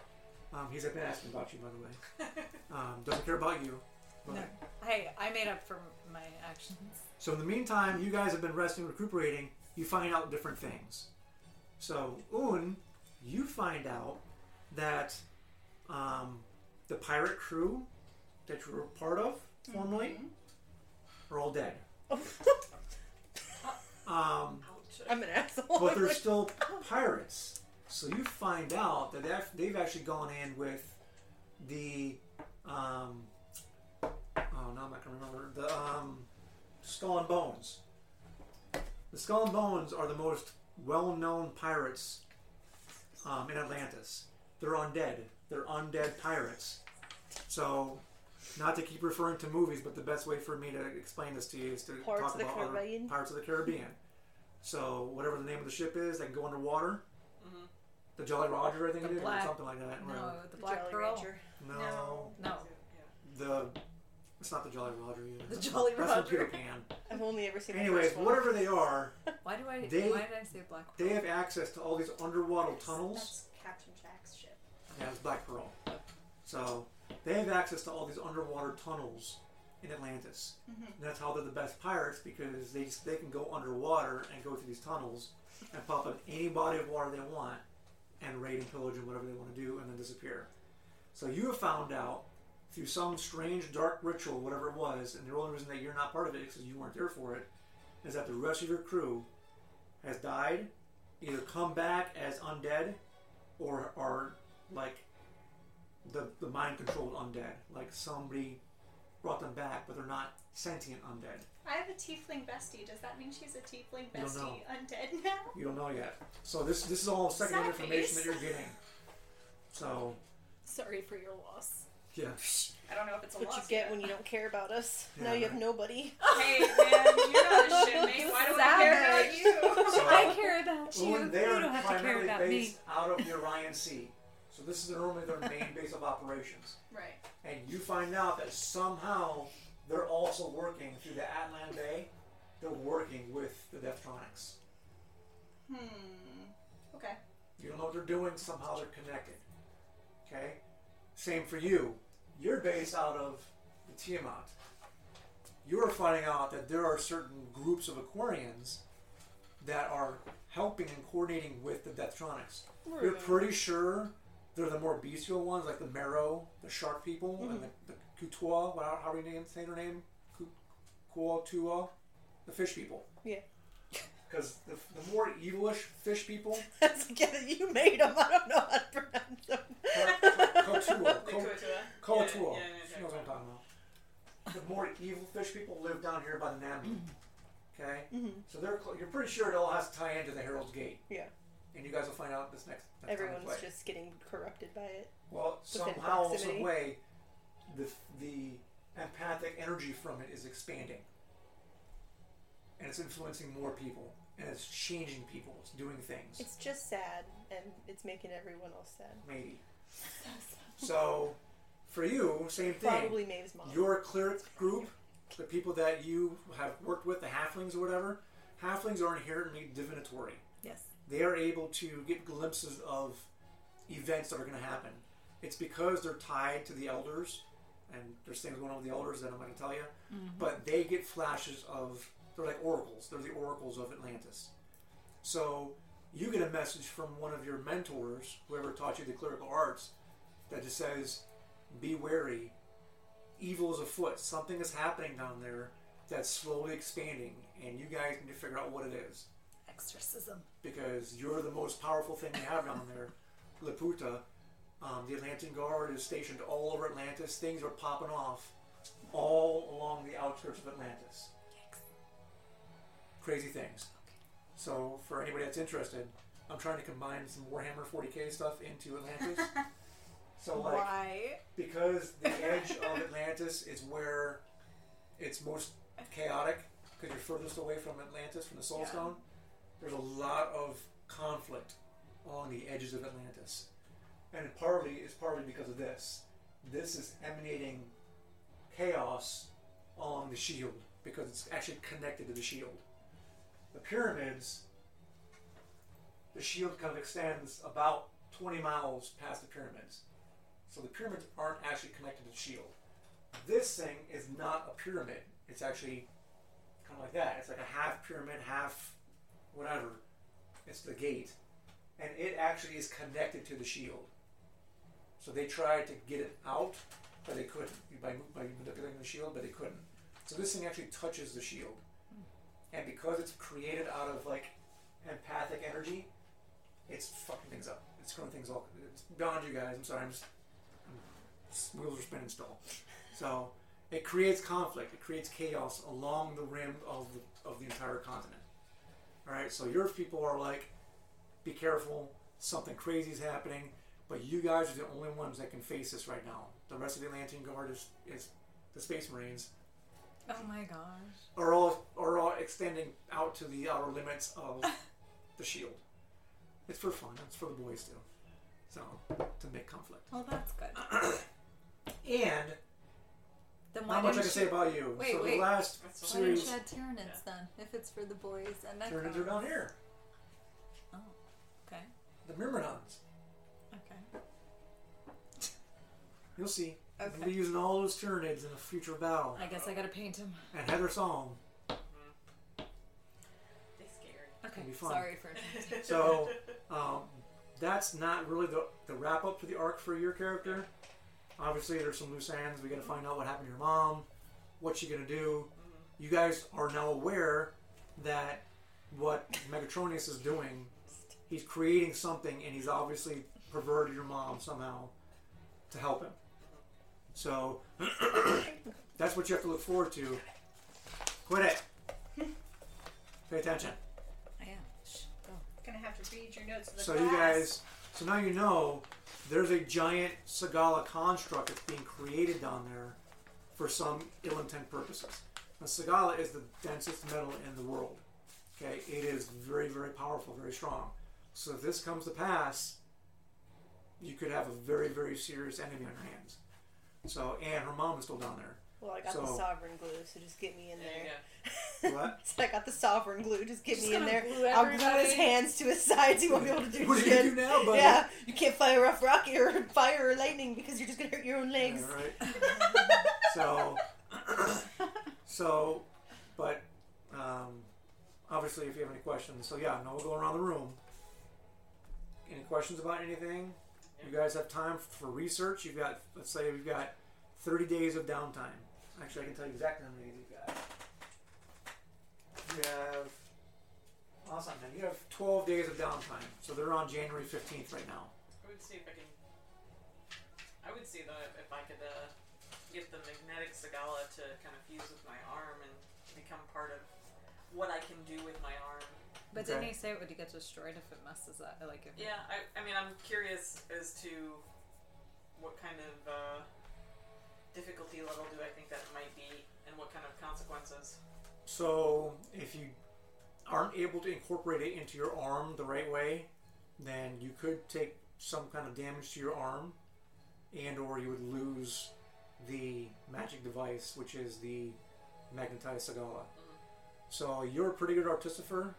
Speaker 2: Um, he's been asking about you, by the way. Um, doesn't care about you. But,
Speaker 3: No. Hey, I made up for my actions.
Speaker 2: So in the meantime, you guys have been resting, recuperating. You find out different things. So Un, you find out that um, the pirate crew that you were part of formerly are all dead. um,
Speaker 5: I'm an asshole.
Speaker 2: but they're still pirates. So you find out that they've- they've actually gone in with the um, oh no, I'm not gonna remember the um, Skull and Bones. The Skull and Bones are the most well-known pirates um, in Atlantis. They're undead. They're undead pirates. So, not to keep referring to movies, but the best way for me to explain this to you is to talk
Speaker 5: Pirates of the
Speaker 2: about other
Speaker 5: Caribbean.
Speaker 2: Pirates of the Caribbean. So, whatever the name of the ship is, they can go underwater. The Jolly Roger, I think
Speaker 3: Mm-hmm.
Speaker 2: it
Speaker 3: The
Speaker 2: is,
Speaker 3: Black-
Speaker 2: or something like that.
Speaker 3: No,
Speaker 2: whatever.
Speaker 3: the Black
Speaker 5: Jolly
Speaker 3: Pearl.
Speaker 5: Rancher.
Speaker 2: No.
Speaker 4: No.
Speaker 3: No.
Speaker 2: The it's not the Jolly Roger either.
Speaker 3: The
Speaker 2: That's not-
Speaker 3: Jolly
Speaker 2: That's from
Speaker 3: Roger.
Speaker 2: Peter Pan.
Speaker 5: I've only ever seen. the
Speaker 2: Anyways,
Speaker 5: first one.
Speaker 2: whatever they are,
Speaker 3: Why do I?
Speaker 2: They-
Speaker 3: why did I say Black Pearl?
Speaker 2: they have access to all these underwater tunnels.
Speaker 4: That's Captain Jack's ship.
Speaker 2: Yeah, it's Black Pearl. So they have access to all these underwater tunnels in Atlantis. And that's how they're the best pirates because they they can go underwater and go through these tunnels and pop up any body of water they want and raid and pillage and whatever they want to do and then disappear. So you have found out through some strange dark ritual, whatever it was, and the only reason that you're not part of it is because you weren't there for it, is that the rest of your crew has died, either come back as undead or are like the the mind controlled undead. Like somebody brought them back, but they're not sentient undead.
Speaker 4: I have a tiefling bestie. Does that mean she's a tiefling
Speaker 2: I don't know.
Speaker 4: bestie undead now?
Speaker 2: You don't know yet. So this this is all secondhand
Speaker 4: Sad
Speaker 2: information
Speaker 4: face.
Speaker 2: that you're getting. So
Speaker 4: Sorry for your loss.
Speaker 2: yeah,
Speaker 4: I don't know if it's a
Speaker 5: What you
Speaker 4: loss.
Speaker 5: get when you don't care about us.
Speaker 2: Yeah,
Speaker 5: now you
Speaker 2: right.
Speaker 5: have nobody.
Speaker 6: Hey,
Speaker 4: Um,
Speaker 6: man, you're not a shit mate. Why do I care about you?
Speaker 2: so
Speaker 3: I care about you.
Speaker 2: Owen, they
Speaker 3: you
Speaker 2: are
Speaker 3: don't have to care
Speaker 2: primarily
Speaker 3: about me.
Speaker 2: based out of the Orion Sea. So this is normally their main base of operations.
Speaker 7: Right.
Speaker 2: and you find out that somehow they're also working through the Atlan Bay. They're working with the Deftronics.
Speaker 7: Hmm. Okay.
Speaker 2: You don't know what they're doing. Somehow they're connected. Okay. Same for you. You're based out of the Tiamat. You are finding out that there are certain groups of Aquarians that are helping and coordinating with the Deftronics. You're pretty sure they're the more bestial ones, like the Marrow, the Shark People,
Speaker 6: Mm-hmm.
Speaker 2: and the, the Kutua. What, how do you name, say their name? Kutua? The Fish People.
Speaker 5: Yeah.
Speaker 2: Because the, the more evilish Fish People
Speaker 5: That's get it. You made them. I don't know how to pronounce them.
Speaker 2: Kotua.
Speaker 6: The Kotua.
Speaker 2: Kotua.
Speaker 6: Yeah, yeah,
Speaker 2: She
Speaker 6: yeah,
Speaker 2: knows what I'm talking about. The more evil fish people live down here by the Nambu.
Speaker 6: Mm-hmm.
Speaker 2: Okay? So they're cl- you're pretty sure it all has to tie into the Herald's Gate.
Speaker 5: Yeah.
Speaker 2: And you guys will find out this next, next time we
Speaker 5: Everyone's
Speaker 2: play.
Speaker 5: just getting corrupted by it.
Speaker 2: well,
Speaker 5: within
Speaker 2: somehow, some
Speaker 5: proximity.
Speaker 2: way, the, the empathic energy from it is expanding. And it's influencing more people. And it's changing people. It's doing things.
Speaker 5: It's just sad, and it's making everyone else sad.
Speaker 2: maybe. So, for you, same thing.
Speaker 5: Probably Maeve's mom.
Speaker 2: your cleric group, the people that you have worked with, the halflings or whatever, halflings are inherently divinatory.
Speaker 3: Yes.
Speaker 2: They are able to get glimpses of events that are going to happen. It's because they're tied to the elders, and there's things going on with the elders that I'm not going to tell you, but they get flashes of, they're like oracles. They're the oracles of Atlantis. So you get a message from one of your mentors, whoever taught you the clerical arts, that just says, be wary evil is afoot. Something is happening down there that's slowly expanding, and you guys need to figure out what it is
Speaker 3: Exorcism.
Speaker 2: because you're the most powerful thing they have down there, Laputa. Um, the Atlantean Guard is stationed all over Atlantis. Things are popping off all along the outskirts of Atlantis. Crazy things. So, for anybody that's interested, I'm trying to combine some Warhammer 40k stuff into Atlantis. so, like,
Speaker 3: Why?
Speaker 2: because the edge of Atlantis is where it's most chaotic because you're furthest away from Atlantis from the Soul
Speaker 3: Yeah.
Speaker 2: Stone. There's a lot of conflict along the edges of Atlantis, and it partly is partly because of this. This is emanating chaos along the shield because it's actually connected to the shield. The pyramids the shield kind of extends about 20 miles past the pyramids. So the pyramids aren't actually connected to the shield. This thing is not a pyramid. It's actually kind of like that. It's like a half pyramid, half whatever. It's the gate. And it actually is connected to the shield. So they tried to get it out, but they couldn't by, by manipulating the shield, but they couldn't. So this thing actually touches the shield. And because it's created out of like empathic energy, it's fucking things up. It's screwing things all. It's beyond you guys. I'm sorry. I'm just. I'm, wheels are spinning still. So it creates conflict. It creates chaos along the rim of the, of the entire continent. All right. So your people are like, be careful. Something crazy is happening. But you guys are the only ones that can face this right now. The rest of the Atlantean Guard is, is the Space Marines
Speaker 3: Oh my gosh.
Speaker 2: are all are all extending out to the outer limits of the shield. It's for fun. It's for the boys too. So to make conflict.
Speaker 3: Well, that's good.
Speaker 2: And
Speaker 3: Then why
Speaker 2: not much I
Speaker 3: didn't
Speaker 2: can say
Speaker 3: you-
Speaker 2: about you.
Speaker 3: Wait,
Speaker 2: so
Speaker 3: wait.
Speaker 2: the last
Speaker 6: That's
Speaker 3: Why didn't
Speaker 2: series
Speaker 3: you add Tyranids then? If it's for the boys and
Speaker 2: turned
Speaker 3: Necrons.
Speaker 2: into down here.
Speaker 3: Oh, okay,
Speaker 2: The Myrmidons.
Speaker 3: okay.
Speaker 2: You'll see.
Speaker 3: Okay.
Speaker 2: We'll be using all those Tyranids in a future battle.
Speaker 3: I guess I gotta paint him.
Speaker 2: And Heather Song.
Speaker 6: They scary.
Speaker 3: Okay,
Speaker 2: be fun.
Speaker 3: sorry for.
Speaker 2: So um, that's not really the, the wrap up to the arc for your character. Obviously, there's some loose ends. We got to find out what happened to your mom, what she gonna do. You guys are now aware that what Megatronius is doing, he's creating something, and he's obviously perverted your mom somehow to help him. So that's what you have to look forward to. Quit it. Pay attention.
Speaker 3: I am. Shh, go.
Speaker 4: Gonna have to read your notes. To the
Speaker 2: So
Speaker 4: class.
Speaker 2: you guys, so now you know there's a giant Sagala construct that's being created down there for some ill-intent purposes. Now, Sagala is the densest metal in the world. Okay, it is very, very powerful, very strong. So if this comes to pass, you could have a very, very serious enemy on your hands. So, and her mom is still down there.
Speaker 5: Well, I got the
Speaker 2: So-
Speaker 5: sovereign glue, so just get me in
Speaker 6: There you
Speaker 5: there.
Speaker 6: go.
Speaker 2: What?
Speaker 5: So I got the sovereign glue, just get
Speaker 3: Just
Speaker 5: me in
Speaker 3: gonna
Speaker 5: there.
Speaker 3: glue
Speaker 5: I'll glue his
Speaker 3: everybody.
Speaker 5: hands to his sides. He won't be able to do
Speaker 2: What are you
Speaker 5: shit.
Speaker 2: gonna do now, buddy?
Speaker 5: Yeah, you can't fire off rocket or fire or lightning because you're just gonna hurt your own legs.
Speaker 2: All right. so, so, but um, obviously, if you have any questions, so yeah, now we'll go around the room. Any questions about anything? You guys have time for research. You've got, let's say, you've got 30 days of downtime. Actually, I can tell you exactly how many days you've got. You have, awesome, man. You have 12 days of downtime. So they're on January 15th right now.
Speaker 6: I would see if I can. I would see though if I could uh, get the magnetic Sagala to kind of fuse with my arm and become part of what I can do with my arm.
Speaker 3: But
Speaker 2: Okay.
Speaker 3: didn't he say it would get destroyed if it messes up? Like if
Speaker 6: Yeah, I, I mean, I'm curious as to what kind of uh, difficulty level do I think that might be, and what kind of consequences.
Speaker 2: So if you aren't able to incorporate it into your arm the right way, then you could take some kind of damage to your arm, and or you would lose the magic device, which is the magnetized sagala. So you're a pretty good artistifer,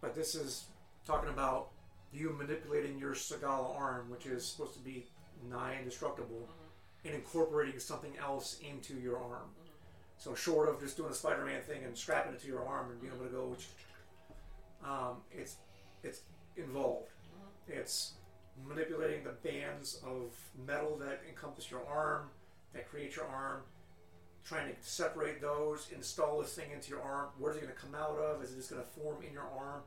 Speaker 2: but this is talking about you manipulating your sagala arm, which is supposed to be nigh indestructible, and incorporating something else into your arm. So short of just doing a Spider-Man thing and strapping it to your arm and being able to go, um, it's it's involved. It's manipulating the bands of metal that encompass your arm, that create your arm, trying to separate those, install this thing into your arm. Where's it going to come out of? Is it just going to form in your arm?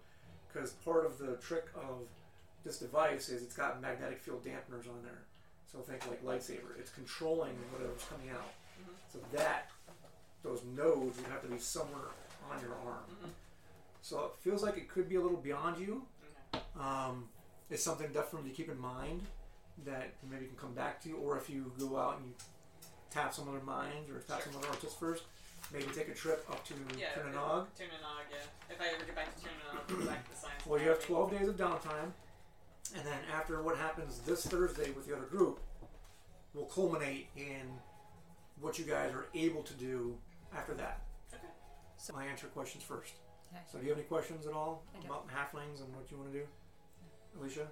Speaker 2: Because part of the trick of this device is it's got magnetic field dampeners on there. So think like lightsaber. It's controlling whatever's coming out.
Speaker 6: Mm-hmm.
Speaker 2: So that those nodes would have to be somewhere on your arm.
Speaker 6: Mm-hmm.
Speaker 2: So it feels like it could be a little beyond you. Um, it's something definitely to keep in mind that maybe can come back to you, or if you go out and you tap some other mind or tap some other artist first, maybe take a trip up to
Speaker 6: Yeah.
Speaker 2: Kunanog.
Speaker 6: Tunanog, yeah. If I ever get back to Tunanog, I'll go back to the science.
Speaker 2: Well, you have
Speaker 6: Academy.
Speaker 2: 12 days of downtime, and then after what happens this Thursday with the other group, will culminate in what you guys are able to do after that.
Speaker 6: Okay.
Speaker 2: So I answer questions first.
Speaker 3: Okay.
Speaker 2: So, do you have any questions at all
Speaker 3: I don't.
Speaker 2: about halflings and what you want to do? Alicia?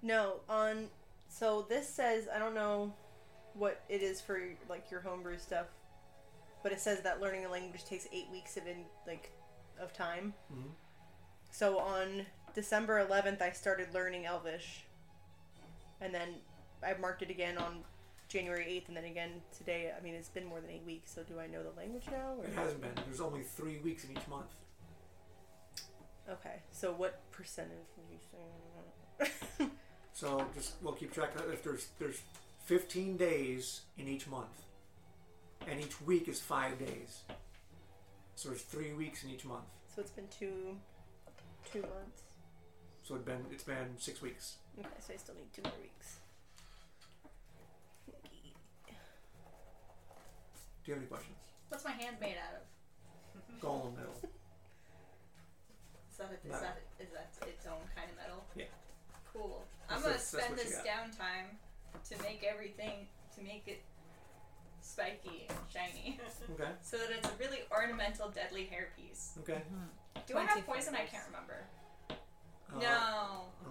Speaker 5: No, on so this says I don't know what it is for like your homebrew stuff, but it says that learning a language takes eight weeks of in like of time.
Speaker 2: Mhm.
Speaker 5: So on December 11th, I started learning Elvish, and then I marked it again on January 8th, and then again today. I mean, it's been more than eight weeks, so do I know the language now?
Speaker 2: It
Speaker 5: Or?
Speaker 2: hasn't been. There's only three weeks in each month.
Speaker 5: Okay, so what percentage would you say?
Speaker 2: So just we'll keep track of that. If there's there's 15 days in each month, and each week is five days. So there's three weeks in each month.
Speaker 5: so it's been two two months.
Speaker 2: So it's been it's been six weeks.
Speaker 5: Okay, so I still need two more weeks.
Speaker 2: Do you have any questions?
Speaker 7: What's my hand made out of?
Speaker 2: Golem metal.
Speaker 7: Is that, is,
Speaker 2: Metal.
Speaker 7: that, is that its own kind of metal?
Speaker 2: Yeah.
Speaker 7: Cool.
Speaker 2: That's-
Speaker 7: I'm gonna
Speaker 2: that's- that's
Speaker 7: spend
Speaker 2: what you
Speaker 7: this
Speaker 2: got.
Speaker 7: downtime to make everything to make it spiky and shiny,
Speaker 2: Okay.
Speaker 7: so that it's a really ornamental, deadly hairpiece.
Speaker 2: Okay.
Speaker 7: Do I have
Speaker 3: 25
Speaker 7: poison? I
Speaker 3: days.
Speaker 7: can't remember.
Speaker 2: Uh,
Speaker 7: no, I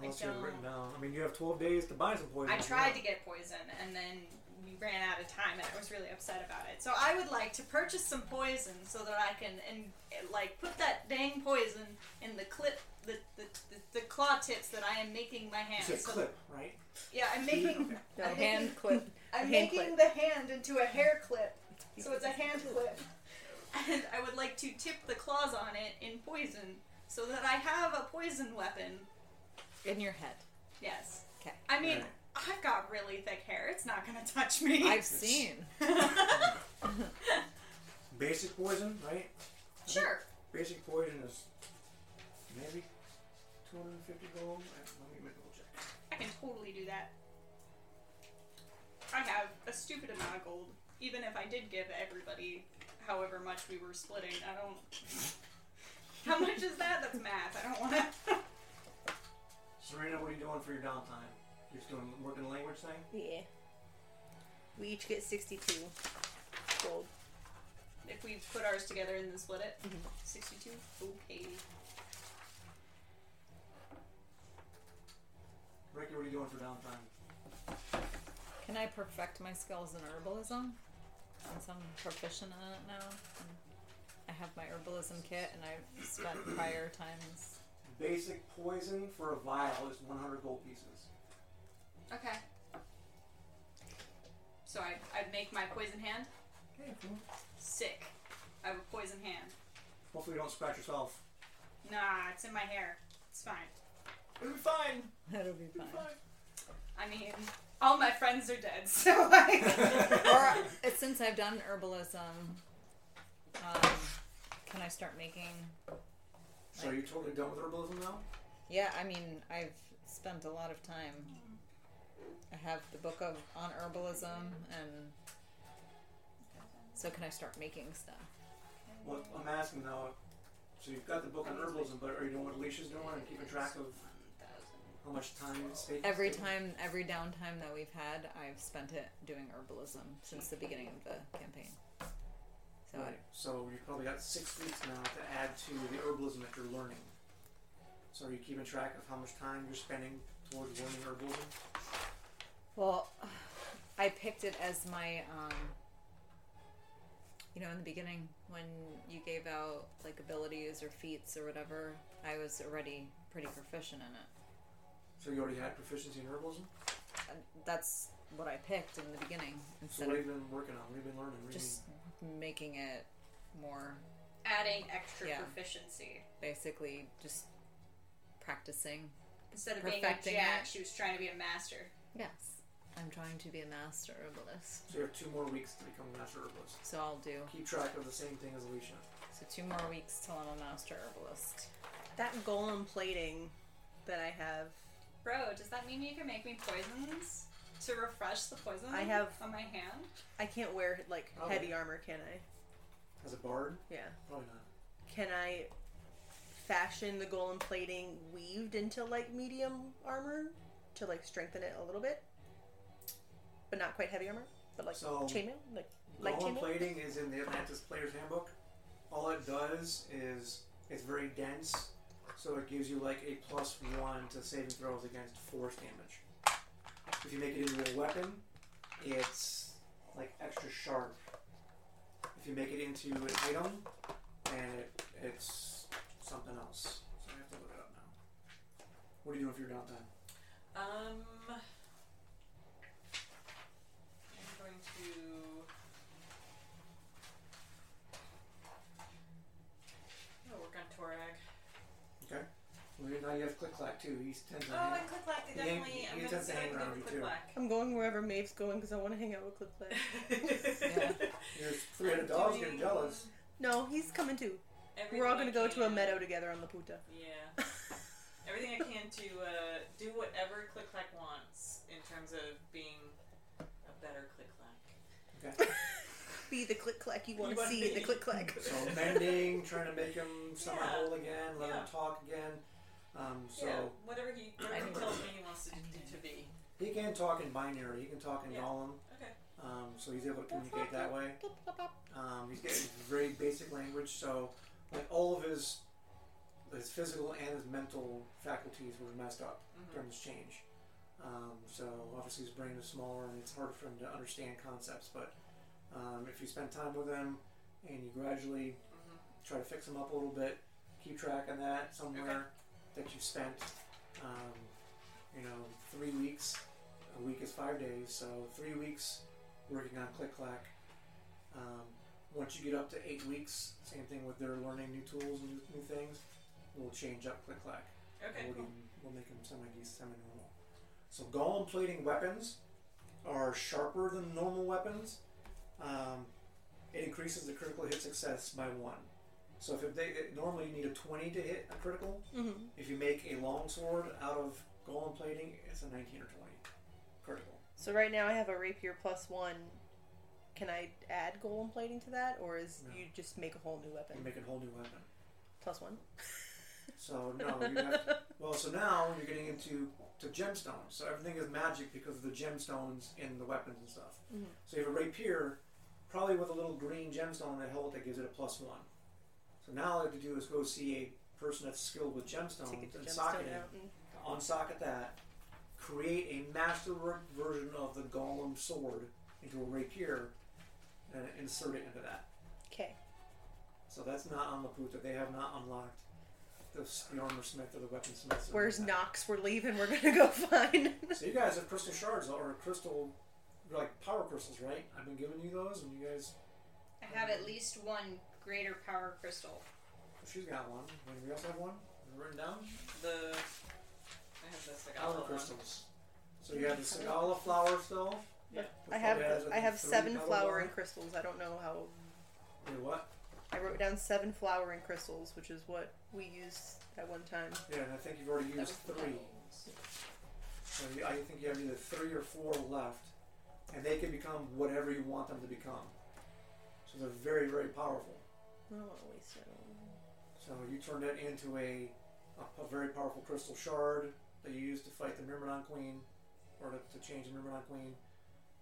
Speaker 2: Unless you have it written
Speaker 7: don't.
Speaker 2: down. I mean, you have 12 days to buy some poison.
Speaker 7: I
Speaker 2: if you
Speaker 7: tried
Speaker 2: want.
Speaker 7: to get poison, and then we ran out of time, and I was really upset about it. So I would like to purchase some poison so that I can and like put that dang poison in the clip, the the, the, the claw tips that I am making my hand.
Speaker 2: You said
Speaker 7: so-
Speaker 2: clip, right?
Speaker 7: Yeah, I'm making.
Speaker 5: No,
Speaker 7: I'm
Speaker 5: hand
Speaker 7: making-
Speaker 5: clip.
Speaker 7: I'm
Speaker 5: hand
Speaker 7: making the hand into a hair clip, so it's a hand clip. And I would like to tip the claws on it in poison, so that I have a poison weapon.
Speaker 3: In your head.
Speaker 7: Yes.
Speaker 3: 'Kay.
Speaker 7: I mean,
Speaker 2: Alright.
Speaker 7: I've got really thick hair. It's not gonna touch me.
Speaker 3: I've seen.
Speaker 2: Basic poison, right?
Speaker 7: sure.
Speaker 2: Basic poison is maybe 250 gold. Let me make a little check.
Speaker 7: I can totally do that. I have a stupid amount of gold. Even if I did give everybody however much we were splitting, I don't. How much is that? That's math. I don't want to.
Speaker 2: Serena, what are you doing for your downtime? You're just doing working language thing.
Speaker 5: Yeah. We each get 62 gold.
Speaker 7: if we put ours together and then split it,
Speaker 3: Mm-hmm.
Speaker 7: 62. Okay.
Speaker 2: Ricky, what are you doing for downtime?
Speaker 3: Can I perfect my skills in herbalism? Since I'm proficient in it now. and I have my herbalism kit and I've spent prior times.
Speaker 2: Basic poison for a vial is 100 gold pieces.
Speaker 7: Okay. So I I make my poison hand
Speaker 2: Okay, cool.
Speaker 7: sick. I have a poison hand.
Speaker 2: Hopefully, you don't scratch yourself.
Speaker 7: Nah, it's in my hair. It's fine.
Speaker 2: It'll be fine.
Speaker 3: That'll be
Speaker 2: It'll
Speaker 3: fine.
Speaker 2: be fine.
Speaker 7: I mean, all my friends are dead, so like.
Speaker 3: or uh, since I've done herbalism, um, can I start making?
Speaker 2: So, are you totally done with herbalism now?
Speaker 3: Yeah, I mean, I've spent a lot of time. I have the book of on herbalism, and so can I start making stuff?
Speaker 2: Well, I'm asking now. So you've got the book on herbalism, but are you doing what Alicia's doing and keeping track of how much time it's taking?
Speaker 3: Every time, every downtime that we've had, I've spent it doing herbalism since the beginning of the campaign. So
Speaker 2: Right. So you've probably got six weeks now to add to the herbalism that you're learning. So are you keeping track of how much time you're spending towards learning herbalism?
Speaker 3: Well, I picked it as my, um, you know, in the beginning when you gave out like abilities or feats or whatever, I was already pretty proficient in it.
Speaker 2: So you already had proficiency in herbalism?
Speaker 3: And that's what I picked in the beginning
Speaker 2: So
Speaker 3: instead
Speaker 2: what
Speaker 3: of
Speaker 2: have you been working on? What have you been learning? What have you
Speaker 3: just making it more
Speaker 7: Adding extra
Speaker 3: Yeah.
Speaker 7: proficiency
Speaker 3: basically just practicing.
Speaker 7: instead of
Speaker 3: Perfecting
Speaker 7: being a jack,
Speaker 3: it.
Speaker 7: she was trying to be a master.
Speaker 3: Yes, I'm trying to be a master herbalist,
Speaker 2: been- so you have two more weeks to become a master herbalist.
Speaker 3: so I'll do.
Speaker 2: Keep track of the same thing as Alicia.
Speaker 3: So two more weeks till I'm a master herbalist.
Speaker 5: That golem plating that I have,
Speaker 7: Bro, does that mean you can make me poisons to refresh the poison
Speaker 5: I have-
Speaker 7: on my hand?
Speaker 5: I can't wear like
Speaker 2: Oh.
Speaker 5: heavy armor, can I?
Speaker 2: As a bard?
Speaker 5: Yeah.
Speaker 2: Probably not.
Speaker 5: Can I fashion the golem plating weaved into like medium armor to like strengthen it a little bit? But not quite heavy armor, but like
Speaker 2: So-
Speaker 5: chainmail, like light
Speaker 2: Golem
Speaker 5: chainmail.
Speaker 2: plating is in the Atlantis Player's Handbook. All it does is it's very dense so it gives you like a plus one to saving throws against force damage. If you make it into a weapon, it's like extra sharp. If you make it into an item, and it, it's something else. So I have to look it up now. What do you do if you're not done?
Speaker 6: Um, I'm going to. I'm gonna work on Torag.
Speaker 2: Okay. Well, you- now you have click clack too. He's tends
Speaker 3: Uh,
Speaker 2: to.
Speaker 6: Oh,
Speaker 2: hang-
Speaker 6: and Clicklack, they
Speaker 2: Yeah,
Speaker 6: definitely.
Speaker 2: you
Speaker 6: I'm
Speaker 2: just
Speaker 6: gonna
Speaker 2: have to hang
Speaker 6: decide to
Speaker 2: around
Speaker 6: go
Speaker 2: with
Speaker 6: with
Speaker 2: you.
Speaker 6: Clicklack.
Speaker 5: I'm going wherever Maeve's going because I want to hang out with Clip Clip.
Speaker 2: Your three-headed dog's getting
Speaker 6: Doing-
Speaker 2: jealous.
Speaker 5: No, he's coming too.
Speaker 6: Everything
Speaker 5: We're all
Speaker 6: I
Speaker 5: gonna go to a
Speaker 6: can-
Speaker 5: meadow together on Laputa.
Speaker 6: Yeah. Everything I can to uh, do whatever Clicklack wants in terms of being a better Clicklack.
Speaker 2: Okay.
Speaker 5: Be the click clack you want
Speaker 6: You
Speaker 5: to
Speaker 6: wanna
Speaker 5: see. The
Speaker 6: be.
Speaker 5: click clack.
Speaker 2: So mending, trying to make him semi
Speaker 6: Yeah.
Speaker 2: whole again, let him
Speaker 6: Yeah.
Speaker 2: talk again. Um, so
Speaker 6: yeah, whatever he, whatever he tells me he wants to, to be.
Speaker 2: he can talk in binary. He can talk in
Speaker 6: Yeah.
Speaker 2: Gollum.
Speaker 6: Okay.
Speaker 2: Um, so he's able to communicate that way. Um, he's getting very basic language, so like all of his his physical and his mental faculties were messed up during this change. Um, so obviously his brain is smaller and it's harder for him to understand concepts. But um, if you spend time with him and you gradually try to fix him up a little bit, keep track on that somewhere that you spent, um, you know, three weeks. A week is five days, so three weeks working on click clack. Um, once you get up to eight weeks, same thing with their learning new tools and new, new things, we'll change up click clack.
Speaker 6: Okay.
Speaker 2: We'll, give
Speaker 6: Cool.
Speaker 2: 'em- we'll make them semi semi normal. So golem plating weapons are sharper than normal weapons. Um, it increases the critical hit success by one. So if they it- normally you need a twenty to hit a critical,
Speaker 6: Mm-hmm.
Speaker 5: Mhm.
Speaker 2: if you make a longsword out of golem plating, it's a nineteen or twenty critical.
Speaker 5: So right now I have a rapier plus one. Can I add golem plating to that, or is
Speaker 2: No.
Speaker 5: you just make a whole new
Speaker 2: You
Speaker 5: weapon
Speaker 2: make a whole new weapon.
Speaker 5: plus one?
Speaker 2: So no, you have to, well. So now you're getting into to gemstones. So everything is magic because of the gemstones in the weapons and stuff.
Speaker 5: Mm-hmm.
Speaker 2: So you have a rapier, probably with a little green gemstone that held that gives it a plus one. So now all I have to do is go see a person that's skilled with gemstones
Speaker 5: Take it to
Speaker 2: and socket
Speaker 5: gemstone Mm.
Speaker 2: it,
Speaker 5: out. And
Speaker 2: unsocket that, create a masterwork version of the golem sword into a rapier, and insert it into that.
Speaker 5: Okay.
Speaker 2: So that's not on Laputa. They have not unlocked the, s- the armor smith or the weapon smith.
Speaker 5: Where's Knox? We're leaving. We're gonna go find.
Speaker 2: So you guys have crystal shards or crystal, like power crystals, right? I've been giving you those, and you guys,
Speaker 7: I have at least one greater power crystal.
Speaker 2: she's got one. Anybody else have one? Written down?
Speaker 6: The I have this. I got
Speaker 2: Power
Speaker 6: all of them.
Speaker 2: crystals. So you have the Sagala flower still.
Speaker 6: Yeah.
Speaker 5: I
Speaker 2: which
Speaker 5: have
Speaker 2: probably has,
Speaker 5: I
Speaker 2: think,
Speaker 5: have
Speaker 2: three
Speaker 5: seven
Speaker 2: color
Speaker 5: flowering
Speaker 2: bar-
Speaker 5: crystals. I don't know how
Speaker 2: Wait, what?
Speaker 5: I wrote down seven flowering crystals, which is what we used at one time.
Speaker 2: Yeah, and I think you've already used three. So you, I think you have either three or four left, and they can become whatever you want them to become. So they're very, very powerful.
Speaker 5: I don't want to waste it.
Speaker 2: So you turn that into a, a, a very powerful crystal shard that you use to fight the Myrmidon Queen, or to, to change the Myrmidon Queen,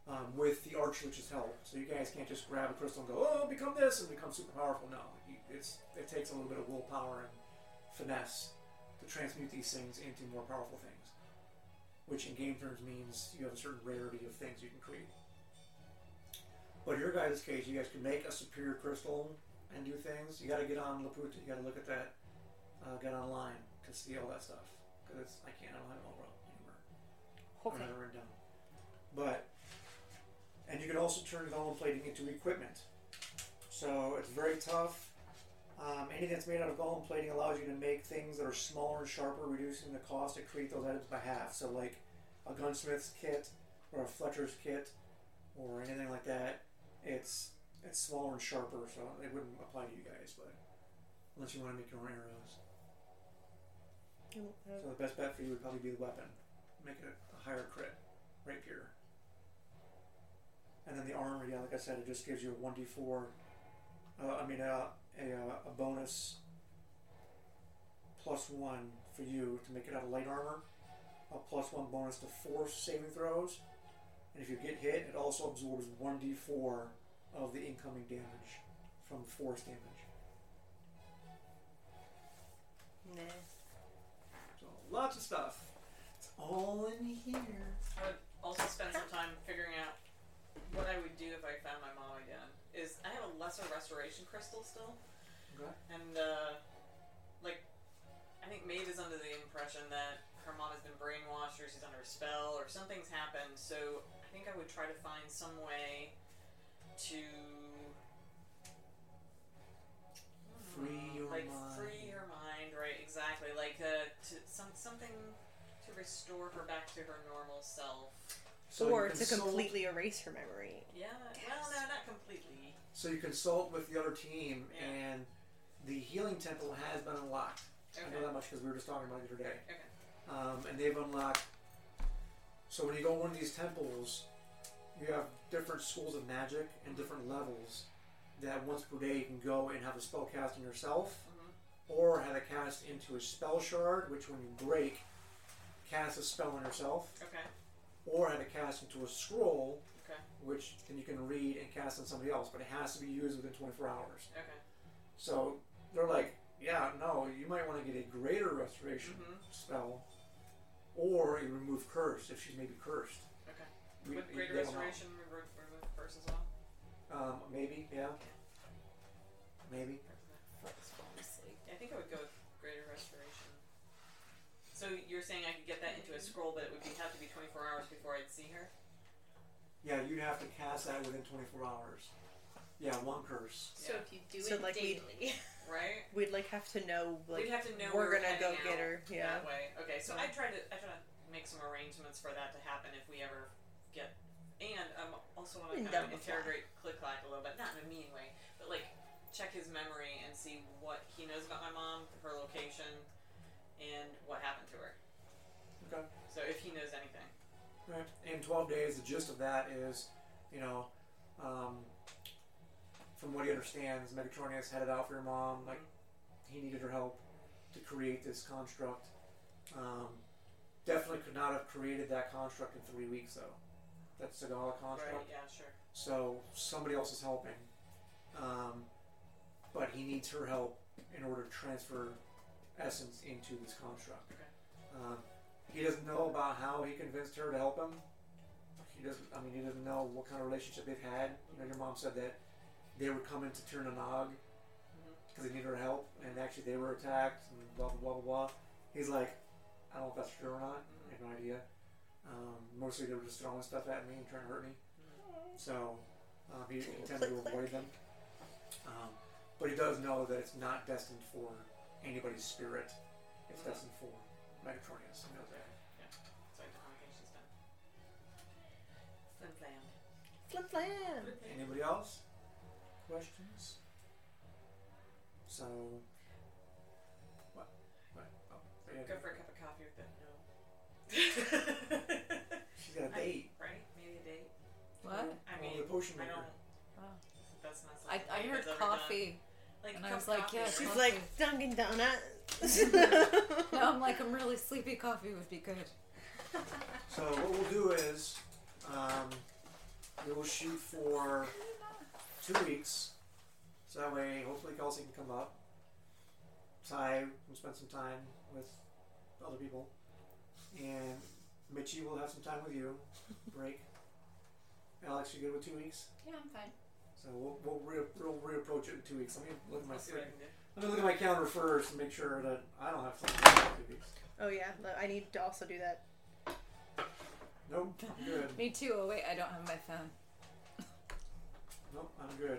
Speaker 2: um, with the Archlich's help. So you guys can't just grab a crystal and go, oh, become this and become super powerful. No, you, it's it takes a little bit of willpower and finesse to transmute these things into more powerful things, which in game terms means you have a certain rarity of things you can create. But in your guys' case, you guys can make a superior crystal and do things. You got to get on Laputa. You got to look at that. Uh, get online to see all that stuff because it's I can't. I don't have it all wrong anywhere. I don't have it written down. But and you can also turn golem plating into equipment. So it's very tough. Um, anything that's made out of golem plating allows you to make things that are smaller and sharper, reducing the cost to create those items by half. So like a gunsmith's kit or a fletcher's kit or anything like that, it's it's smaller and sharper, so it wouldn't apply to you guys, but unless you want to make your own arrows. So the best bet for you would probably be the weapon. Make it a, a higher crit, rapier. And then the armor, yeah, like I said, it just gives you a 1d4, uh, I mean, a, a, uh, a bonus plus 1 for you to make it out of light armor, a plus 1 bonus to force saving throws, and if you get hit, it also absorbs 1d4 of the incoming damage from force damage.
Speaker 5: Nah.
Speaker 2: bunch of stuff. It's all in here.
Speaker 6: I would also spend some time figuring out what I would do if I found my mom again. Is I have a lesser restoration crystal still,
Speaker 2: Okay.
Speaker 6: and uh, like I think Maeve is under the impression that her mom has been brainwashed, or she's under a spell, or something's happened. So I think I would try to find some way to
Speaker 2: Free your
Speaker 6: Hmm, like
Speaker 2: mind.
Speaker 6: free her mind, right? Exactly, like uh, to some something to restore her back to her normal self.
Speaker 2: So you
Speaker 5: or to
Speaker 2: consult-
Speaker 5: completely erase her memory.
Speaker 6: Yeah, well, no, not completely.
Speaker 2: So you consult with the other team,
Speaker 6: Yeah.
Speaker 2: and the healing temple has been unlocked. I know
Speaker 6: Okay.
Speaker 2: that much because we were just talking about it the other day.
Speaker 6: Okay.
Speaker 2: Um, and they've unlocked. So when you go in one of these temples, you have different schools of magic
Speaker 6: Mm-hmm.
Speaker 2: and different levels that once per day you can go and have a spell cast on yourself,
Speaker 6: Mm-hmm.
Speaker 2: or have it cast into a spell shard, which when you break, casts a spell on yourself,
Speaker 6: Okay.
Speaker 2: or have it cast into a scroll,
Speaker 6: Okay.
Speaker 2: which then you can read and cast on somebody else, but it has to be used within 24 hours.
Speaker 6: Okay.
Speaker 2: So they're like, yeah, no, you might want to get a greater restoration
Speaker 6: Mm-hmm.
Speaker 2: spell, or a remove curse if she's maybe cursed.
Speaker 6: Okay.
Speaker 2: We-
Speaker 6: With
Speaker 2: we-
Speaker 6: greater
Speaker 2: they don't know.
Speaker 6: restoration, remove, remove curse as well.
Speaker 2: Um, maybe, yeah. Maybe.
Speaker 6: Yeah, I think I would go with greater restoration. So you're saying I could get that into a scroll, but it would be, have to be 24 hours before I'd see her.
Speaker 2: Yeah, you'd have to cast that within 24 hours. Yeah, one curse.
Speaker 4: So
Speaker 6: Yeah.
Speaker 4: if you do
Speaker 5: So,
Speaker 4: it
Speaker 5: like, we-
Speaker 4: daily,
Speaker 6: Right.
Speaker 5: We'd like have to know like
Speaker 6: We'd have to know
Speaker 5: we're
Speaker 6: where
Speaker 5: gonna
Speaker 6: we're
Speaker 5: go
Speaker 6: heading
Speaker 5: get
Speaker 6: out
Speaker 5: her. Yeah.
Speaker 6: That way. Okay. So I try to I try to make some arrangements for that to happen if we ever get. And I am also want to
Speaker 5: And
Speaker 6: kind
Speaker 5: down
Speaker 6: of
Speaker 5: the fly.
Speaker 6: interrogate Click Clack a little bit, not in a mean way, but like check his memory and see what he knows about my mom, her location, and what happened to her.
Speaker 2: Okay.
Speaker 6: So if he knows anything.
Speaker 2: Right. In 12 days, the gist of that is, you know, um, from what he understands, Megatronius headed out for your mom. Like, he needed her help to create this construct. Um, definitely could not have created that construct in three weeks, though. That Sagala construct.
Speaker 6: Right. Yeah. Sure.
Speaker 2: So somebody else is helping, um, but he needs her help in order to transfer essence into this construct. Um, he doesn't know about how he convinced her to help him. He doesn't. I mean, he doesn't know what kind of relationship they've had. You know, your mom said that they were coming to Turnanog because they needed her help, and actually they were attacked and blah blah blah blah blah. He's like, I don't know if that's true or not. I have no idea. Um, mostly they were just throwing stuff at me and trying to hurt me. So um, he intended to avoid them. Um, but he does know that it's not destined for anybody's spirit. It's destined for Megatronius. He knows that.
Speaker 6: Sorry, the congregation's done. Flim flam.
Speaker 5: Flip flam.
Speaker 2: Anybody else? Questions? So. What? What? Oh,
Speaker 6: Go
Speaker 2: yeah.
Speaker 6: for a cup of coffee with that. No.
Speaker 2: She's got a
Speaker 6: I-
Speaker 2: date.
Speaker 6: right? Maybe a date.
Speaker 2: What?
Speaker 8: What?
Speaker 6: I
Speaker 2: Well,
Speaker 6: mean,
Speaker 2: the potion
Speaker 6: I
Speaker 2: maker.
Speaker 6: don't.
Speaker 8: Wow.
Speaker 6: That's not something
Speaker 8: I, I heard
Speaker 6: that's ever
Speaker 8: coffee.
Speaker 6: Done. Like,
Speaker 8: and I
Speaker 6: cup
Speaker 8: was like,
Speaker 6: coffee.
Speaker 8: yeah,
Speaker 6: She's
Speaker 5: She's
Speaker 8: coffee.
Speaker 5: like Dunkin' Donuts.
Speaker 8: No, I'm like, I'm really sleepy. Coffee would be good.
Speaker 2: So what we'll do is, um, we will shoot for two weeks. So that way, hopefully Kelsey can come up. Ty can spend some time with other people, and Mitchie will have some time with you. Break. Alex, you good with two weeks?
Speaker 7: Yeah, I'm fine.
Speaker 2: So we'll we'll, re- we'll reapproach it in two weeks. Let me look at my
Speaker 6: I'll see what I can do.
Speaker 2: let me look at my calendar first and make sure that I don't have something in two weeks.
Speaker 5: oh yeah, look, I need to also do that.
Speaker 2: Nope, I'm good.
Speaker 8: Me too. Oh, wait, I don't have my phone.
Speaker 2: Nope, I'm good.